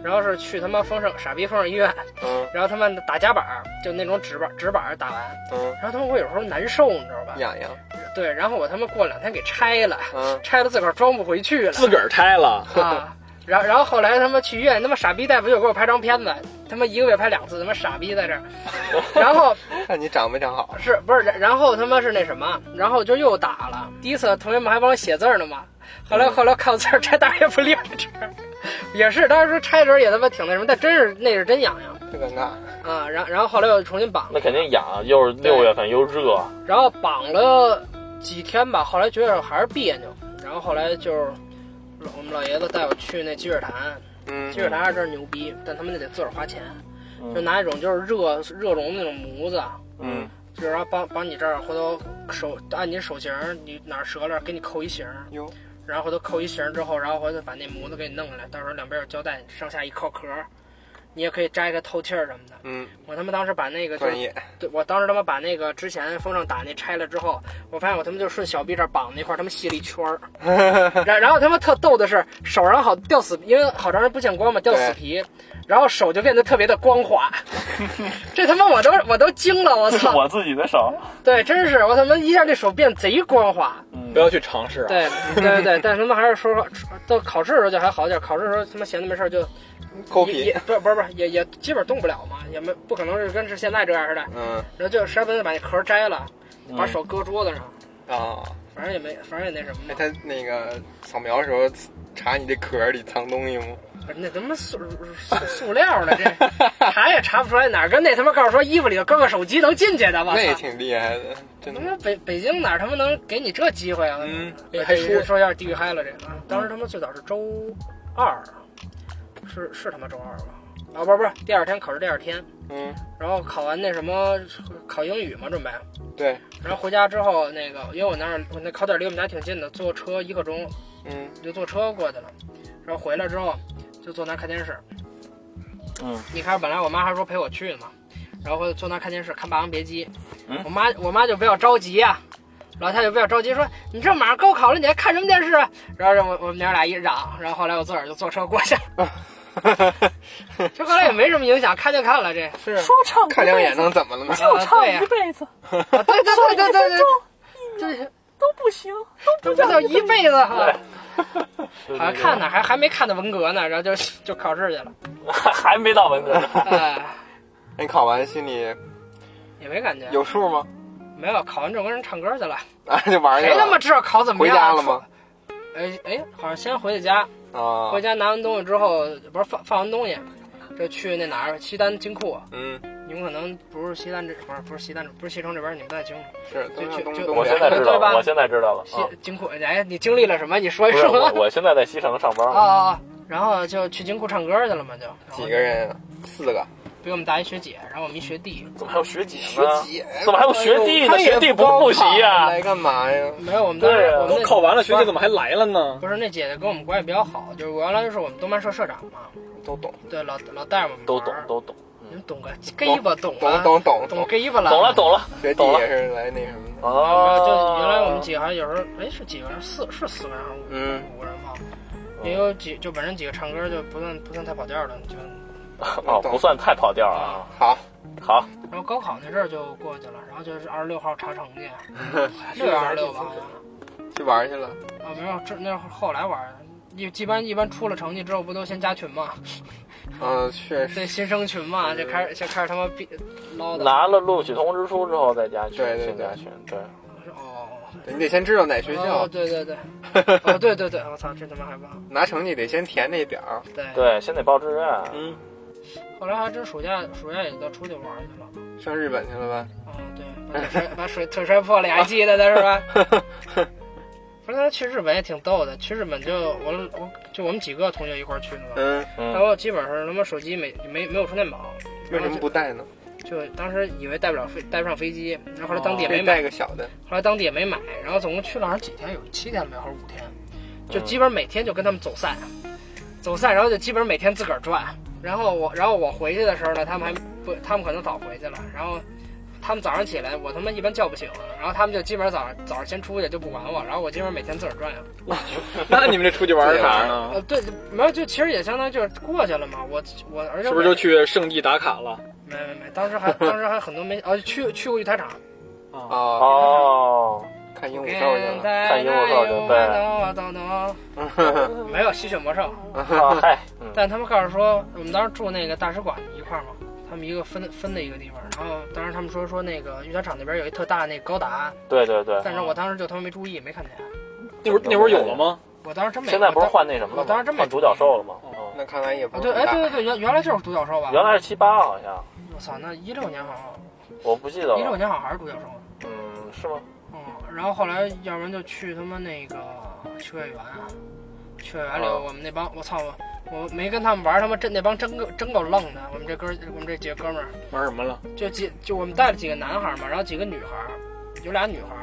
Speaker 4: 然后是去他妈丰盛傻逼丰盛医院，
Speaker 1: 嗯
Speaker 4: 然后他妈打夹板儿，就那种纸板纸板儿打完，
Speaker 1: 嗯，
Speaker 4: 然后他妈我有时候难受，你知道吧？
Speaker 1: 痒痒，
Speaker 4: 对，然后我他妈过两天给拆了，
Speaker 1: 嗯
Speaker 4: 拆了自个儿装不回去了
Speaker 2: 自个儿拆了，
Speaker 4: 啊。然后然后后来他妈去医院，他妈傻逼大夫又给我拍张片子，他妈一个月拍两次，他妈傻逼 在这儿。然后
Speaker 1: 看你长没长好。
Speaker 4: 是不是？然然后他妈是那什么？然后就又打了。第一次同学们还帮我写字儿呢嘛。后来后来看我字儿拆大也不立这儿，也是当时拆的时候也他妈挺那什么，但真是那是真痒痒
Speaker 1: 特尴尬，
Speaker 4: 啊。然然后后来又重新绑
Speaker 3: 那，肯定痒，又是六月份又热，
Speaker 4: 然后绑了几天吧，后来觉得还是别扭。然后后来就是我们老爷子带我去那积水潭，
Speaker 1: 嗯
Speaker 4: 积水潭这儿牛逼，但他们那得自个儿花钱，就
Speaker 3: 嗯
Speaker 4: 拿一种就是热热熔那种模子，啊
Speaker 3: 嗯，
Speaker 4: 就是然后帮帮你这儿回头手按你手型儿，你哪儿折了给你扣一型儿，
Speaker 1: 哟，
Speaker 4: 然后回头扣一型儿之后，然后回头把那模子给你弄下来，到时候两边有胶带，你上下一扣壳儿，你也可以摘开透气儿什么的。
Speaker 1: 嗯，
Speaker 4: 我他妈当时把那个就
Speaker 1: 专业，
Speaker 4: 对我当时他妈把那个之前风筝打那拆了之后，我发现我他妈就顺小臂这儿绑那块儿，他妈系了一 圈儿，然然后他妈特逗的是手上好掉死，因为好长时间不见光嘛，掉死皮，然后手就变得特别的光 滑，这他妈我都我都惊了，我
Speaker 3: 这 是
Speaker 4: 操！
Speaker 3: 我自己的手，
Speaker 4: 对，真是我他妈一下这手变贼光滑。
Speaker 3: 嗯
Speaker 2: 不要去尝试啊。
Speaker 4: 对对对， 但他妈还是说到考试的时候就还好点儿，考试的时候他妈闲的没事儿就
Speaker 1: 抠
Speaker 4: 也
Speaker 1: 皮
Speaker 4: 也，不是不是不是也也基本动不了嘛，也没不可能是跟是现在这样似的，
Speaker 1: 嗯
Speaker 4: 然后就实在不行把那壳摘了，
Speaker 3: 嗯
Speaker 4: 把手搁桌子上，
Speaker 1: 啊，
Speaker 4: 反正也没反正也那什么
Speaker 1: 哎，
Speaker 4: 嘛，
Speaker 1: 他那个扫描的时候查你这壳里藏东西吗？
Speaker 4: 那他妈塑塑塑 料的这查也查不出来哪儿跟那他妈告诉说衣服里头搁个手机能进去的，我
Speaker 1: 那也
Speaker 4: 操！
Speaker 1: 挺厉害的，真
Speaker 4: 他
Speaker 1: 的。
Speaker 4: 妈北北京哪儿他妈能给你这机会啊？
Speaker 1: 嗯，
Speaker 4: 还说说一下地狱嗨了这个，啊当时他妈最早是周二，啊是是他妈周二吧？啊，不是不是，第二天考试第二天，
Speaker 1: 嗯，
Speaker 4: 然后考完那什么考英语嘛，准备，
Speaker 1: 对，
Speaker 4: 然后回家之后那个，因为我那儿我那考点离我们家挺近的，坐车一个钟
Speaker 1: 嗯，
Speaker 4: 就坐车过去了，然后回来之后就坐那儿看电视，
Speaker 3: 嗯，
Speaker 4: 一开始本来我妈还说陪我去呢嘛，然后坐那儿看电视看《霸王别姬》
Speaker 3: 嗯
Speaker 4: 我妈我妈就比较着急呀、老太太就比较着急说：“你这马上高考了，你还看什么电视？”啊？”然后让我我们娘俩一嚷，然后后来我自个儿就坐车过去了， 这后来也没什么影响，看就看了这。
Speaker 1: 是
Speaker 5: 说
Speaker 4: 哦
Speaker 5: 唱
Speaker 1: 看两眼能怎么了呢？
Speaker 5: 就
Speaker 4: 啊
Speaker 5: 唱
Speaker 4: 对呀
Speaker 5: 一辈子，
Speaker 4: 啊对对对对对对，
Speaker 5: 都不行，
Speaker 4: 这这叫一辈子啊！
Speaker 3: 对
Speaker 4: 好像看呢，还还没看到文革呢，然后就就考试去了，
Speaker 3: 还 还没到文革，
Speaker 4: 哎，
Speaker 1: 你考完心里
Speaker 4: 也没感觉，
Speaker 1: 有数吗？
Speaker 4: 没有考完之后跟人唱歌去了，
Speaker 1: 啊，就
Speaker 3: 哎
Speaker 1: 玩去
Speaker 4: 谁他妈
Speaker 1: 了。
Speaker 4: 知道考怎么
Speaker 1: 回
Speaker 4: 样？
Speaker 1: 家了吗？
Speaker 4: 哎哎，好像先回的家，
Speaker 1: 啊
Speaker 4: 回，家拿完东西之后，不是放放完东西，就去那哪儿西单金库，
Speaker 1: 嗯，
Speaker 4: 你们可能不是西单这，不是不是西单，不是西城这边，你们不太清楚。
Speaker 1: 是，都是
Speaker 4: 就
Speaker 1: 东
Speaker 4: 就
Speaker 1: 东
Speaker 3: 我
Speaker 1: 北
Speaker 3: 现在知道
Speaker 4: 对吧
Speaker 3: 了，我现在知道了
Speaker 4: 西、
Speaker 3: 啊，
Speaker 4: 金库，哎，你经历了什么？你说一哦
Speaker 3: 不是我，
Speaker 4: 说。
Speaker 3: 我现在在西城上班
Speaker 4: 啊，啊啊然后就去金库唱歌去了嘛，就然后
Speaker 1: 几个人啊？四个。
Speaker 4: 比我们大一学姐，然后我们一学弟。
Speaker 3: 怎么还有学姐
Speaker 1: 学哎
Speaker 3: 呢？
Speaker 1: 姐
Speaker 3: 啊怎么还有学弟呢？学弟不复习呀、
Speaker 1: 来干嘛呀？
Speaker 4: 没有，我们当时
Speaker 3: 对啊
Speaker 4: 我们
Speaker 2: 都
Speaker 4: 那
Speaker 2: 考哦完了，学姐怎么还来了呢？
Speaker 4: 不是那姐姐跟我们关系比较好，就是我原来就是我们动漫社社长嘛，
Speaker 1: 都懂，
Speaker 4: 对，老老带着我们
Speaker 3: 都
Speaker 4: 玩
Speaker 3: 懂
Speaker 4: 儿，
Speaker 3: 都懂，
Speaker 4: 你们懂个鸡巴懂
Speaker 1: 懂
Speaker 4: 啊，
Speaker 1: 懂懂
Speaker 4: 懂，鸡巴了，
Speaker 3: 懂了。懂了
Speaker 1: 学弟
Speaker 3: 懂了
Speaker 1: 也是来那什么的。
Speaker 4: 然后
Speaker 3: 哦
Speaker 4: 就原来我们几个好像有时候，哎，是几个人？四是四个人还是五个人？
Speaker 1: 嗯
Speaker 4: 五个人吧。也有几就本身几个唱歌就不算不算太跑调的，就
Speaker 3: 哦，不算太跑调啊。
Speaker 1: 好，
Speaker 3: 好，
Speaker 4: 然后高考那阵儿就过去了，然后就是二十六号查成绩， 六月二十六吧好像。
Speaker 1: 去玩去了。
Speaker 4: 啊，没有，这那后来玩儿，一一般一般出了成绩之后不都先加群 嘛，
Speaker 1: 嗯，确实，
Speaker 4: 对新生群
Speaker 1: 嗯
Speaker 4: 嘛，就开始就开始他妈逼唠叨。
Speaker 3: 拿了录取通知书之后再加群，
Speaker 1: 对对
Speaker 3: 先
Speaker 1: 对
Speaker 3: 加群，对，
Speaker 4: 哦，
Speaker 1: 你得先知道哪学校
Speaker 3: 嗯
Speaker 4: 哦，，对对 对，哦对对对，我操，这他妈还忘。
Speaker 1: 拿成绩得先填那表。
Speaker 4: 对，
Speaker 3: 对，先得报志愿。
Speaker 1: 嗯，
Speaker 4: 后来还真暑假暑假也到出去玩儿去了。
Speaker 1: 上日本去了吧？
Speaker 4: 啊，对，把腿摔把水 腿摔破了，你还记得的是 吧？不是，他去日本也挺逗的。去日本就我我就我们几个同学一块儿去的嘛，
Speaker 1: 嗯，
Speaker 4: 然
Speaker 3: 嗯，
Speaker 4: 后基本上他妈手机没没没有充电宝，
Speaker 1: 为什么不带呢？
Speaker 4: 就当时以为带不了飞带不上飞机，然后后来当地也
Speaker 1: 可
Speaker 4: 没
Speaker 1: 以
Speaker 4: 买，
Speaker 1: 带个小的。
Speaker 4: 后来当地也没买，然后总共去了好像几天，有七天吧，还是五天，就
Speaker 3: 嗯
Speaker 4: 基本每天就跟他们走散，走散，然后就基本每天自个儿转，然后我然后我回去的时候呢，他们还不，他们可能早回去了，然后。他们早上起来，我他妈一般叫不醒，然后他们就基本上早上早上先出去就不管我，然后我基本上每天自个儿转悠。
Speaker 2: 那你们这出去玩儿啥呢？
Speaker 4: 呃，对，没有，就其实也相当于就是过去了嘛。我我而且
Speaker 2: 是
Speaker 4: 我
Speaker 2: 不是就去圣地打卡了？
Speaker 4: 没没没，当时还当时还很多没啊，去去过玉台场，
Speaker 2: 啊，
Speaker 1: 哦，
Speaker 3: 哦，
Speaker 1: 看鹦鹉兽去了。
Speaker 4: 看
Speaker 3: 鹦鹉兽去
Speaker 4: 没有吸血魔兽，
Speaker 3: 啊嗨，嗯
Speaker 4: 但他们告诉说，我们当时住那个大使馆一块儿嘛，他们一个分分的一个地方，然后当时他们说说那个玉泉厂那边有一特大那高达，
Speaker 3: 对对对，
Speaker 4: 但是我当时就他妈没注意没看见，
Speaker 2: 那会儿那会儿有了吗？
Speaker 4: 我当时真没。
Speaker 3: 现在不是
Speaker 4: 我当
Speaker 3: 换那什么了
Speaker 4: 我当
Speaker 3: 吗
Speaker 4: 时真？没
Speaker 3: 换独角兽了
Speaker 2: 哦
Speaker 3: 吗？嗯
Speaker 1: 那看来也不
Speaker 4: 啊
Speaker 1: 是
Speaker 4: 对，
Speaker 1: 很
Speaker 4: 哎
Speaker 1: 大
Speaker 4: 对对对，原原来就是独角兽吧？
Speaker 3: 原来是七八好像，
Speaker 4: 我操，那一六年好像，哦
Speaker 3: 我不记得
Speaker 4: 一六
Speaker 3: 了。
Speaker 4: 年好像还是独角兽。
Speaker 3: 嗯，是吗？
Speaker 4: 嗯，然后后来要不然就去他妈那个秋叶原，秋叶原里
Speaker 3: 啊
Speaker 4: 我们那帮我操我我没跟他们玩儿，他妈真那帮真够真够愣的。我们这哥儿我们这几个哥们儿
Speaker 2: 玩儿什么了？
Speaker 4: 就几就我们带了几个男孩儿嘛，然后几个女孩儿，有俩女孩儿。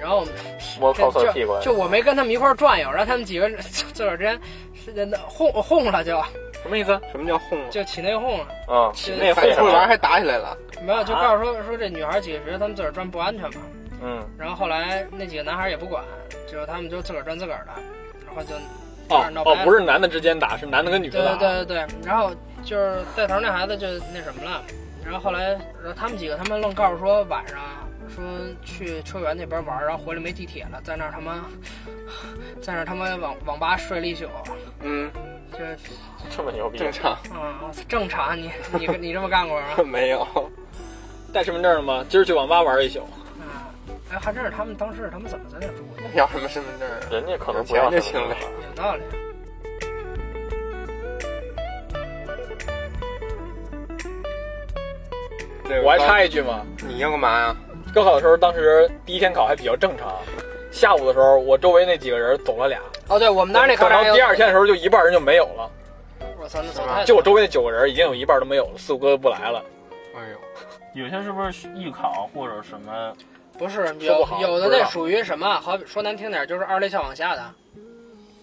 Speaker 4: 然后我们
Speaker 3: 我靠，
Speaker 4: 就
Speaker 3: 侧屁股来
Speaker 4: 就我没跟他们一块儿转悠，然后他们几个人 自个儿之间是在那哄哄了就，
Speaker 2: 什么意思？
Speaker 1: 什么叫哄啊？
Speaker 4: 就起内哄了，
Speaker 3: 嗯，
Speaker 4: 就
Speaker 3: 那
Speaker 1: 还
Speaker 3: 会
Speaker 1: 出去玩还打起来了。
Speaker 4: 没有就告诉说说这女孩儿几个觉得他们自个儿转不安全嘛，
Speaker 3: 嗯，
Speaker 4: 然后后来那几个男孩儿也不管，就是他们就自个儿转自个儿的，然后就
Speaker 2: 哦
Speaker 4: 闹掰
Speaker 2: 哦
Speaker 4: 了，
Speaker 2: 不是男的之间打，是男的跟女
Speaker 4: 对
Speaker 2: 的打。
Speaker 4: 对对对，对然后就是带头那孩子就那什么了，然后后来然后他们几个他们愣告诉说晚上说去秋园那边玩儿，然后回来没地铁了，在那儿他妈 在那儿他妈网网吧睡了一宿，
Speaker 1: 嗯，
Speaker 4: 这
Speaker 3: 这么牛逼，
Speaker 1: 正 常。
Speaker 4: 嗯正常，你你你这么干过 吗？
Speaker 1: 没有，
Speaker 2: 带身份证了吗？今儿去网吧玩儿一宿。
Speaker 4: 啊，哎，还真是他们当时他们怎么在那儿住的，
Speaker 1: 要什么身份证啊？
Speaker 3: 人家可能不
Speaker 1: 有
Speaker 3: 要
Speaker 1: 钱就
Speaker 3: 什么
Speaker 1: 行了
Speaker 3: 了。
Speaker 4: 有道理。
Speaker 1: 对
Speaker 2: 我还插一句嘛，
Speaker 1: 你要干嘛呀？
Speaker 2: 高考的时候，当时第一天考还比较正常，下午的时候，我周围那几个人走了俩，
Speaker 4: 哦，对，我们当时那高
Speaker 2: 等
Speaker 4: 达
Speaker 2: 到第二天的时候，就一半人就没有了，
Speaker 4: 我操，那走太
Speaker 2: 就我周围那九个人已经有一半都没有了，四五个都不来了。
Speaker 1: 哎呦，
Speaker 3: 有些是不是艺考或者什么？
Speaker 4: 不是
Speaker 2: 说不
Speaker 4: 有
Speaker 2: 好
Speaker 4: 有的
Speaker 2: 不知
Speaker 4: 那
Speaker 2: 道
Speaker 4: 属于什么？好比说难听点儿，就是二类校往下的，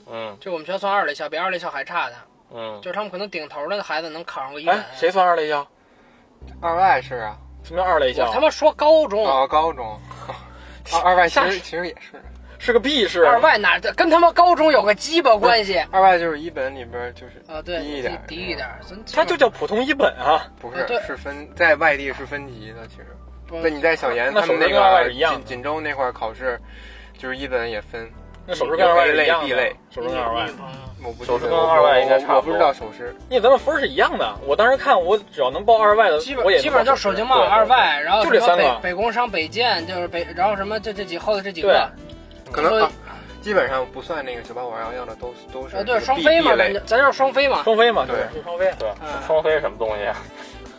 Speaker 3: 嗯
Speaker 4: 就我们学校算二类校，比二类校还差的，
Speaker 3: 嗯，
Speaker 4: 就是他们可能顶头的孩子能考上个一啊本
Speaker 2: 哎。，谁算二类校？
Speaker 1: 二外是啊，
Speaker 2: 什么叫二类
Speaker 4: 我
Speaker 2: 校
Speaker 4: 他？妈说高中
Speaker 1: 啊，高中， 啊二外其
Speaker 4: 哦下
Speaker 1: 实其实也是，
Speaker 2: 是个屁是？
Speaker 4: 二外哪跟他妈高中有个鸡巴关系？
Speaker 1: 二外就是一本里边就是
Speaker 4: 啊，对，
Speaker 1: 低一点
Speaker 4: 低一点儿，
Speaker 2: 它嗯就叫普通一本啊。
Speaker 1: 不
Speaker 4: 啊
Speaker 1: 是
Speaker 4: 对哦
Speaker 1: 是分在外地是分级的，其实。
Speaker 4: 不
Speaker 1: 那你在小研
Speaker 2: 那
Speaker 1: 他们
Speaker 2: 手
Speaker 1: 那
Speaker 2: 工跟二外
Speaker 1: 个
Speaker 2: 是一样
Speaker 1: 锦锦州那块儿考试，就是一本也分，
Speaker 2: 那手术跟二外是一样
Speaker 1: 有 A 类 B
Speaker 2: 的
Speaker 1: 类，
Speaker 2: 手术跟二外
Speaker 4: 女，朋友
Speaker 1: 我不记
Speaker 3: 手
Speaker 1: 得
Speaker 3: 师跟
Speaker 1: 我
Speaker 3: 二外应该
Speaker 1: 我
Speaker 3: 差不多
Speaker 1: 我不知道手师，
Speaker 2: 因为咱们分儿是一样的。我当时看，我只要能报二外的，
Speaker 4: 基
Speaker 2: 我
Speaker 4: 本
Speaker 2: 也能
Speaker 4: 基本上
Speaker 2: 报
Speaker 4: 就
Speaker 2: 手
Speaker 4: 首
Speaker 2: 术
Speaker 4: 经贸
Speaker 2: 对
Speaker 4: 二外，然后
Speaker 2: 就
Speaker 4: 什
Speaker 2: 这
Speaker 4: 么
Speaker 2: 三
Speaker 4: 北
Speaker 2: 个
Speaker 4: 北工商、北建，就是北，然后什么就这几后的这几
Speaker 2: 对
Speaker 4: 个，
Speaker 1: 可能
Speaker 4: 所以
Speaker 1: 啊，基本上不算那个九八五二幺幺的都都是
Speaker 4: 呃，对，
Speaker 1: 这个
Speaker 4: 双
Speaker 1: B-
Speaker 4: 飞嘛
Speaker 1: B，类
Speaker 4: 咱就咱就是双飞嘛，
Speaker 2: 双飞嘛，
Speaker 1: 对
Speaker 2: 就是双飞。
Speaker 3: 对
Speaker 4: 嗯，
Speaker 3: 双飞什么东西？啊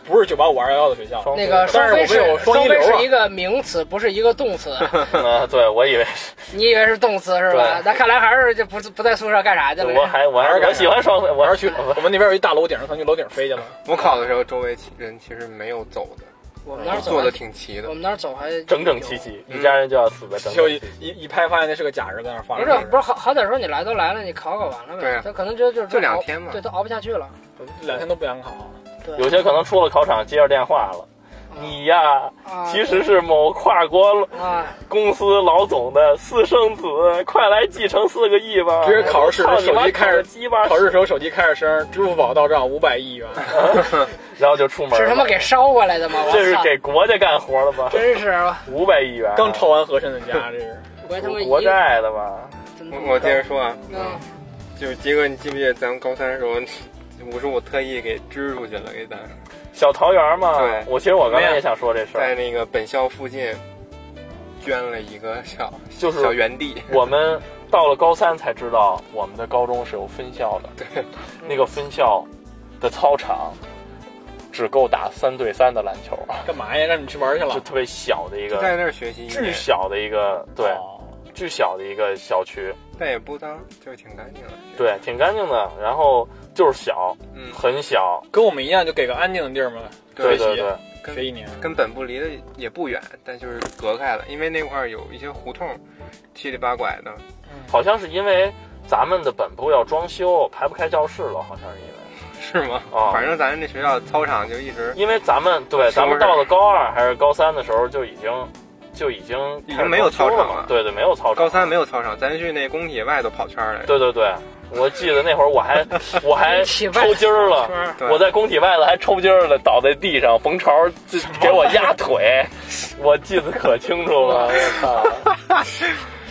Speaker 2: 不是九八五二幺幺的学校，
Speaker 3: 双
Speaker 4: 那个双
Speaker 2: 但是
Speaker 4: 非
Speaker 2: 我们有
Speaker 4: 是
Speaker 2: 双一
Speaker 4: 非
Speaker 2: 流啊
Speaker 4: 是一个名词，不是一个动词。
Speaker 3: 啊，对我以为是
Speaker 4: 你以为是动词是吧
Speaker 3: 对？
Speaker 4: 那看来还是就不不在宿舍干啥去了。
Speaker 3: 我还我
Speaker 2: 还是
Speaker 3: 还
Speaker 2: 干
Speaker 3: 我喜欢双非，我
Speaker 2: 我
Speaker 3: 还
Speaker 2: 还
Speaker 3: 是
Speaker 2: 是
Speaker 3: 去
Speaker 2: 去我们那边有一大楼顶上，可能去楼顶飞去了。
Speaker 1: 我考的时候，周围其人其实没有走的，
Speaker 4: 我们那儿走
Speaker 1: 坐
Speaker 4: 还
Speaker 1: 的挺齐
Speaker 4: 我
Speaker 1: 的。
Speaker 4: 们那儿走还
Speaker 3: 整整齐。齐，一家人就要死的整整
Speaker 2: 就一
Speaker 3: 齐齐。
Speaker 2: 一一拍发现那是个假人在那儿放
Speaker 4: 不
Speaker 2: 着。
Speaker 4: 是不是，好好歹说你来都来了，你考考完了呗。
Speaker 1: 对啊
Speaker 4: 他可能就就是
Speaker 1: 就两天嘛
Speaker 4: 对，都熬不下去了。
Speaker 2: 是，两天都不想
Speaker 3: 啊
Speaker 2: 考。
Speaker 4: 对，
Speaker 3: 有些可能出了考场接着电话了，你呀，
Speaker 4: 啊
Speaker 3: 其实是某跨国
Speaker 4: 啊，
Speaker 3: 公司老总的私生子，快来继承四个亿吧！
Speaker 2: 直接考试时
Speaker 3: 操你妈
Speaker 2: 手机开
Speaker 3: 考
Speaker 2: 始
Speaker 3: 个鸡巴
Speaker 2: 考试时候手机开着声，支付宝到账五百亿元。
Speaker 3: 啊然后就出门了。
Speaker 4: 是他妈给捎过来的吗？我
Speaker 3: 这是
Speaker 4: 操，
Speaker 3: 给国家干活的吧？
Speaker 4: 真是啊
Speaker 3: 五百亿元，
Speaker 2: 刚抄完和珅的 家，这是
Speaker 4: 我他妈
Speaker 3: 国债的吧？
Speaker 4: 一
Speaker 1: 我我接着说啊，
Speaker 4: 嗯
Speaker 1: 就是杰哥，你记不记得咱们高三的时候， 我说我特意给支出去了，给咱
Speaker 3: 小桃园嘛。
Speaker 1: 对
Speaker 3: 我其实我刚才也想说这事
Speaker 1: 在
Speaker 3: 儿，
Speaker 1: 那个本校附近捐了一个小
Speaker 3: 就是
Speaker 1: 小园地。
Speaker 3: 我们到了高三才知道，我们的高中是有分校的。
Speaker 1: 对，
Speaker 3: 那个分校的操场只够打三对三的篮球，
Speaker 2: 干嘛呀？让你去玩去
Speaker 3: 就
Speaker 2: 了？
Speaker 3: 特别小的一
Speaker 1: 就在
Speaker 3: 个，
Speaker 1: 那儿学习一
Speaker 3: 巨
Speaker 1: 年，
Speaker 3: 小的一个，对，
Speaker 2: 哦
Speaker 3: 巨小的一个小区，
Speaker 1: 但也不脏，就是挺干净的。
Speaker 3: 对，挺干净的。然后就是小，
Speaker 1: 嗯，
Speaker 3: 很小，
Speaker 2: 跟我们一样，就给个安静的地儿嘛，
Speaker 1: 对
Speaker 3: 对对
Speaker 2: 学习
Speaker 3: 对，
Speaker 2: 学一
Speaker 1: 跟
Speaker 2: 年。
Speaker 1: 跟本部离得也不远，但就是隔开了，因为那块儿有一些胡同，七里八拐的。
Speaker 3: 好像是因为咱们的本部要装修，排不开教室了，好像是因为。
Speaker 1: 是吗？
Speaker 3: 哦
Speaker 1: 反正咱这学校操场就一直
Speaker 3: 因为咱们对
Speaker 1: 是不是
Speaker 3: 咱们到了高二还是高三的时候就已经就已经
Speaker 1: 已经没有操场了
Speaker 3: 开始装修嘛对对，没有操场。
Speaker 1: 高三没有操场，咱去那工体外头跑圈儿来着。
Speaker 3: 对对对，我记得那会儿我 还我还
Speaker 4: 起外
Speaker 3: 抽筋儿了。
Speaker 4: 了，
Speaker 1: 对
Speaker 3: 我在工体外头还抽筋儿了，倒在地上，冯潮就给我压 腿，我记得可清楚了。我操！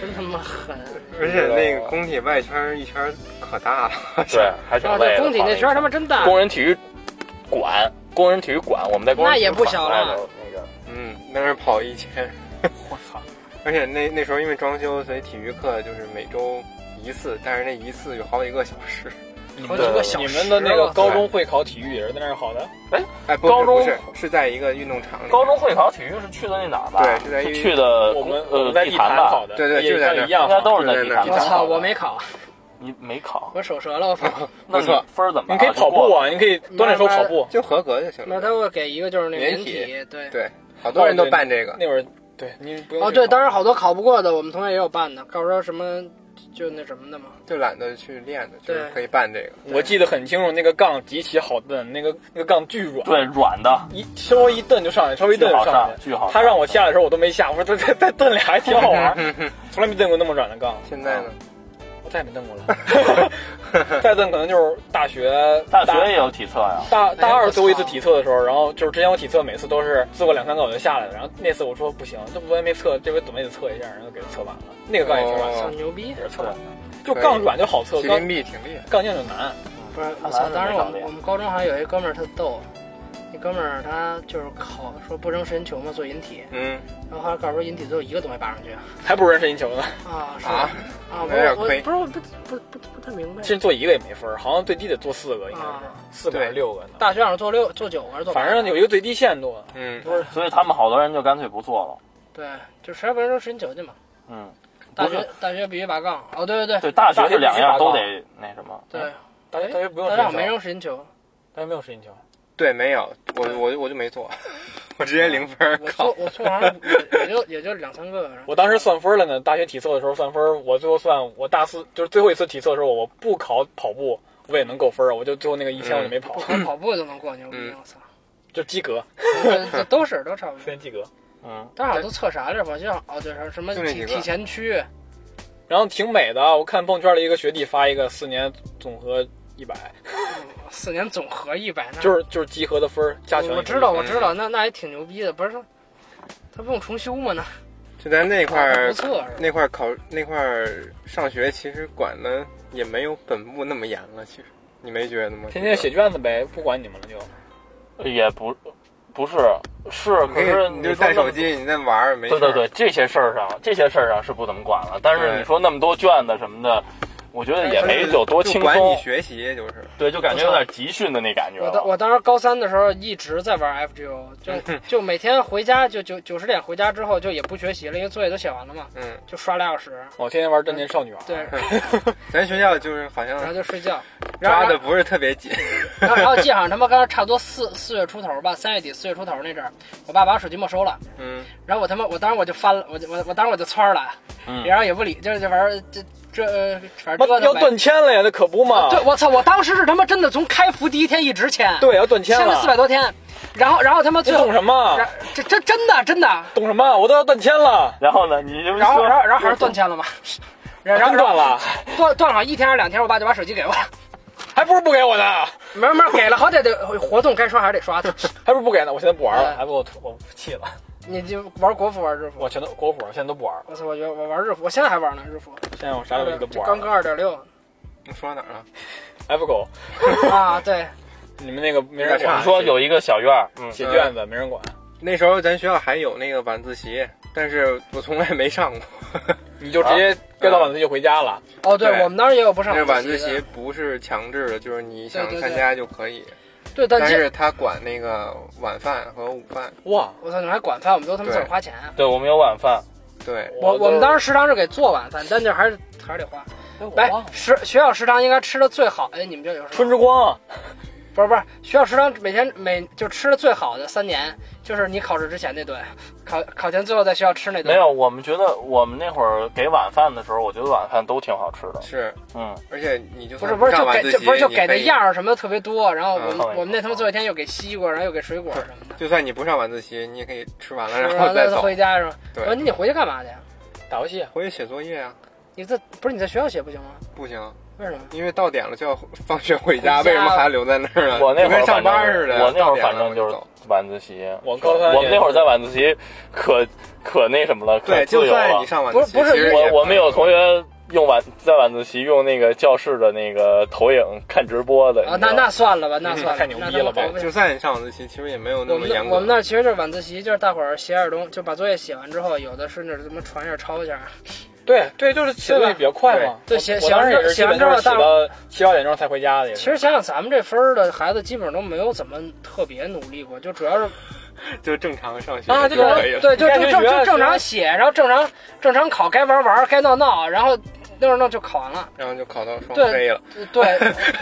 Speaker 4: 真他妈狠。
Speaker 1: 而且那个工体外圈儿一圈儿可大了，
Speaker 3: 对，还挺
Speaker 4: 啊，
Speaker 3: 累
Speaker 4: 对，
Speaker 3: 的。
Speaker 4: 工体那圈儿他妈真大。
Speaker 3: 工人体育馆，工人体育馆，我们在工人
Speaker 4: 那也
Speaker 3: 体育
Speaker 4: 不小
Speaker 3: 馆外
Speaker 4: 了
Speaker 3: 头那个，
Speaker 1: 嗯，在那儿跑一千。
Speaker 2: 我操！
Speaker 1: 而且那那时候因为装修，所以体育课就是每周一次，但是那一次有好几个小时。
Speaker 2: 你
Speaker 4: 好
Speaker 2: 们
Speaker 4: 几
Speaker 3: 对
Speaker 4: 个
Speaker 3: 对
Speaker 4: 小
Speaker 2: 你
Speaker 4: 时
Speaker 2: 们的那个
Speaker 4: 了
Speaker 2: 高中会考体育也是在那儿考的，
Speaker 1: 哎，不是
Speaker 3: 高中
Speaker 1: 不是是在一个运动场里。
Speaker 3: 高中会考体育是去的那哪儿吧？
Speaker 1: 对是在一
Speaker 3: 去的
Speaker 2: 我们我
Speaker 3: 呃
Speaker 2: 们在
Speaker 3: 地
Speaker 2: 坛
Speaker 3: 坛吧
Speaker 2: 考？的，
Speaker 1: 对对
Speaker 2: 也
Speaker 1: 就在那儿
Speaker 2: 一样
Speaker 3: 应
Speaker 2: 哈，
Speaker 3: 该都是在地
Speaker 1: 是在
Speaker 3: 坛。
Speaker 1: 那
Speaker 4: 我操，我没考，
Speaker 3: 你没考，
Speaker 4: 我手折了，我考。
Speaker 3: 那
Speaker 1: 不错
Speaker 3: 你分儿怎么样？
Speaker 2: 你可以跑步啊，你可以锻炼时候跑步。
Speaker 1: 就合格就行
Speaker 4: 那
Speaker 1: 了。
Speaker 4: 他会给一个就是那
Speaker 1: 连
Speaker 4: 连
Speaker 1: 体
Speaker 4: 体，对。
Speaker 1: 对，好多人都办这个。
Speaker 2: 那会儿对你不用
Speaker 4: 哦，
Speaker 2: 去
Speaker 4: 对，
Speaker 2: 考
Speaker 4: 当时好多考不过的，我们同学也有办的，告诉说什么就那什么的嘛。
Speaker 1: 就懒得去练的，就是
Speaker 4: 对
Speaker 1: 可以办这个。
Speaker 2: 我记得很清楚，那个杠极其好蹬，那个那个杠巨软，
Speaker 3: 对软 的，
Speaker 2: 一稍微一蹬就上去，稍微一
Speaker 3: 巨
Speaker 2: 蹬
Speaker 3: 好
Speaker 2: 就上
Speaker 3: 上
Speaker 2: 去，。
Speaker 3: 巨好上。
Speaker 2: 他让我下的时候我都没下，我说再再再蹬俩还挺好 玩儿，从来没蹬过那么软的杠，
Speaker 1: 现在呢？
Speaker 2: 我再也没蹬过了。 再蹬可能就是大学
Speaker 3: 大学也有体测呀，
Speaker 2: 大大
Speaker 4: 哎我
Speaker 2: 二
Speaker 4: 操
Speaker 2: 最后一次体测的时候，然后就是之前我体测每次都是测过两三个我就下来了，然后那次我说不行，这我也没测，这回怎么也得测一下，然后给它测完了。那个杠也挺软，
Speaker 1: 哦
Speaker 4: 操，牛逼！
Speaker 2: 也是测完的，就杠软就好测，
Speaker 1: 麒
Speaker 2: 杠
Speaker 1: 麟臂挺厉害，
Speaker 2: 杠硬就难。
Speaker 4: 不是，我
Speaker 3: 看来
Speaker 4: 操！
Speaker 3: 是
Speaker 4: 当时
Speaker 3: 没少
Speaker 4: 我们
Speaker 2: 啊
Speaker 3: 练
Speaker 4: 我们高中还有一哥们儿特逗，那哥们儿他就是考说不扔神球嘛，做引体，
Speaker 1: 嗯
Speaker 4: 然后后来告诉说引体最后一个都没拔上去。
Speaker 2: 还不如人神一球呢，
Speaker 4: 啊，是
Speaker 1: 啊
Speaker 4: 吧，啊，我
Speaker 1: 有点
Speaker 4: 我
Speaker 1: 亏
Speaker 4: 不是我不不不不太明白
Speaker 2: 其。实做一个也没分儿，好像最低得做四个，应该是
Speaker 4: 啊
Speaker 2: 四个还是六个呢。
Speaker 4: 大学好像做六做九个还是做八
Speaker 2: 反
Speaker 4: 个，
Speaker 2: 正有一个最低限度，
Speaker 1: 嗯，
Speaker 3: 所以他们好多人就干脆不做了。
Speaker 4: 对，就实在不行扔神球去嘛。
Speaker 3: 嗯，
Speaker 4: 大
Speaker 3: 不
Speaker 4: 学
Speaker 3: 是
Speaker 4: 大学必须拔杠。哦，对对对
Speaker 3: 对，大学
Speaker 2: 大学
Speaker 3: 这两
Speaker 2: 必须拔
Speaker 3: 样都
Speaker 2: 杠
Speaker 3: 得那什么。
Speaker 4: 对，
Speaker 2: 大哎家大家不用
Speaker 4: 但是我
Speaker 2: 神一球
Speaker 4: 哎没，扔神球，
Speaker 2: 大家没有神一球，
Speaker 1: 对，没有，我我我就没做， 我直接零分儿
Speaker 4: 我
Speaker 1: 考
Speaker 4: 做。我做好像也也就也就两三个。
Speaker 2: 我当时算分了呢，大学体测的时候算分，我最后算我大四就是最后一次体测的时候，我不考跑步，我也能够分儿，我就最后那个一千
Speaker 1: 嗯
Speaker 2: 我就没跑
Speaker 4: 我，靠，跑步都能过，牛逼！
Speaker 1: 嗯
Speaker 4: 我操，
Speaker 2: 就及格，
Speaker 4: 这这都是都差不
Speaker 2: 非
Speaker 4: 多。
Speaker 2: 常及格。
Speaker 3: 嗯，
Speaker 4: 但是好像都测啥来着？好像哦，对，什么
Speaker 1: 就那几
Speaker 4: 体
Speaker 1: 个
Speaker 4: 体前区，
Speaker 2: 然后挺美的啊，我看朋友圈里一个学弟发一个四年总和一百，
Speaker 4: 嗯四年总和一百，那
Speaker 2: 就是就是集合的分儿加权一
Speaker 4: 我
Speaker 2: 个。
Speaker 4: 我知道我知
Speaker 1: 嗯
Speaker 4: 道，那那也挺牛逼的，不是说他不用重修吗？那
Speaker 1: 就咱那块
Speaker 4: 他
Speaker 1: 儿
Speaker 4: 不测是吧？
Speaker 1: 那块儿考那块儿上学，其实管的也没有本部那么严了。其实你没觉得吗？
Speaker 2: 天天写卷子呗，不管你们了就。
Speaker 3: 也不不是是，
Speaker 1: 你
Speaker 3: 可
Speaker 1: 可
Speaker 3: 是
Speaker 1: 以，你就带手
Speaker 3: 说那么。
Speaker 1: 机，你在玩儿没事。
Speaker 3: 对对，对，这些事儿上，这些事儿上是不怎么管了。但是
Speaker 1: 对
Speaker 3: 你说那么多卷子什么的，我觉得也没有多轻
Speaker 1: 就管你
Speaker 3: 松，
Speaker 1: 学习就是，
Speaker 3: 对，就感觉有点集训的那感觉
Speaker 4: 我当
Speaker 3: 了。
Speaker 4: 我当时高三的时候一直在玩 FGO，就
Speaker 1: 嗯
Speaker 4: 就每天回家就九九十点回家之后就也不学习了，因为作业都写完了嘛，
Speaker 1: 嗯，
Speaker 4: 就刷俩小时，
Speaker 2: 我哦天天玩战舰少女啊，
Speaker 4: 对，
Speaker 1: 咱学校就是好
Speaker 4: 然后
Speaker 1: 像
Speaker 4: 就睡觉，然后
Speaker 1: 抓的不是特别紧，
Speaker 4: 然后然后记好像他妈刚差不多四四月出头吧，三月底四月出头那阵儿，我爸把我手机没收了，
Speaker 1: 嗯，
Speaker 4: 然后我他妈我当时我就翻了，我就我我当时我就窜了，
Speaker 3: 嗯
Speaker 4: 然后也不理，就是就反正这这呃反
Speaker 2: 妈
Speaker 4: 正折腾
Speaker 2: 要
Speaker 4: 呗
Speaker 2: 断签了呀，那可不嘛，
Speaker 4: 对，我操！我当时是他妈真的从开服第一天一直签，
Speaker 2: 对，要断签
Speaker 4: 签
Speaker 2: 了
Speaker 4: 了四百多天，然后然后他妈
Speaker 2: 你
Speaker 4: 最后
Speaker 2: 懂什么？
Speaker 4: 然这这真的真的，
Speaker 2: 懂什么？我都要断签了，
Speaker 3: 然后呢，你就
Speaker 4: 然后
Speaker 3: 说
Speaker 4: 然后然后还是断签了嘛，然后
Speaker 2: 真
Speaker 4: 然
Speaker 2: 断
Speaker 4: 后
Speaker 2: 了，
Speaker 4: 断断了好像一天还是两天，我爸就把手机给我了，
Speaker 2: 还不是不给我呢，
Speaker 4: 没有没有给了，好歹得活动该刷还是得刷的，
Speaker 2: 还不是不给呢，我现在不玩了，
Speaker 4: 嗯
Speaker 2: 还不我我气了，
Speaker 4: 你就玩国服玩日服，
Speaker 2: 我全都国服现在都不玩了，
Speaker 4: 我操！我觉得我玩日服，我现在还玩呢日服，
Speaker 2: 现在我啥游戏都不
Speaker 4: 就
Speaker 2: 玩
Speaker 4: 刚
Speaker 2: 了
Speaker 4: 刚二点六
Speaker 1: 你说哪儿了？
Speaker 2: ，F 狗，
Speaker 4: 啊，对，
Speaker 2: 你们那个没人
Speaker 1: 有点差
Speaker 3: 你
Speaker 2: 管，
Speaker 3: 说有一个小院儿，嗯，
Speaker 2: 写卷
Speaker 4: 啊
Speaker 2: 子没人管，
Speaker 1: 那时候咱学校还有那个晚自习，但是我从来没上过。
Speaker 2: 你就直
Speaker 4: 啊
Speaker 2: 接该到晚自习就回家了，
Speaker 4: 哦对，
Speaker 1: 对
Speaker 4: 我们当时也有不上
Speaker 1: 那晚
Speaker 4: 自
Speaker 1: 自
Speaker 4: 习
Speaker 1: 习
Speaker 4: 的，
Speaker 1: 不是强制的，就是你想
Speaker 4: 对对对
Speaker 1: 参加就可以，
Speaker 4: 对，但
Speaker 1: 但
Speaker 4: 是
Speaker 1: 是他管那个晚饭和午饭。
Speaker 2: 哇，
Speaker 4: 我操，你们还管饭，我们都他妈自个儿
Speaker 1: 对
Speaker 4: 花钱。
Speaker 3: 对我们有晚饭，
Speaker 1: 对，
Speaker 3: 哦
Speaker 4: 我我们当
Speaker 2: 时
Speaker 4: 时食堂是给做晚饭，但就还是还是得花。
Speaker 2: 我
Speaker 4: 来
Speaker 2: 忘了，
Speaker 4: 食学校食堂应该吃的最好，哎，你们这有什
Speaker 2: 春
Speaker 4: 么？
Speaker 2: 之光啊，
Speaker 4: 不是不是，学校食堂每天每就吃的最好的三年，就是你考试之前那顿，考考前最后在学校吃那顿。
Speaker 3: 没有，我们觉得我们那会儿给晚饭的时候，我觉得晚饭都挺好吃的，
Speaker 1: 是，
Speaker 3: 嗯，
Speaker 1: 而且你就
Speaker 4: 不
Speaker 1: 算
Speaker 4: 是不是
Speaker 1: 上
Speaker 4: 就
Speaker 1: 晚
Speaker 4: 给
Speaker 1: 自
Speaker 4: 就
Speaker 1: 习，
Speaker 4: 不是就
Speaker 1: 你
Speaker 4: 给
Speaker 1: 可
Speaker 4: 的
Speaker 1: 以
Speaker 4: 样。儿什么的特别多，然后我
Speaker 1: 嗯
Speaker 4: 们我们那他妈最后一天又给西瓜，然后又给水果什么的，
Speaker 1: 就算你不上晚自习，你也可以吃完了
Speaker 4: 然
Speaker 1: 然
Speaker 4: 后
Speaker 1: 后再
Speaker 4: 再
Speaker 1: 走
Speaker 4: 回家是吧？
Speaker 1: 对
Speaker 4: 我说你得回去干嘛去呀？
Speaker 2: 打游戏啊，
Speaker 1: 回去写作业啊。
Speaker 4: 你这不是你在学校写不行吗？
Speaker 1: 不行，
Speaker 4: 为什么？
Speaker 1: 因为到点了就要放学回家，
Speaker 4: 回家
Speaker 1: 为什么还要留在那儿呢？
Speaker 3: 我那
Speaker 1: 就
Speaker 3: 会儿
Speaker 1: 嗯跟
Speaker 3: 反
Speaker 1: 上
Speaker 3: 正
Speaker 1: 班似的。
Speaker 3: 我那会
Speaker 1: 到
Speaker 3: 儿
Speaker 1: 点
Speaker 3: 反
Speaker 1: 了
Speaker 3: 正就
Speaker 1: 我
Speaker 3: 是
Speaker 1: 走。
Speaker 3: 晚自习，
Speaker 2: 我高三也
Speaker 3: 我们那会儿在晚自习可可那什么了，可
Speaker 1: 对，
Speaker 3: 自
Speaker 1: 就
Speaker 3: 由
Speaker 1: 算
Speaker 3: 了
Speaker 1: 你。上晚自习，
Speaker 4: 不是不是
Speaker 1: 其实也
Speaker 3: 我我们有同学用晚在晚自习用那个教室的那个投影看直播的
Speaker 4: 啊，那那算了吧，那算了，
Speaker 2: 太牛逼
Speaker 4: 那他妈
Speaker 2: 了吧
Speaker 4: 我不
Speaker 1: 就算你上晚自习，其实也没有那
Speaker 4: 我
Speaker 1: 么
Speaker 4: 们
Speaker 1: 严
Speaker 4: 那
Speaker 1: 格。
Speaker 4: 我们那儿其实就是晚自习，就是大伙儿写点东，就把作业写完之后，有的是那什么传一下抄一下。
Speaker 2: 对对，就是写东西比较快嘛。
Speaker 4: 对写
Speaker 2: 我
Speaker 4: 写
Speaker 2: 我当
Speaker 4: 完
Speaker 2: 时
Speaker 4: 之
Speaker 2: 也
Speaker 4: 写
Speaker 2: 是基
Speaker 4: 完
Speaker 2: 本
Speaker 4: 之
Speaker 2: 就
Speaker 4: 后
Speaker 2: 是写
Speaker 4: 大
Speaker 2: 到七八点钟才回家的，也
Speaker 4: 其
Speaker 2: 是。
Speaker 4: 实想想，咱们这分儿的孩子基本上都没有怎么特别努力过，就主要是
Speaker 1: 就正常上学
Speaker 2: 啊
Speaker 1: 就
Speaker 2: 这个
Speaker 1: 可以了。
Speaker 4: 对，就
Speaker 2: 你
Speaker 4: 就
Speaker 2: 看这
Speaker 4: 正
Speaker 2: 学校
Speaker 4: 就正
Speaker 2: 虽
Speaker 4: 常
Speaker 2: 然
Speaker 4: 写，然后正常正常考，该玩玩，该闹闹，然后弄着弄就考完了。
Speaker 1: 然后就考到双
Speaker 4: 对
Speaker 1: 非了。
Speaker 4: 对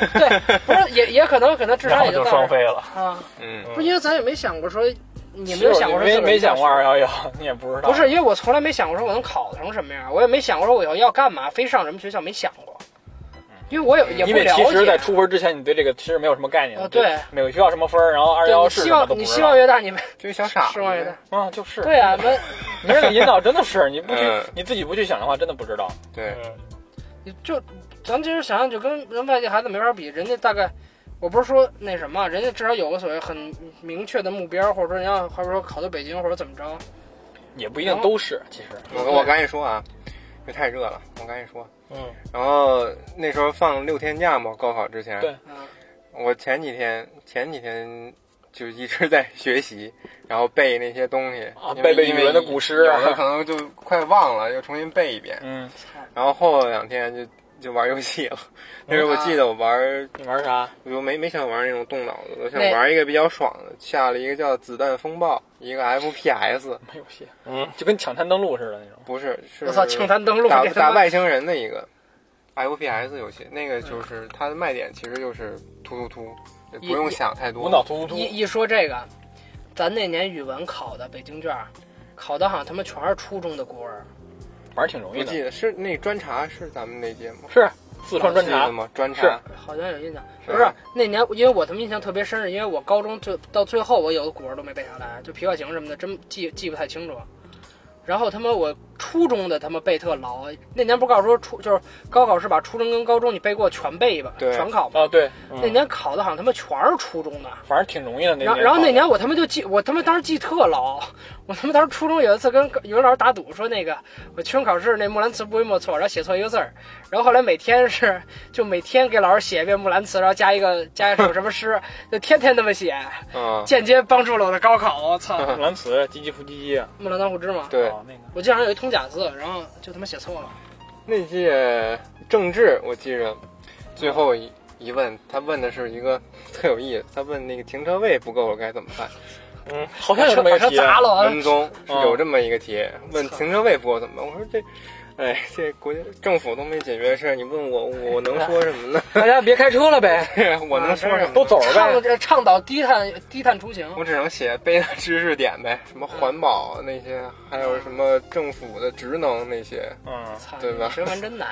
Speaker 4: 对，不是也也可能可能智
Speaker 3: 然
Speaker 4: 商
Speaker 3: 后
Speaker 4: 也
Speaker 3: 就
Speaker 4: 到
Speaker 3: 双
Speaker 4: 这儿
Speaker 3: 飞了。
Speaker 4: 啊，
Speaker 1: 嗯，
Speaker 4: 不是因为咱也没想过说，你
Speaker 2: 其
Speaker 4: 们
Speaker 2: 实
Speaker 4: 有
Speaker 2: 我
Speaker 4: 想过说
Speaker 2: 没
Speaker 4: 自个儿
Speaker 2: 没
Speaker 4: 上
Speaker 2: 想过
Speaker 4: 学
Speaker 2: 二幺幺，你也不知道。
Speaker 4: 不是，因为我从来没想过说我能考成什么样，我也没想过说我以后要干嘛，非上什么学校没想过，因为我也也不
Speaker 2: 因为
Speaker 4: 了
Speaker 2: 其实，在
Speaker 4: 解。
Speaker 2: 出分之前，你对这个其实没有什么概念。
Speaker 4: 呃
Speaker 2: 对
Speaker 4: 对，
Speaker 2: 每个学校什么分儿，然后二幺幺
Speaker 4: 你
Speaker 2: 是
Speaker 4: 希
Speaker 2: 什么都
Speaker 4: 望
Speaker 2: 不
Speaker 4: 你
Speaker 2: 知
Speaker 4: 希
Speaker 2: 道
Speaker 4: 望。越大，你们
Speaker 1: 就是小 傻子
Speaker 4: 失望越大
Speaker 1: 呗。。
Speaker 2: 啊，就是
Speaker 4: 对啊，没
Speaker 2: 没人给引导，真的是你不去
Speaker 1: 嗯，
Speaker 2: 你自己不去想的话，真的不知道。
Speaker 1: 对，
Speaker 3: 嗯
Speaker 4: 你就咱其实想想，就跟人外地孩子没法比，人家大概。我不是说那什么，人家至少有个所谓很明确的目标，或者说人家好比说考到北京或者怎么着，
Speaker 2: 也不一
Speaker 4: 哦
Speaker 2: 定都是，其实
Speaker 1: 我
Speaker 4: 对
Speaker 1: 我赶紧说啊，因为太热了，我赶紧说。
Speaker 3: 嗯，
Speaker 1: 然后那时候放六天假嘛，高考之前。
Speaker 2: 对
Speaker 4: 嗯，
Speaker 1: 我前几天前几天就一直在学习，然后背那些东西，
Speaker 2: 啊
Speaker 1: 因为
Speaker 2: 背背
Speaker 1: 因为
Speaker 2: 语文的古诗啊
Speaker 1: 有的可能就快忘了，又重新背一遍。
Speaker 2: 嗯，
Speaker 1: 然后后两天就就玩游戏了。
Speaker 2: 嗯
Speaker 1: 那时候我
Speaker 2: 啊
Speaker 1: 记得我玩，
Speaker 2: 你玩啥？
Speaker 1: 我就没没想玩那种动脑子的，我想
Speaker 4: 那
Speaker 1: 玩一个比较爽的，下了一个叫《子弹风暴》，一个 FPS，
Speaker 2: 没游戏，
Speaker 3: 嗯，
Speaker 2: 就跟抢滩登陆似的那种。
Speaker 1: 不是是
Speaker 4: 我操，清单登录
Speaker 2: 啊
Speaker 1: 打
Speaker 4: 给
Speaker 1: 打
Speaker 4: 他们
Speaker 1: 外星人的一个 FPS 游戏，那个就是它的卖点其实就是突突突，也不用
Speaker 4: 一
Speaker 1: 想太
Speaker 2: 无
Speaker 1: 多。
Speaker 2: 脑突突
Speaker 4: 一
Speaker 2: 突，
Speaker 4: 一说这个，咱那年语文考的北京卷儿，考的好像他妈全是初中的孤儿，
Speaker 2: 玩儿挺容易
Speaker 1: 我记
Speaker 2: 的。
Speaker 1: 得是那专查是咱们那届吗？
Speaker 2: 是四川专
Speaker 1: 记得
Speaker 2: 查，
Speaker 1: 吗？专
Speaker 2: 是
Speaker 1: 查
Speaker 4: 好像有印象，
Speaker 1: 是
Speaker 4: 不是那年，因为我他妈印象特别深，是因为我高中最到最后，我有的古文都没背下来，就皮划行什么的，真记记不太清楚。然后他妈我初中的他妈背特牢，那年不告诉说初就是高考是把初中跟高中你背过全背一遍，
Speaker 1: 对
Speaker 4: 全考嘛。
Speaker 2: 啊，对，
Speaker 4: 那年考的好像他妈全是初中的，
Speaker 2: 反正挺容易的那
Speaker 4: 然后
Speaker 2: 年。
Speaker 4: 然后那年我他妈就记，我他妈当时记特牢。我他妈当时初中有一次跟语文老师打赌，说那个我期中考试那木兰辞不会默错，然后写错一个字儿。然后后来每天是就每天给老师写一遍木兰辞，然后加一个加一首什么诗，就天天那么写，
Speaker 1: 嗯，
Speaker 4: 间接帮助了我的高考。我操，
Speaker 2: 木兰辞，唧唧复唧唧啊，
Speaker 4: 木兰当户织嘛。
Speaker 1: 对
Speaker 2: 啊，那个
Speaker 4: 我记得好像有一通假字，然后就他妈写错了。
Speaker 1: 那届政治，我记着最后一一问，他问的是一个特有意思，他问那个停车位不够了该怎么办？
Speaker 3: 嗯，
Speaker 2: 好像有这么一个
Speaker 4: 把车
Speaker 2: 题啊，
Speaker 4: 砸了啊，
Speaker 1: 文综是
Speaker 2: 啊
Speaker 1: 有这么一个题，问停车位不够怎么办？我说这。哎，这国家政府都没解决的事儿，你问我，我能说什么 呢？
Speaker 4: 大家别开车了呗，
Speaker 1: 我能说什么呢？
Speaker 2: 都走着
Speaker 4: 倡
Speaker 2: 呗。
Speaker 4: 呃倡导低碳低碳出行，
Speaker 1: 我只能写背的知识点呗，什么环保那些，还有什么政府的职能那些。
Speaker 2: 嗯，
Speaker 4: 操
Speaker 1: 对吧
Speaker 4: 学文 真难，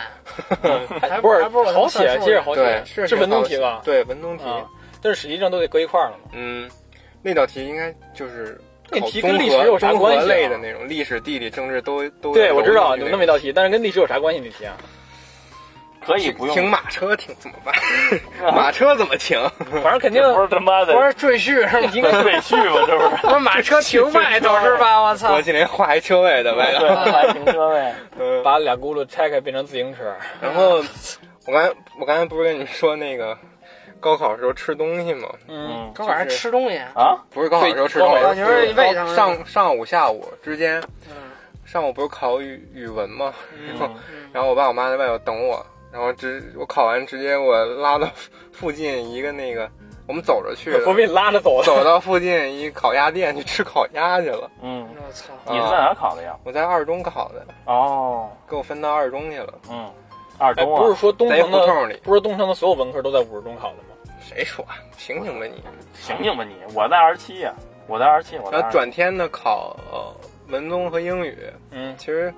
Speaker 4: 还
Speaker 2: 不是
Speaker 4: 还不如我他妈
Speaker 2: 好
Speaker 4: 算
Speaker 2: 写，
Speaker 4: 数
Speaker 2: 其实好
Speaker 1: 对
Speaker 2: 写，，
Speaker 1: 是
Speaker 2: 是文综
Speaker 1: 好
Speaker 2: 题吧？
Speaker 1: 对，文综题。
Speaker 2: 啊，但是实际上都得搁一块儿了嘛。
Speaker 1: 嗯，那道题应该就是
Speaker 2: 那
Speaker 1: 考
Speaker 2: 题
Speaker 1: 综
Speaker 2: 跟历史
Speaker 1: 合
Speaker 2: 有啥
Speaker 1: 综合
Speaker 2: 关系啊
Speaker 1: 类的那种，历史、地理、政治都都。
Speaker 2: 对，我知道有
Speaker 1: 有
Speaker 2: 那么一道题，但是跟历史有啥关系？那题啊，
Speaker 3: 可以
Speaker 1: 停
Speaker 3: 不用，
Speaker 1: 停马车停怎么 办？马车怎么停？
Speaker 2: 反正肯 定
Speaker 3: 这不是他妈的
Speaker 4: 不是赘婿是吗？？
Speaker 2: 应该
Speaker 3: 赘婿吗？这不是
Speaker 4: 我马车停外头是吧？我操
Speaker 1: 我！今天画一车位的呗。
Speaker 3: 对，还停车位。
Speaker 1: 嗯
Speaker 2: 把俩轱辘拆开变成自行车。
Speaker 1: 然后我刚才我刚才不是跟你们说那个高考的时候吃东西吗？
Speaker 2: 嗯，
Speaker 3: 嗯
Speaker 4: 昨晚上吃东西，
Speaker 3: 啊，
Speaker 1: 不是高考的时候吃东
Speaker 2: 对
Speaker 1: 西，
Speaker 4: 你说你胃疼
Speaker 1: 上
Speaker 4: 是吧
Speaker 1: 上上午下午之间，
Speaker 4: 嗯
Speaker 1: 上午不是考语语文吗？
Speaker 3: 嗯
Speaker 4: 嗯，
Speaker 1: 然后我爸我妈在外头等我，然后直我考完直接我拉到附近一个那个我们走着去的
Speaker 2: 我，被你拉着走的。
Speaker 1: 走到附近一烤鸭店去吃烤鸭去 了。
Speaker 3: 嗯，
Speaker 4: 我操！
Speaker 1: 啊
Speaker 3: 你是在哪儿考的呀？
Speaker 1: 我在二中考的，
Speaker 3: 哦，
Speaker 1: 给我分到二中去了，
Speaker 3: 嗯，二
Speaker 2: 哎，
Speaker 3: 中啊，
Speaker 2: 不是说东
Speaker 1: 在一
Speaker 2: 城
Speaker 1: 胡
Speaker 2: 的，
Speaker 1: 同里。
Speaker 2: 不是东城的所有文科都在五十中考的吗？
Speaker 1: 谁说啊？醒醒吧你！
Speaker 3: 醒醒吧你，我在二十七呀，我在二十七，我在
Speaker 1: 然后
Speaker 3: 27
Speaker 1: 转天呢考呃文综和英语，
Speaker 2: 嗯，
Speaker 1: 其实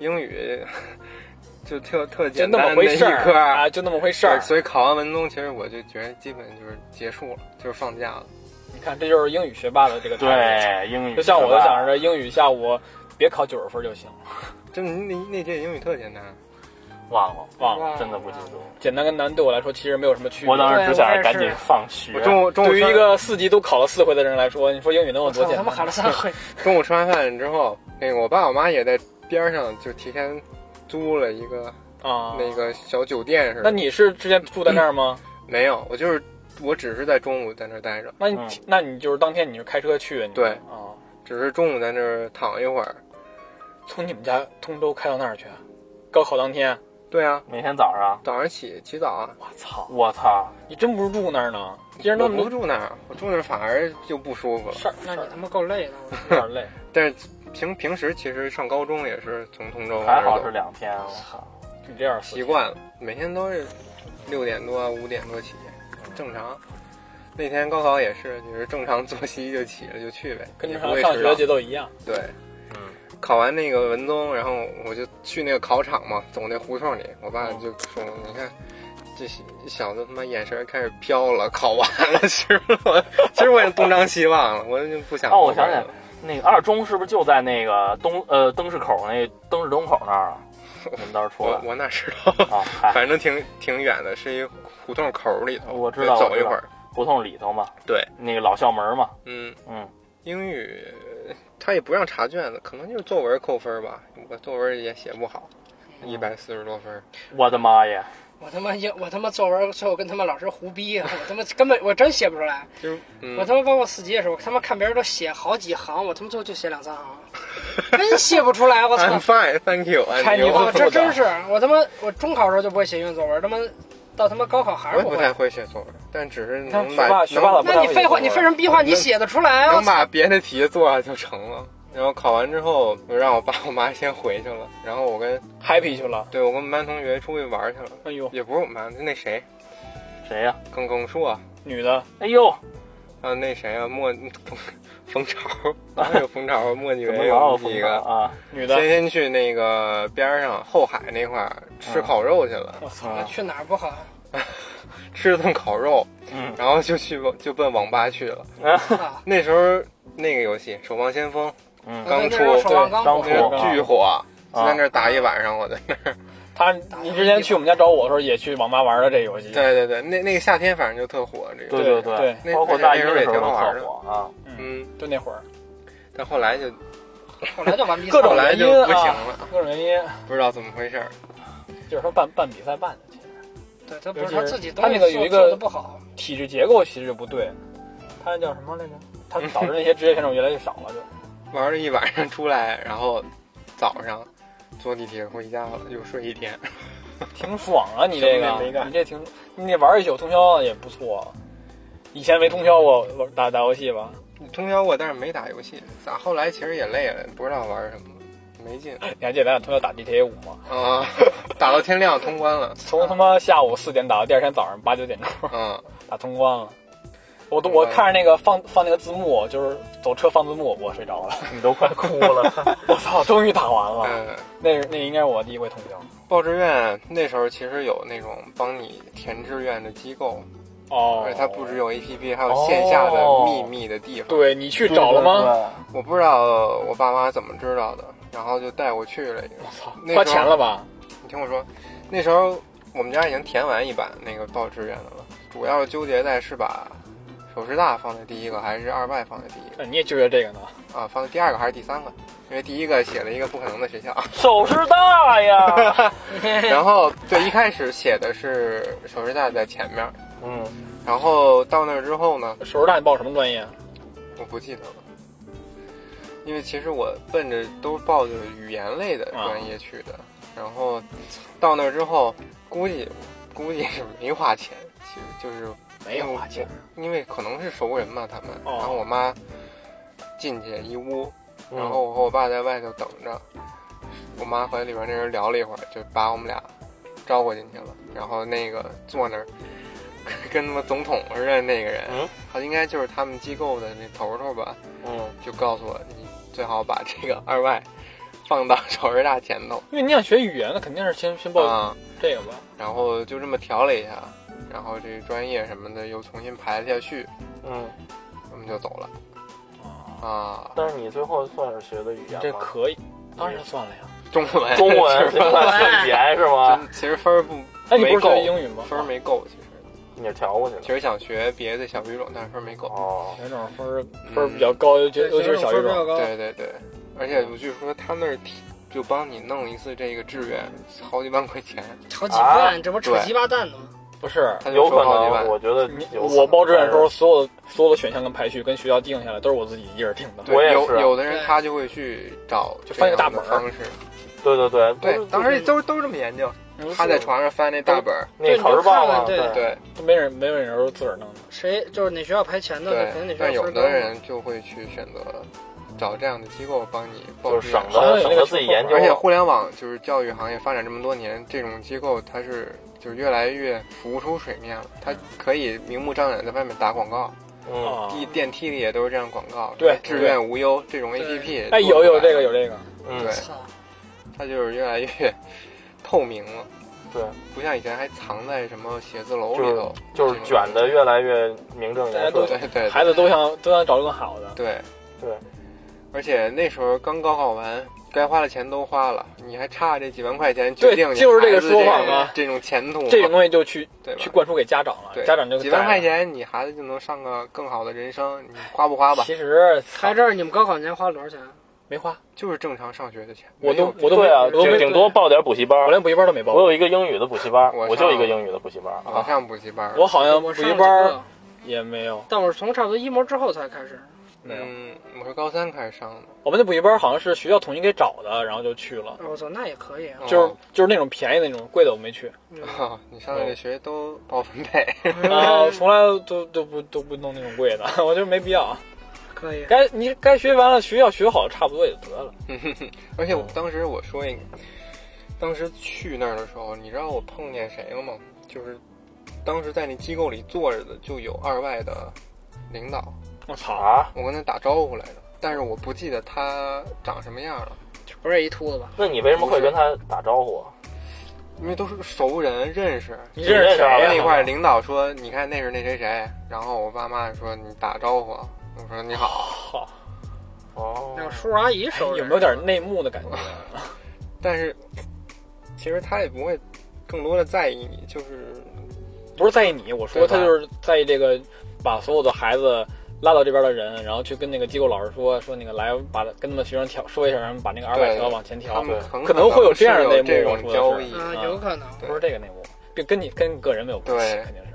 Speaker 1: 英语 就特特
Speaker 2: 就
Speaker 1: 简
Speaker 2: 那么
Speaker 1: 单的
Speaker 2: 回
Speaker 1: 一
Speaker 2: 事儿
Speaker 1: 科
Speaker 2: 啊，就那么回事儿
Speaker 1: 对。所以考完文综，其实我就觉得基本就是结束了，就是放假了。
Speaker 2: 你看，这就是英语学霸的这个态度。
Speaker 3: 对英语，
Speaker 2: 就像我
Speaker 3: 是
Speaker 2: 就
Speaker 3: 吧
Speaker 2: 想着英语下午别考九十分就行，
Speaker 1: 就你那那届英语特简单，
Speaker 3: 忘了，
Speaker 2: 忘了
Speaker 4: 哇
Speaker 3: 真的不记住。
Speaker 2: 简单跟难对我来说其实没有什么区别。
Speaker 3: 我当时只想着赶
Speaker 4: 对我
Speaker 3: 紧
Speaker 4: 也是
Speaker 3: 放学
Speaker 1: 我。中午中午
Speaker 2: 对于
Speaker 1: 吃
Speaker 2: 一个四级都考了四回的人来说，你说英语能有
Speaker 4: 我操
Speaker 2: 多
Speaker 4: 我
Speaker 2: 简
Speaker 4: 他
Speaker 2: 单啊
Speaker 4: 妈？考了三回，
Speaker 1: 中午吃完饭之后，那个我爸我妈也在边上就提前租了一个
Speaker 2: 啊，
Speaker 1: 那个小酒店似的。
Speaker 2: 那你是之前住在那儿吗？
Speaker 1: 没有，我就是我只是在中午在那儿待着，
Speaker 2: 那你
Speaker 3: 嗯
Speaker 2: 那你就是当天你就开车去？你
Speaker 1: 对
Speaker 2: 啊，
Speaker 1: 只是中午在那儿躺一会儿。
Speaker 2: 从你们家通州开到那儿去？高考当天，
Speaker 1: 对啊，
Speaker 3: 每天早上，
Speaker 1: 早上起起早啊，
Speaker 2: 我操！
Speaker 3: 我操，
Speaker 2: 你真不是住那儿呢？既然
Speaker 1: 我
Speaker 2: 那
Speaker 1: 不
Speaker 2: 么
Speaker 1: 住那儿，我住那儿反而就不舒服了。
Speaker 2: 事儿，
Speaker 4: 那
Speaker 2: 事
Speaker 4: 你
Speaker 2: 儿
Speaker 4: 他妈够累的。我操
Speaker 2: 有点累。
Speaker 1: 但是平平时其实上高中也是从通州
Speaker 3: 还好
Speaker 1: 开
Speaker 3: 是
Speaker 1: 始走
Speaker 3: 两天，我靠，
Speaker 2: 你这样
Speaker 1: 习惯了，每天都是六点多五点多起，正常。那天高考也是，就是正常作息就起了就去呗，
Speaker 2: 跟
Speaker 1: 也
Speaker 2: 正
Speaker 1: 不
Speaker 2: 常
Speaker 1: 会
Speaker 2: 上
Speaker 1: 迟
Speaker 2: 学
Speaker 1: 到
Speaker 2: 的节奏一样。
Speaker 1: 对，
Speaker 3: 嗯，
Speaker 1: 考完那个文综，然后我就去那个考场嘛，走那胡同里，我爸就说：“你看，这小子他妈眼神开始飘了，考完了。”其实我 其实我也东张西望了，我就不想。
Speaker 3: 哦我想起来了，那个二中是不是就在那个东呃灯市口那灯市东口那儿啊？你们当时出来
Speaker 1: 我我哪知道？
Speaker 3: 啊？嗨，
Speaker 1: 反正挺挺远的，是一胡同口里头，
Speaker 3: 我知道
Speaker 1: 得走一会
Speaker 3: 我知
Speaker 1: 儿。
Speaker 3: 胡同里头嘛，
Speaker 1: 对，
Speaker 3: 那个老校门嘛，
Speaker 1: 嗯，
Speaker 3: 嗯，
Speaker 1: 英语呃他也不让查卷子，可能就是作文扣分吧。我作文也写不好，一百四十多分。
Speaker 3: 我的妈呀，
Speaker 4: 我他妈英，我他妈作文最后跟他妈老师胡逼，啊我他妈根本我真写不出来。
Speaker 1: 就是嗯
Speaker 4: 我他妈包括四级也是，我他妈看别人都写好几行，我他妈最后就写两三行，真写不出 来。我操
Speaker 1: ，I'm！fine, thank you. I'm
Speaker 2: 看你
Speaker 1: you
Speaker 4: 我
Speaker 2: 我
Speaker 4: 这真是，我他妈我中考的时候就不会写英语作文，他妈到他妈高考还
Speaker 1: 我
Speaker 4: 是
Speaker 1: 也
Speaker 4: 不
Speaker 1: 不
Speaker 4: 会。
Speaker 1: 太会写作文，但只是
Speaker 2: 他
Speaker 1: 能
Speaker 2: 学霸
Speaker 1: 把
Speaker 2: 学霸老
Speaker 1: 能
Speaker 2: 不太
Speaker 4: 那你
Speaker 2: 会
Speaker 4: 废话，
Speaker 2: 写
Speaker 4: 你
Speaker 2: 作文
Speaker 4: 废什么逼话？你写得出来啊？我
Speaker 1: 能
Speaker 4: 操！
Speaker 1: 把别的题做下就成了。然后考完之后，我让我爸我妈先回去了，然后我跟
Speaker 2: happy 去了。
Speaker 1: 对我跟我们班同学出去玩去了，
Speaker 2: 哎呦，
Speaker 1: 也不是我们班，那谁
Speaker 3: 谁呀？
Speaker 1: 耿耿硕，
Speaker 2: 女的，
Speaker 3: 哎呦，
Speaker 1: 还有那谁啊莫 冯冯潮，哪有冯潮？莫景
Speaker 3: 怎么
Speaker 1: 云
Speaker 3: 老有
Speaker 1: 有
Speaker 3: 风
Speaker 1: 几
Speaker 3: 潮
Speaker 1: 个。
Speaker 3: 啊？
Speaker 2: 女的
Speaker 1: 先，先去那个边儿上后海那块儿吃烤肉去了，
Speaker 2: 我操！
Speaker 3: 嗯
Speaker 4: 去哪儿不好？
Speaker 1: 吃顿烤肉，
Speaker 3: 嗯，
Speaker 1: 然后就去就奔网吧去了。
Speaker 4: 啊，
Speaker 1: 那时候那个游戏《守望先锋》
Speaker 3: 嗯
Speaker 1: 刚
Speaker 4: 那时
Speaker 1: 出
Speaker 4: 候守望
Speaker 1: 对
Speaker 4: 刚
Speaker 3: 刚
Speaker 4: 火
Speaker 1: 那
Speaker 3: 出
Speaker 1: 个巨火，就
Speaker 3: 啊
Speaker 1: 在那儿打一晚上，我在那儿。
Speaker 2: 她，你之前去我们家找我的时候也去网吧玩了这游戏。
Speaker 1: 对对对，那那个夏天反正就特火这
Speaker 3: 对
Speaker 1: 个，
Speaker 3: 对
Speaker 2: 嗯对
Speaker 1: 对
Speaker 3: 包括大一的时候
Speaker 1: 那那时
Speaker 3: 都
Speaker 1: 候也挺好玩
Speaker 3: 特
Speaker 1: 的
Speaker 3: 火啊。
Speaker 1: 嗯，
Speaker 2: 就那会儿，
Speaker 1: 但后来就
Speaker 4: 后来就完逼
Speaker 2: 各
Speaker 1: 后
Speaker 2: 种
Speaker 1: 来就
Speaker 2: 原因啊
Speaker 1: 不行了，
Speaker 2: 各种原因，
Speaker 1: 不知道怎么回事儿。
Speaker 2: 就是说办办比赛办的，其实
Speaker 4: 对，他不是他自己东
Speaker 2: 他
Speaker 4: 西
Speaker 2: 那个
Speaker 4: 做
Speaker 2: 有一个
Speaker 4: 做的不好，
Speaker 2: 体制结构其实就不对。他叫什么来着？他导致那些职业选手越来越少了，就。
Speaker 1: 玩了一晚上出来，然后早上坐地铁回家了，又睡一天。
Speaker 2: 挺爽啊！你这
Speaker 1: 什么也没
Speaker 2: 个，
Speaker 1: 干
Speaker 2: 你这挺，你得玩一宿通宵也不错。以前没通宵过玩打打游戏吧？
Speaker 1: 通宵过，但是没打游戏。咋后来其实也累了，不知道玩什么，没劲
Speaker 2: 你还记得咱俩通宵打 GTA 五吗？
Speaker 1: 啊！打到天亮通关了，
Speaker 2: 从他妈下午四点打到第二天早上八九点钟，
Speaker 1: 嗯，
Speaker 2: 打通关了。我都我看着那个放放那个字幕，就是走车放字幕，我睡着了。
Speaker 3: 你都快哭了。
Speaker 2: 我操，终于打完了！
Speaker 1: 嗯。
Speaker 2: 那是那应该是我第一回通宵。
Speaker 1: 报志愿那时候其实有那种帮你填志愿的机构，
Speaker 2: 哦
Speaker 1: 而且它不只有 APP，还有线下的
Speaker 3: 哦
Speaker 1: 秘密的地方。
Speaker 2: 对你去找了吗？
Speaker 3: 对？
Speaker 1: 我不知道我爸妈怎么知道的，然后就带我去了一个。
Speaker 2: 我操
Speaker 1: 那，时候
Speaker 2: 花钱了吧？
Speaker 1: 你听我说，那时候我们家已经填完一版那个报志愿的了，主要纠结在是把首师大放在第一个，还是二外放在第一
Speaker 2: 那你也纠结这个呢？
Speaker 1: 个啊？放在第二个还是第三个？因为第一个写了一个不可能的学校，
Speaker 3: 首师大呀。
Speaker 1: 然后对一开始写的是首师大在前面，
Speaker 3: 嗯，
Speaker 1: 然后到那儿之后呢，
Speaker 2: 首师大你报什么专业？啊
Speaker 1: 我不记得了，因为其实我奔着都报的语言类的专业去
Speaker 2: 啊
Speaker 1: 的，然后到那儿之后，估计估计是没花钱，其实就是
Speaker 2: 没有花钱。啊
Speaker 1: 因为可能是熟人嘛，他们，
Speaker 2: 哦
Speaker 1: 然后我妈进去一屋，
Speaker 3: 嗯
Speaker 1: 然后我和我爸在外头等着，我妈和里边那人聊了一会儿，就把我们俩招呼进去了，然后那个坐那儿。跟他妈总统似的那个人，
Speaker 3: 嗯
Speaker 1: 他应该就是他们机构的那头头吧，
Speaker 3: 嗯，
Speaker 1: 就告诉我，你最好把这个二外放到 首师大前头
Speaker 2: 因为你想学语言，那肯定是先先报
Speaker 1: 啊、
Speaker 2: 这个吧。
Speaker 1: 然后就这么调了一下，然后这个专业什么的又重新排了下序，
Speaker 3: 嗯，
Speaker 1: 我们就走了
Speaker 2: 啊，
Speaker 1: 啊。
Speaker 3: 但是你最后算是学的语言
Speaker 2: 这
Speaker 3: 吗？
Speaker 2: 可以，当然算了呀。
Speaker 1: 中文，
Speaker 3: 中文
Speaker 1: 其
Speaker 3: 是
Speaker 1: 实
Speaker 3: 吧算语言是吗？
Speaker 1: 真其实分儿不
Speaker 2: 哎，啊你不
Speaker 1: 没
Speaker 2: 是学
Speaker 1: 够，
Speaker 2: 英语吗？啊
Speaker 1: 分儿没够，其实
Speaker 3: 你是调过去
Speaker 1: 其
Speaker 3: 的。
Speaker 1: 实想学别的小语种，但是分儿没够。
Speaker 3: 哦，
Speaker 2: 学种分儿
Speaker 1: 嗯
Speaker 2: 分儿比较高，尤其尤其是小语种。
Speaker 1: 对对对，而且我据说他那儿提就帮你弄一次这个志愿，好几万块钱，
Speaker 4: 好几
Speaker 2: 啊
Speaker 4: 万，这不扯
Speaker 1: 对
Speaker 4: 鸡巴蛋呢吗？
Speaker 2: 不是，
Speaker 1: 他就
Speaker 3: 有
Speaker 1: 说
Speaker 3: 可
Speaker 1: 好几万
Speaker 3: 能，。我觉得
Speaker 2: 你
Speaker 3: 有可能
Speaker 2: 我报志愿的时候，，所有的所有的选项跟排序跟学校定下来都是我自己一人定的。
Speaker 1: 对
Speaker 3: 我也
Speaker 1: 有
Speaker 3: 是
Speaker 1: 有的人
Speaker 4: 对
Speaker 1: 他就会去找
Speaker 2: 就翻一个
Speaker 1: 这样
Speaker 2: 大本
Speaker 1: 的
Speaker 2: 儿
Speaker 1: 方式，
Speaker 3: 对对对，不
Speaker 1: 对，
Speaker 3: 是
Speaker 1: 当时都都这么研究。他在床上翻那大本儿，
Speaker 3: 那考试报啊嘛，
Speaker 4: 对对
Speaker 1: 对
Speaker 2: 都没人没有人都自个儿弄的。
Speaker 4: 谁就是哪学校排前头的，
Speaker 1: 对
Speaker 4: 可能哪。学
Speaker 1: 但
Speaker 4: 校
Speaker 1: 有
Speaker 4: 分
Speaker 1: 的
Speaker 4: 高。
Speaker 1: 人就会去选择找这样的机构帮你报
Speaker 3: 就
Speaker 1: 志
Speaker 3: 是
Speaker 1: 愿
Speaker 3: 省
Speaker 2: 好像
Speaker 3: 得
Speaker 2: 有
Speaker 3: 省
Speaker 2: 那个
Speaker 3: 得自己研究。
Speaker 1: 而且互联网就是教育行业发展这么多年，这种机构它是就是越来越浮出水面了，它可以明目张胆在外面打广告，
Speaker 3: 嗯，
Speaker 2: 啊
Speaker 1: 地电梯里也都是这样广告。
Speaker 2: 对
Speaker 1: 什么志愿无忧这种 APP，
Speaker 2: 哎，有有这个
Speaker 1: 有，
Speaker 2: 有这个，
Speaker 3: 嗯
Speaker 1: 对
Speaker 4: 操，
Speaker 1: 它就是越 来越透明了，
Speaker 3: 对，
Speaker 1: 不像以前还藏在什么写字楼
Speaker 3: 就
Speaker 1: 里
Speaker 3: 是
Speaker 1: 头，
Speaker 3: 就是卷的越来越名正言
Speaker 2: 大家
Speaker 3: 顺啊
Speaker 2: 都。
Speaker 1: 对对
Speaker 2: 孩子都想都想找更好的。
Speaker 1: 对
Speaker 3: 对，
Speaker 1: 而且那时候刚高考完，该花的钱都花了，你还差这几万块钱
Speaker 2: 对
Speaker 1: 决定你
Speaker 2: 就是这个
Speaker 1: 孩子
Speaker 2: 说
Speaker 4: 法
Speaker 1: 这
Speaker 2: 嘛
Speaker 1: 这种前途嘛，
Speaker 2: 这种东西就去
Speaker 1: 对吧
Speaker 2: 去灌输给家长了
Speaker 1: 对，
Speaker 2: 啊家长就
Speaker 1: 几万块
Speaker 2: 带了。
Speaker 1: 钱，你孩子就能上个更好的人生，你花不花吧？
Speaker 2: 其实
Speaker 4: 还知道你们高考年花了多少钱？啊
Speaker 2: 没花，
Speaker 1: 就是正常上学的钱。
Speaker 2: 我都
Speaker 1: 没有
Speaker 2: 我都没
Speaker 3: 对啊，
Speaker 2: 我都
Speaker 3: 顶
Speaker 2: 没
Speaker 3: 顶多报点补习班
Speaker 2: 我。连补习班都没报
Speaker 3: 我。有一个英语的补习班，
Speaker 1: 我
Speaker 3: 我就
Speaker 1: 上
Speaker 3: 一个英语的补习班
Speaker 1: 我
Speaker 3: 啊。
Speaker 1: 上补习班，
Speaker 2: 我好像
Speaker 4: 我
Speaker 2: 补
Speaker 4: 上
Speaker 2: 习
Speaker 4: 几个
Speaker 2: 班，也没有，
Speaker 4: 但我是从差不多一模之后才开始。
Speaker 2: 没有。
Speaker 1: 嗯，我是高三开始上的，
Speaker 2: 我们那补习班好像是学校统一给找的，然后就去了，
Speaker 4: 哎我操，那也可 以啊。
Speaker 2: 就是就是那种便宜的那种，贵的我没去
Speaker 4: 嗯
Speaker 1: 哦你上的这学都报分配，
Speaker 2: 啊，从来都都不都不弄那种贵的， 我觉得没必要。
Speaker 4: 可以。
Speaker 2: 该你该学完了，学校学好了差不多也就得了。
Speaker 1: 而且我
Speaker 2: 哦
Speaker 1: 当时我说一个，当时去那儿的时候，你知道我碰见谁了吗？就是当时在那机构里坐着的就有二外的领导，
Speaker 2: 我操，
Speaker 3: 啊，
Speaker 1: 我跟他打招呼来着，但是我不记得他长什么样了，
Speaker 4: 不是一秃子吧？
Speaker 3: 那你为什么会跟他打招呼？
Speaker 1: 因为都是熟人认识。
Speaker 2: 你认
Speaker 3: 你
Speaker 2: 识谁
Speaker 3: 认
Speaker 1: 那
Speaker 3: 识
Speaker 1: 一
Speaker 2: 呀
Speaker 3: 啊？
Speaker 1: 块儿领导说：“你看那是那谁谁。”然后我爸妈说：“你打招呼。”我说：“你好。
Speaker 2: 好，
Speaker 3: 哦
Speaker 4: 那，个叔叔阿 姨
Speaker 2: 哎
Speaker 4: 手
Speaker 2: 有没有点内幕的感觉？”
Speaker 1: 但是其实他也不会更多的在意你，就是
Speaker 2: 不是在意你，我说
Speaker 1: 对吧
Speaker 2: 他就是在意这个，把所有的孩子拉到这边的人，然后去跟那个机构老师说说那个来把跟他们学生调说一下，然后把那个二
Speaker 1: 对
Speaker 2: 百条往前
Speaker 1: 他
Speaker 2: 调，
Speaker 1: 们
Speaker 3: 对
Speaker 1: 很
Speaker 2: 可能会有
Speaker 1: 是
Speaker 2: 这样的内幕
Speaker 1: 这
Speaker 2: 我
Speaker 1: 种
Speaker 2: 说的
Speaker 1: 交
Speaker 2: 是
Speaker 1: 易。
Speaker 4: 啊，
Speaker 2: 啊
Speaker 4: 有可能。
Speaker 1: 对
Speaker 2: 不是这个内幕，并跟你跟个人没有关系
Speaker 1: 对，
Speaker 2: 肯定是。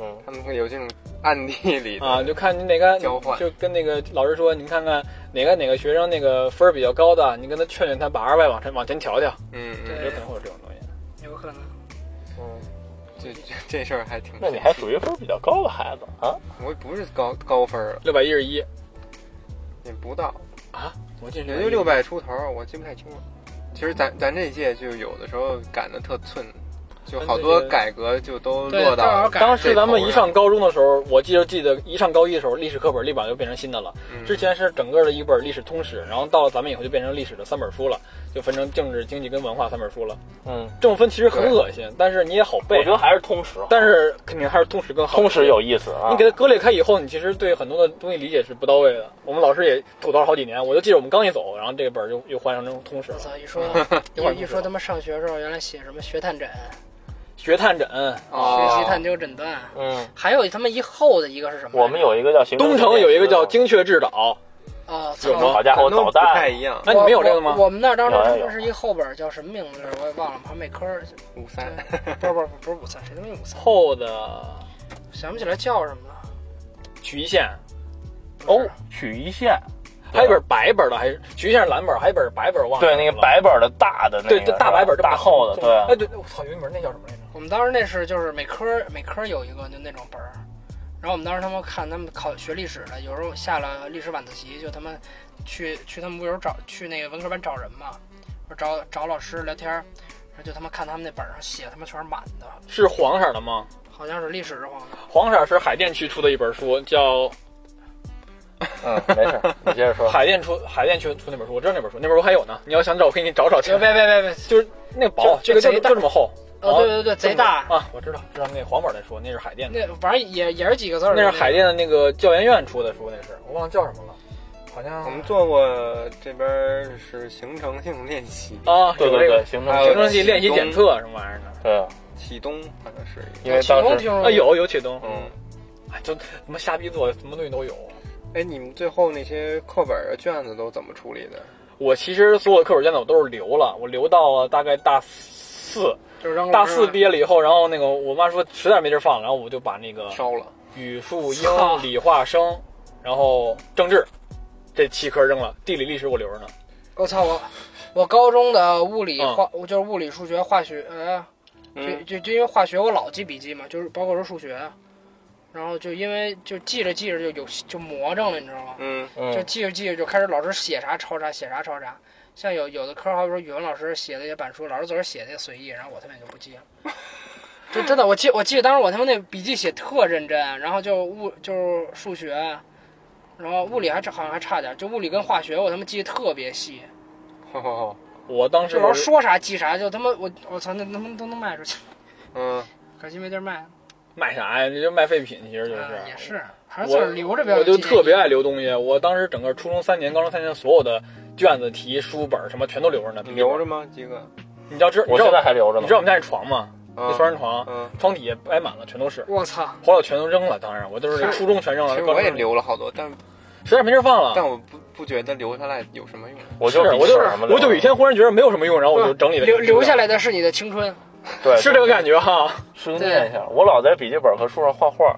Speaker 3: 嗯，
Speaker 1: 他们会有这种暗地里的
Speaker 2: 啊，就看你哪个
Speaker 1: 交换
Speaker 2: 就跟那个老师说，你看看哪个哪个学生那个分儿比较高的，你跟他劝劝他，把二外往前往前调调，
Speaker 1: 嗯，
Speaker 2: 有
Speaker 1: 嗯
Speaker 4: 对
Speaker 2: 可能会有这种东西。
Speaker 4: 有可能。
Speaker 1: 这这这事儿还挺……
Speaker 3: 那你还属于分儿比较高的孩子啊？
Speaker 1: 我不是高高分儿了，
Speaker 2: 六百一十一
Speaker 1: 也不到，
Speaker 2: 啊，我进
Speaker 1: 也就六百出头儿，我记不太清了。其实咱咱这一届就有的时候赶得特寸，就好多改革就都
Speaker 4: 对，
Speaker 1: 落
Speaker 4: 正好
Speaker 1: 到
Speaker 4: 赶上
Speaker 2: 当时咱们一上高中的时候，我记得记得一上高一的时候，历史课本立马就变成新的了。
Speaker 1: 嗯
Speaker 2: 之前是整个的一本历史通史，然后到了咱们以后就变成历史的三本书了，就分成政治、经济跟文化三本书了。
Speaker 3: 嗯，
Speaker 2: 这种分其实很恶心，但是你也好
Speaker 3: 我
Speaker 2: 背
Speaker 3: 觉，得还是通识好，
Speaker 2: 但是肯定还是通史更好。
Speaker 3: 通识有意思啊。
Speaker 2: 你给它割裂开以后，你其实对很多的东西理解是不到位的。我们老师也吐槽了好几年，我就记得我们刚一走，然后这个本儿就又换成这种 通史
Speaker 4: 我
Speaker 2: 了。
Speaker 4: 操！一说
Speaker 2: 一会儿
Speaker 4: 一一说他妈上学的时候，原来写什么学探诊、
Speaker 2: 学探诊，
Speaker 1: 哦
Speaker 4: 学习探究诊断，
Speaker 3: 嗯，
Speaker 4: 还有他妈一后的一个是什么来着？
Speaker 3: 我们有一个叫行政
Speaker 2: 东
Speaker 3: 训练师的。
Speaker 2: 城有一个叫精确制导，
Speaker 4: 啊，操
Speaker 2: 有吗
Speaker 3: 好家伙，
Speaker 1: 可能
Speaker 3: 导
Speaker 1: 不
Speaker 3: 弹
Speaker 1: 太一 样，
Speaker 2: 那你们有这个吗
Speaker 4: 我？我们那儿当时
Speaker 3: 有有
Speaker 4: 他
Speaker 3: 有
Speaker 4: 们是一后本儿叫什么名字，我也忘了，旁边科儿，
Speaker 1: 五三
Speaker 4: 不是不是不是午餐，谁他妈有午餐？
Speaker 2: 后的
Speaker 4: 想不起来叫什么了。
Speaker 2: 曲一线，
Speaker 4: 不是
Speaker 3: 哦，曲一线，
Speaker 2: 还有一本白本的，还是曲一线是蓝本儿，还有一本白本儿忘了。
Speaker 3: 对那个白本儿的大的那
Speaker 2: 对
Speaker 3: 个，
Speaker 2: 对大白本儿
Speaker 3: 大厚的，
Speaker 2: 哎
Speaker 3: 对，
Speaker 2: 对，我操，有一门那叫什么来着？
Speaker 4: 我们当时那是就是每科儿每科儿有一个就那种本儿，然后我们当时他妈看他们考学历史的，有时候下了历史晚自习就他妈去去他们屋有找去那个文科班找人嘛，我找找老师聊天儿，然后就他妈看他们那本儿上写他妈全是满的，
Speaker 2: 是黄色儿的吗？
Speaker 4: 好像是历史是黄的，
Speaker 2: 黄色儿是海淀区出的一本书，叫
Speaker 3: 嗯，没事儿，你接着 说。
Speaker 2: 海淀出海淀区出那本书，我知道那本书，那本书还有呢。你要想找，我可以给你找找去
Speaker 4: 哎别。别别别别，
Speaker 2: 就是那个薄，
Speaker 4: 就
Speaker 2: 这个 就
Speaker 4: 贼大
Speaker 2: 就这么厚，
Speaker 4: 哦对对对，贼大，
Speaker 2: 啊！我知道，知道那黄本儿那书，那是海淀的。
Speaker 4: 那反正也也是几个字儿，
Speaker 2: 那是海淀的那个教研院出的书，那是我忘了叫什么了，好像
Speaker 1: 我们做过这边儿是形成性练习，
Speaker 2: 啊，
Speaker 3: 对
Speaker 2: 有
Speaker 3: 对
Speaker 2: 这
Speaker 3: 对，
Speaker 2: 个
Speaker 3: 行
Speaker 1: 还有
Speaker 3: 政训
Speaker 2: 行政
Speaker 3: 练
Speaker 2: 系练习检测什么玩意儿的
Speaker 3: 对，
Speaker 1: 启东好像是一个，
Speaker 3: 嗯因为
Speaker 4: 启
Speaker 3: 当
Speaker 4: 功
Speaker 3: 时
Speaker 4: 听说
Speaker 2: 啊，
Speaker 4: 过
Speaker 2: 有有启东，
Speaker 1: 嗯，
Speaker 2: 哎，就他妈瞎逼做，什么东西都有。
Speaker 1: 哎，你们最后那些课本儿啊卷子都怎么处理的？
Speaker 2: 我其实所有的课本卷子我都是留了，我留到了大概大四，
Speaker 4: 就是扔了
Speaker 2: 大
Speaker 4: 是
Speaker 2: 四
Speaker 4: 吧
Speaker 2: 毕业了以后，然后那个我妈说实在没地儿放，然后我就把那个
Speaker 1: 烧了，
Speaker 2: 语数
Speaker 4: 操
Speaker 2: 英理化生，然后政治这七科扔了，地理历史我留着呢。
Speaker 4: 我操我，我高中的物理
Speaker 2: 嗯
Speaker 4: 化，我就是物理、数学、化学，呃，就
Speaker 1: 嗯
Speaker 4: 就就因为化学我老记笔记嘛，就是包括说数学，然后就因为就记着记着就有就魔怔了，你知道吗？
Speaker 1: 嗯，
Speaker 4: 就
Speaker 3: 嗯，
Speaker 4: 记着记着就开始老师写啥抄啥，写啥抄啥。像有有的科，好比说语文老师写的一些板书，老师自个儿写的也随意，然后我他妈也就不记了。就真的，我记我记得当时我他妈那笔记写特认真，然后就物就是数学，然后物理还差好像还差点，就物理跟化学我他妈记得特别细。
Speaker 1: 好好好，
Speaker 2: 我当时
Speaker 4: 这玩意儿说啥记啥，就他妈我我操，那能不能都能卖出去？
Speaker 1: 嗯，
Speaker 4: 可惜没地儿卖。
Speaker 2: 卖啥呀？你就卖废品，其实就是、啊
Speaker 4: 嗯也是，还是自个儿留着比较
Speaker 2: 我
Speaker 4: 有纪念
Speaker 2: 就
Speaker 4: 意义。
Speaker 2: 特别爱留东西，我当时整个初中三年、高中三年所有的卷子、题、书本儿什么全都留着呢，
Speaker 1: 你留着。吗？几个？
Speaker 2: 你知道知你
Speaker 3: 我
Speaker 2: 知
Speaker 3: 现在
Speaker 2: 道
Speaker 3: 还留着
Speaker 2: 你
Speaker 3: 呢
Speaker 2: 知。道我们家那床吗？
Speaker 1: 啊
Speaker 2: 那双人床，
Speaker 1: 嗯，
Speaker 2: 床底下摆满了，全都是。
Speaker 4: 我操！
Speaker 2: 后来我全都扔了，当然我就是
Speaker 1: 是
Speaker 2: 初中全扔了，
Speaker 1: 其实
Speaker 2: 高中
Speaker 1: 我也
Speaker 2: 全扔了，
Speaker 1: 留了好多，但
Speaker 2: 嗯实在没地儿放了。
Speaker 1: 但我不不觉得留下来有什么用。
Speaker 3: 我
Speaker 2: 是
Speaker 3: 就
Speaker 2: 我就是
Speaker 3: 什么
Speaker 1: 啊
Speaker 2: 我就有一天忽然觉得没有什么用，然后我就整理了，
Speaker 4: 留留下来的是你的青春。
Speaker 3: 对
Speaker 2: 是这个感 觉哈。
Speaker 3: 是念一下。我老在笔记本和书上画画，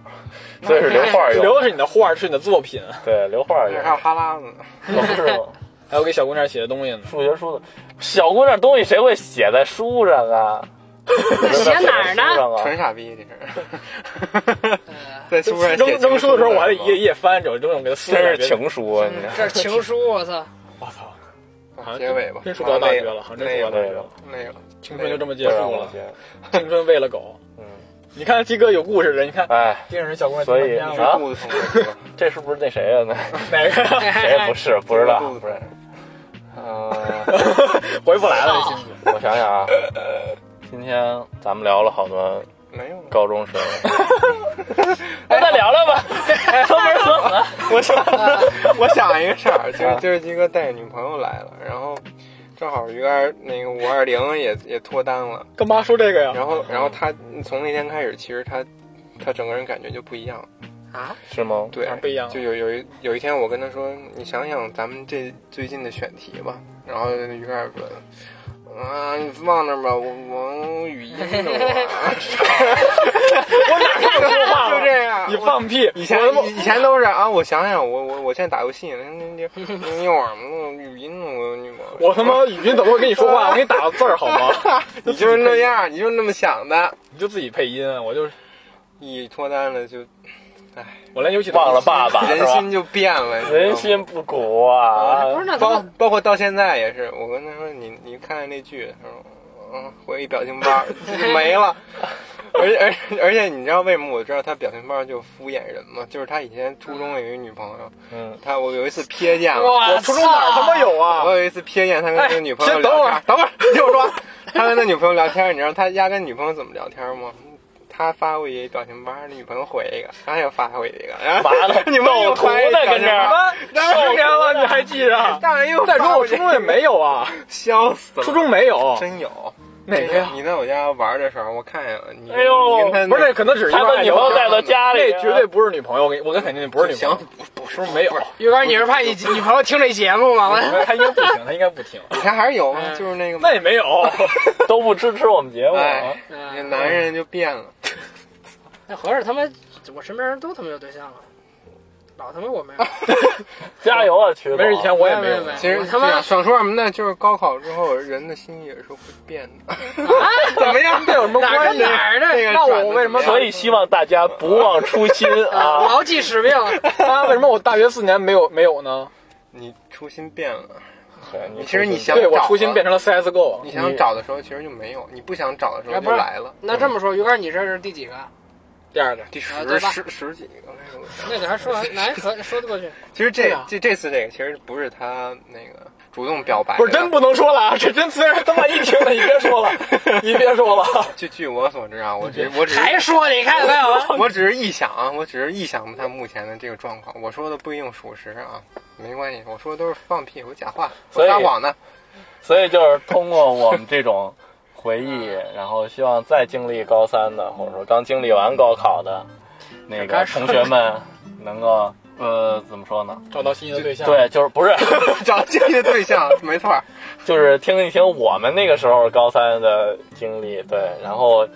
Speaker 3: 所以是留
Speaker 1: 哎
Speaker 3: 画用。
Speaker 2: 留的是你的画，是你的作品，
Speaker 3: 对，留画用
Speaker 1: 还。有哈拉子，
Speaker 3: 可不是吗？
Speaker 2: 还有给小姑娘写的东西呢。
Speaker 3: 数学书的小姑娘东西谁会写在书上啊？
Speaker 4: 那 写哪
Speaker 3: 书
Speaker 4: 儿呢？
Speaker 3: 上啊
Speaker 1: 纯傻逼这是。
Speaker 4: 呃，
Speaker 1: 在书上写
Speaker 2: 扔扔书的时候，我还得
Speaker 1: 情
Speaker 2: 一
Speaker 1: 书
Speaker 2: 页一页翻着，扔给她撕了。
Speaker 3: 真是
Speaker 2: 别
Speaker 3: 情书
Speaker 2: 嗯
Speaker 3: 啊！ 你
Speaker 4: 这是情书，我 操！
Speaker 2: 我操，
Speaker 1: 啊结尾吧，
Speaker 2: 真是不到大学了，好像真
Speaker 1: 累
Speaker 2: 是不到
Speaker 1: 了，
Speaker 2: 大学了，
Speaker 1: 累了，
Speaker 2: 青春就这么结
Speaker 3: 这
Speaker 2: 束
Speaker 3: 让我
Speaker 2: 了。
Speaker 3: 觉得
Speaker 2: 青春喂了狗。
Speaker 3: 嗯，
Speaker 2: 你看鸡哥有故事的，你看
Speaker 3: 哎，
Speaker 2: 盯着人小姑娘
Speaker 3: 所
Speaker 1: 一
Speaker 3: 以
Speaker 2: 盯着人
Speaker 1: 直
Speaker 2: 家
Speaker 3: 啊
Speaker 1: 肚子疼是吧。
Speaker 3: 这是不是那谁啊呀？那
Speaker 4: 哎
Speaker 2: 哪个
Speaker 3: 谁也不是，不知道，
Speaker 1: 肚子
Speaker 3: 不是
Speaker 1: 疼。
Speaker 3: 嗯，
Speaker 1: 呃
Speaker 2: 回不来了？这心
Speaker 3: 我想想啊，今天咱们聊了好多
Speaker 1: 没有了，
Speaker 3: 高中 生，那再聊聊吧。说门说死，
Speaker 1: 我想我想一个事儿，就是 就是鸡哥带着女朋友来了，然后正好鱼儿那个五二零也也脱单了，
Speaker 2: 干嘛说这个呀？
Speaker 1: 然
Speaker 3: 嗯
Speaker 1: 后然后他从那天开始，其实他他整个人感觉就不一样了。
Speaker 4: 啊，
Speaker 3: 是吗？
Speaker 1: 对
Speaker 2: 哪儿，不一样啊了
Speaker 1: 就有有一有一天，我跟他说：“你想想咱们这最近的选题吧。”然后于凯说：“啊，你放那儿吧，我我语音 呢，
Speaker 2: 我哪看
Speaker 1: 我
Speaker 2: 你说 话
Speaker 1: 就
Speaker 2: 了？
Speaker 1: 这样。
Speaker 2: 你放屁！
Speaker 1: 以前
Speaker 2: 我他妈
Speaker 1: 以以前都是啊，我想想，我我我现在打游戏呢，你你你一会儿我语音呢，我你我
Speaker 2: 我他妈语音怎么会跟你说话？我给你打个字儿好吗？
Speaker 1: 你就是那样，你就是那么想的，
Speaker 2: 你就自己配音，啊我就
Speaker 1: 一脱单了就
Speaker 2: 我连游戏都
Speaker 3: 忘了爸 爸是
Speaker 1: 人
Speaker 3: 吧？
Speaker 1: 心就变了，你知道吗
Speaker 3: 人心不古啊！
Speaker 4: 不是那
Speaker 1: 包
Speaker 4: 咱们
Speaker 1: 包括到现在也是，我跟他说你你看看那剧，他说嗯，回一表情包没了。而且而且而且你知道为什么我知道他表情包就敷衍人吗？就是他以前初中有一个女朋友，
Speaker 3: 嗯，
Speaker 1: 他我有一次瞥见了，
Speaker 2: 我初中哪儿他妈有啊
Speaker 1: 我？有一次瞥见他跟那个女朋友
Speaker 2: 哎先等
Speaker 1: 聊
Speaker 2: 会
Speaker 1: 天
Speaker 2: 儿
Speaker 1: 儿，等会 儿听我说，他跟那女朋友聊天儿，你知道他压根女朋友怎么聊天儿吗？他发过一表情包，那女朋友回 一个，他又发回一个，然后
Speaker 3: 完 了，
Speaker 1: 你们
Speaker 3: 斗
Speaker 1: 又
Speaker 3: 图
Speaker 1: 发一
Speaker 3: 呢，
Speaker 1: 表
Speaker 3: 跟
Speaker 1: 情
Speaker 3: 这
Speaker 1: 包，
Speaker 3: 儿
Speaker 2: 二十年了你还记着？
Speaker 1: 大人又
Speaker 2: 再
Speaker 1: 发
Speaker 2: 说我
Speaker 1: 过去
Speaker 2: 初中也没有啊，
Speaker 1: 笑死了，
Speaker 2: 初中没有
Speaker 1: 真有。
Speaker 2: 哪个呀？
Speaker 1: 你在我家玩的时候，我看见了你。
Speaker 3: 哎呦
Speaker 1: 你跟他
Speaker 2: 不是，那可能只是一
Speaker 3: 他
Speaker 2: 个
Speaker 3: 把女朋友带到家里，啊
Speaker 2: 那绝对不是女朋友，我跟我跟肯定啊不是女朋
Speaker 1: 行
Speaker 2: 友，，
Speaker 1: 不
Speaker 2: 初中没有，
Speaker 4: 宇哥，你是 怕你女朋友听这节目吗？
Speaker 2: 他应该不听，他应该不听，
Speaker 1: 你看还是有啊，就是那个，
Speaker 2: 哎那也没有，
Speaker 3: 都不支持我们节目啊
Speaker 1: 哎，。那男人就变 了，
Speaker 4: 那合着他妈，我身边人都他妈有对象了，老他妈我没 有。
Speaker 3: 加油啊，曲总！
Speaker 2: 没事，以前我也没有
Speaker 4: 没有没有
Speaker 1: 其实
Speaker 4: 我他妈
Speaker 1: 对啊想说什么呢？就是高考之后，人的心也是会变的。
Speaker 4: 啊
Speaker 1: 怎么样？
Speaker 2: 这有什么
Speaker 4: 哪
Speaker 2: 关
Speaker 4: 跟
Speaker 2: 系？
Speaker 4: 哪儿的？
Speaker 1: 这个
Speaker 2: 那
Speaker 1: 转
Speaker 2: 我
Speaker 1: 得
Speaker 2: 为什么
Speaker 1: 怎么
Speaker 3: 所以希望大家不忘初心 啊！
Speaker 4: 牢记使命。
Speaker 2: 啊？为什么我大学四年没有没有呢？
Speaker 1: 你初心变了？
Speaker 3: 对
Speaker 1: 你其实你想
Speaker 2: 对我
Speaker 1: 找
Speaker 2: 初心
Speaker 1: 了
Speaker 2: 变成了 CSGO，
Speaker 1: 你想找的时候，其实就没有；你不想找的时候
Speaker 4: 哎
Speaker 1: 就
Speaker 4: 不是
Speaker 1: 来了。嗯
Speaker 4: 那这么说，于哥，你这是第几个？
Speaker 2: 第二个
Speaker 1: 第
Speaker 4: 啊
Speaker 1: 十
Speaker 4: 对吧
Speaker 1: 十十几个，哎呦
Speaker 4: 那你还说完，来可说得过去。
Speaker 1: 其实这
Speaker 4: 对啊
Speaker 1: 这这次这个其实不是他那个主动表白的，
Speaker 2: 不是真不能说了 啊！这真虽然他妈一听了，你别说 了，你别说了，
Speaker 1: 据据我所知啊，我只我只是
Speaker 4: 还说呢，你看到没有？
Speaker 1: 我只是臆想，啊，我只是臆想他目前的这个状况。我说的不一定属实啊，没关系，我说的都是放屁，我假话，
Speaker 3: 所
Speaker 1: 我
Speaker 3: 以
Speaker 1: 撒谎呢。
Speaker 3: 所以就是通过我们这种回忆，然后希望再经历高三的，或者说刚经历完高考的那个同学们，能够呃怎么说呢？
Speaker 2: 找到心仪的对象。，
Speaker 3: 对，就是不是，
Speaker 1: 找这些对象，没错儿，
Speaker 3: 就是听一听我们那个时候高三的经历，对，然后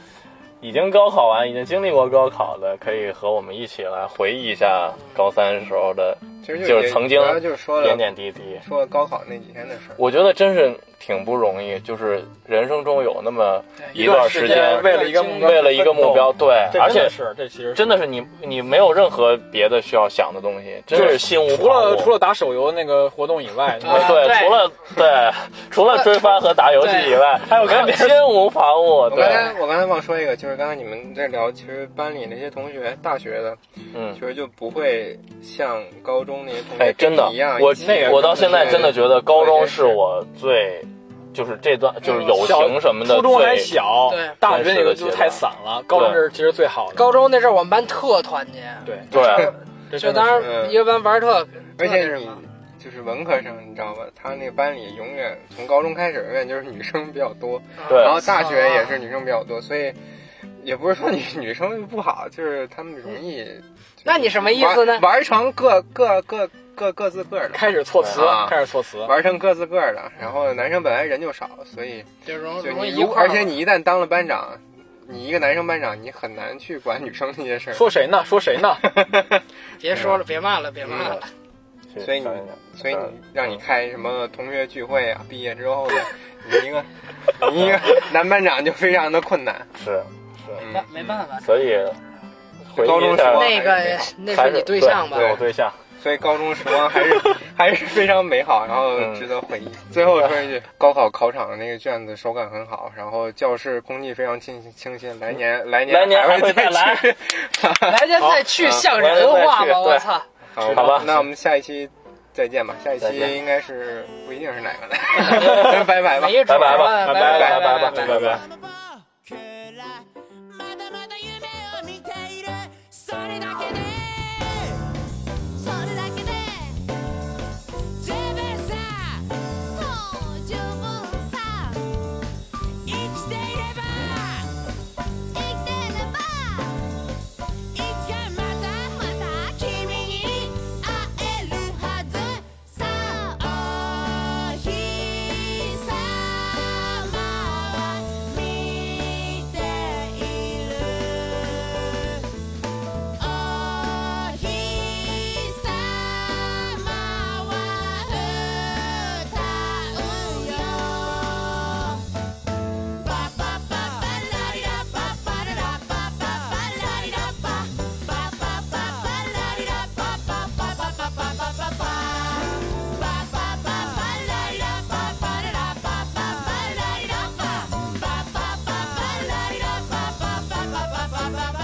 Speaker 3: 已经高考完，已经经历过高考的，可以和我们一起来回忆一下高三时候的
Speaker 1: 其实
Speaker 3: 就
Speaker 1: 就是
Speaker 3: 曾经
Speaker 1: 主要就是说
Speaker 3: 点
Speaker 1: 了
Speaker 3: 点滴滴。
Speaker 1: 说了高考那几天的事儿。
Speaker 3: 我觉得真是挺不容易，就是人生中有那么一段时间
Speaker 2: 为了一个目标，
Speaker 3: 为了一个目标，，对，
Speaker 2: 这
Speaker 3: 而
Speaker 2: 真
Speaker 3: 且
Speaker 2: 的是这其实
Speaker 3: 真的是你你没有任何别的需要想的东西，真是心无
Speaker 2: 除
Speaker 3: 旁
Speaker 2: 了
Speaker 3: 骛。
Speaker 2: 除了打手游那个活动以 外，你
Speaker 4: 啊
Speaker 3: 对，
Speaker 4: 对
Speaker 3: 除了对，除了追番和打游戏以外，还有
Speaker 2: 看
Speaker 3: 心无旁骛。
Speaker 1: 我刚
Speaker 3: 对，
Speaker 1: 才我刚才忘说一个，就是刚才你们在聊，其实班里那些同学，大学的，
Speaker 3: 嗯
Speaker 1: 其，实就不会像高中那些同
Speaker 3: 哎，
Speaker 1: 学
Speaker 3: 真的
Speaker 1: 一样。，
Speaker 3: 我
Speaker 1: 一起
Speaker 2: 那个
Speaker 3: 我到现在真的觉得高中
Speaker 1: 对
Speaker 3: 是我最，就是这段就是友
Speaker 2: 小
Speaker 3: 情什么的
Speaker 2: 初中还
Speaker 3: 最。
Speaker 2: 小
Speaker 4: 对，
Speaker 2: 大学那个就太散了，高中这是其实最好的。
Speaker 4: 高中那阵儿我们班特团结，
Speaker 2: 对，
Speaker 3: 对，
Speaker 2: 这
Speaker 4: 就
Speaker 2: 真
Speaker 4: 当
Speaker 2: 的是
Speaker 1: 嗯
Speaker 4: 时一个班玩儿特，
Speaker 1: 而
Speaker 4: 特
Speaker 1: 且
Speaker 4: 那什
Speaker 1: 你
Speaker 4: 么
Speaker 1: 就是文科生，你知道吧？他那个班里永远从高中开始，永远就是女生比较多。
Speaker 3: 对
Speaker 4: 啊
Speaker 1: 然后大学也是女生比较多，所以也不是说女女生不好，就是她们容易。
Speaker 3: 嗯
Speaker 4: 那你什么意思呢
Speaker 1: 玩玩成各各各各各自个儿的，
Speaker 2: 开始措辞
Speaker 1: 啊，
Speaker 2: 开始措辞。
Speaker 1: 玩成各自个儿的。然后男生本来人就少，所以
Speaker 4: 就容
Speaker 1: 就
Speaker 4: 容易
Speaker 1: 你
Speaker 4: 一
Speaker 1: 如
Speaker 4: 块儿
Speaker 1: 而且你一旦当了班长，你一个男生班长，你很难去管女生那些事儿。
Speaker 2: 说谁呢？说谁呢？
Speaker 4: 别说了，别骂了，别骂了。
Speaker 1: 所以你
Speaker 3: 想一想，
Speaker 1: 所以你让你开什么同学聚会啊，毕业之后 的，你一个你一个男班长就非常的困难。
Speaker 3: 是，
Speaker 1: 嗯
Speaker 4: 没办法，
Speaker 3: 所以回
Speaker 1: 高
Speaker 3: 忆
Speaker 1: 中时
Speaker 3: 一下
Speaker 1: 光
Speaker 4: 那个那
Speaker 3: 还
Speaker 4: 是
Speaker 3: 是
Speaker 4: 你对象吧？
Speaker 3: 对我对象，
Speaker 1: 所以高中时光还 是还是非常美好，然后
Speaker 4: 嗯
Speaker 1: 值得回忆。最后说一句，高考考场的那个卷子手感很好，然后教室空气非常清新清新。来年来年
Speaker 3: 来年还
Speaker 1: 会
Speaker 3: 会再
Speaker 1: 来
Speaker 3: 来。
Speaker 4: 来年再去像人话吧，我操！
Speaker 1: 好
Speaker 3: 好吧
Speaker 1: 那我们下一期再见吧。下一
Speaker 3: 再
Speaker 1: 期
Speaker 3: 见
Speaker 1: 应该是不一定是哪个 来，拜拜吧。
Speaker 4: 没准儿
Speaker 3: 拜
Speaker 4: 吧
Speaker 3: 吧
Speaker 4: 拜
Speaker 3: 拜
Speaker 4: 拜
Speaker 3: 拜拜
Speaker 4: 拜
Speaker 3: 拜拜拜。
Speaker 5: 僕らまだまだ夢を見ているそれだけでそれだけで十分さそう十分さ生きていれば生きていればいつかまたまた君に会えるはずさあお日様は見バババ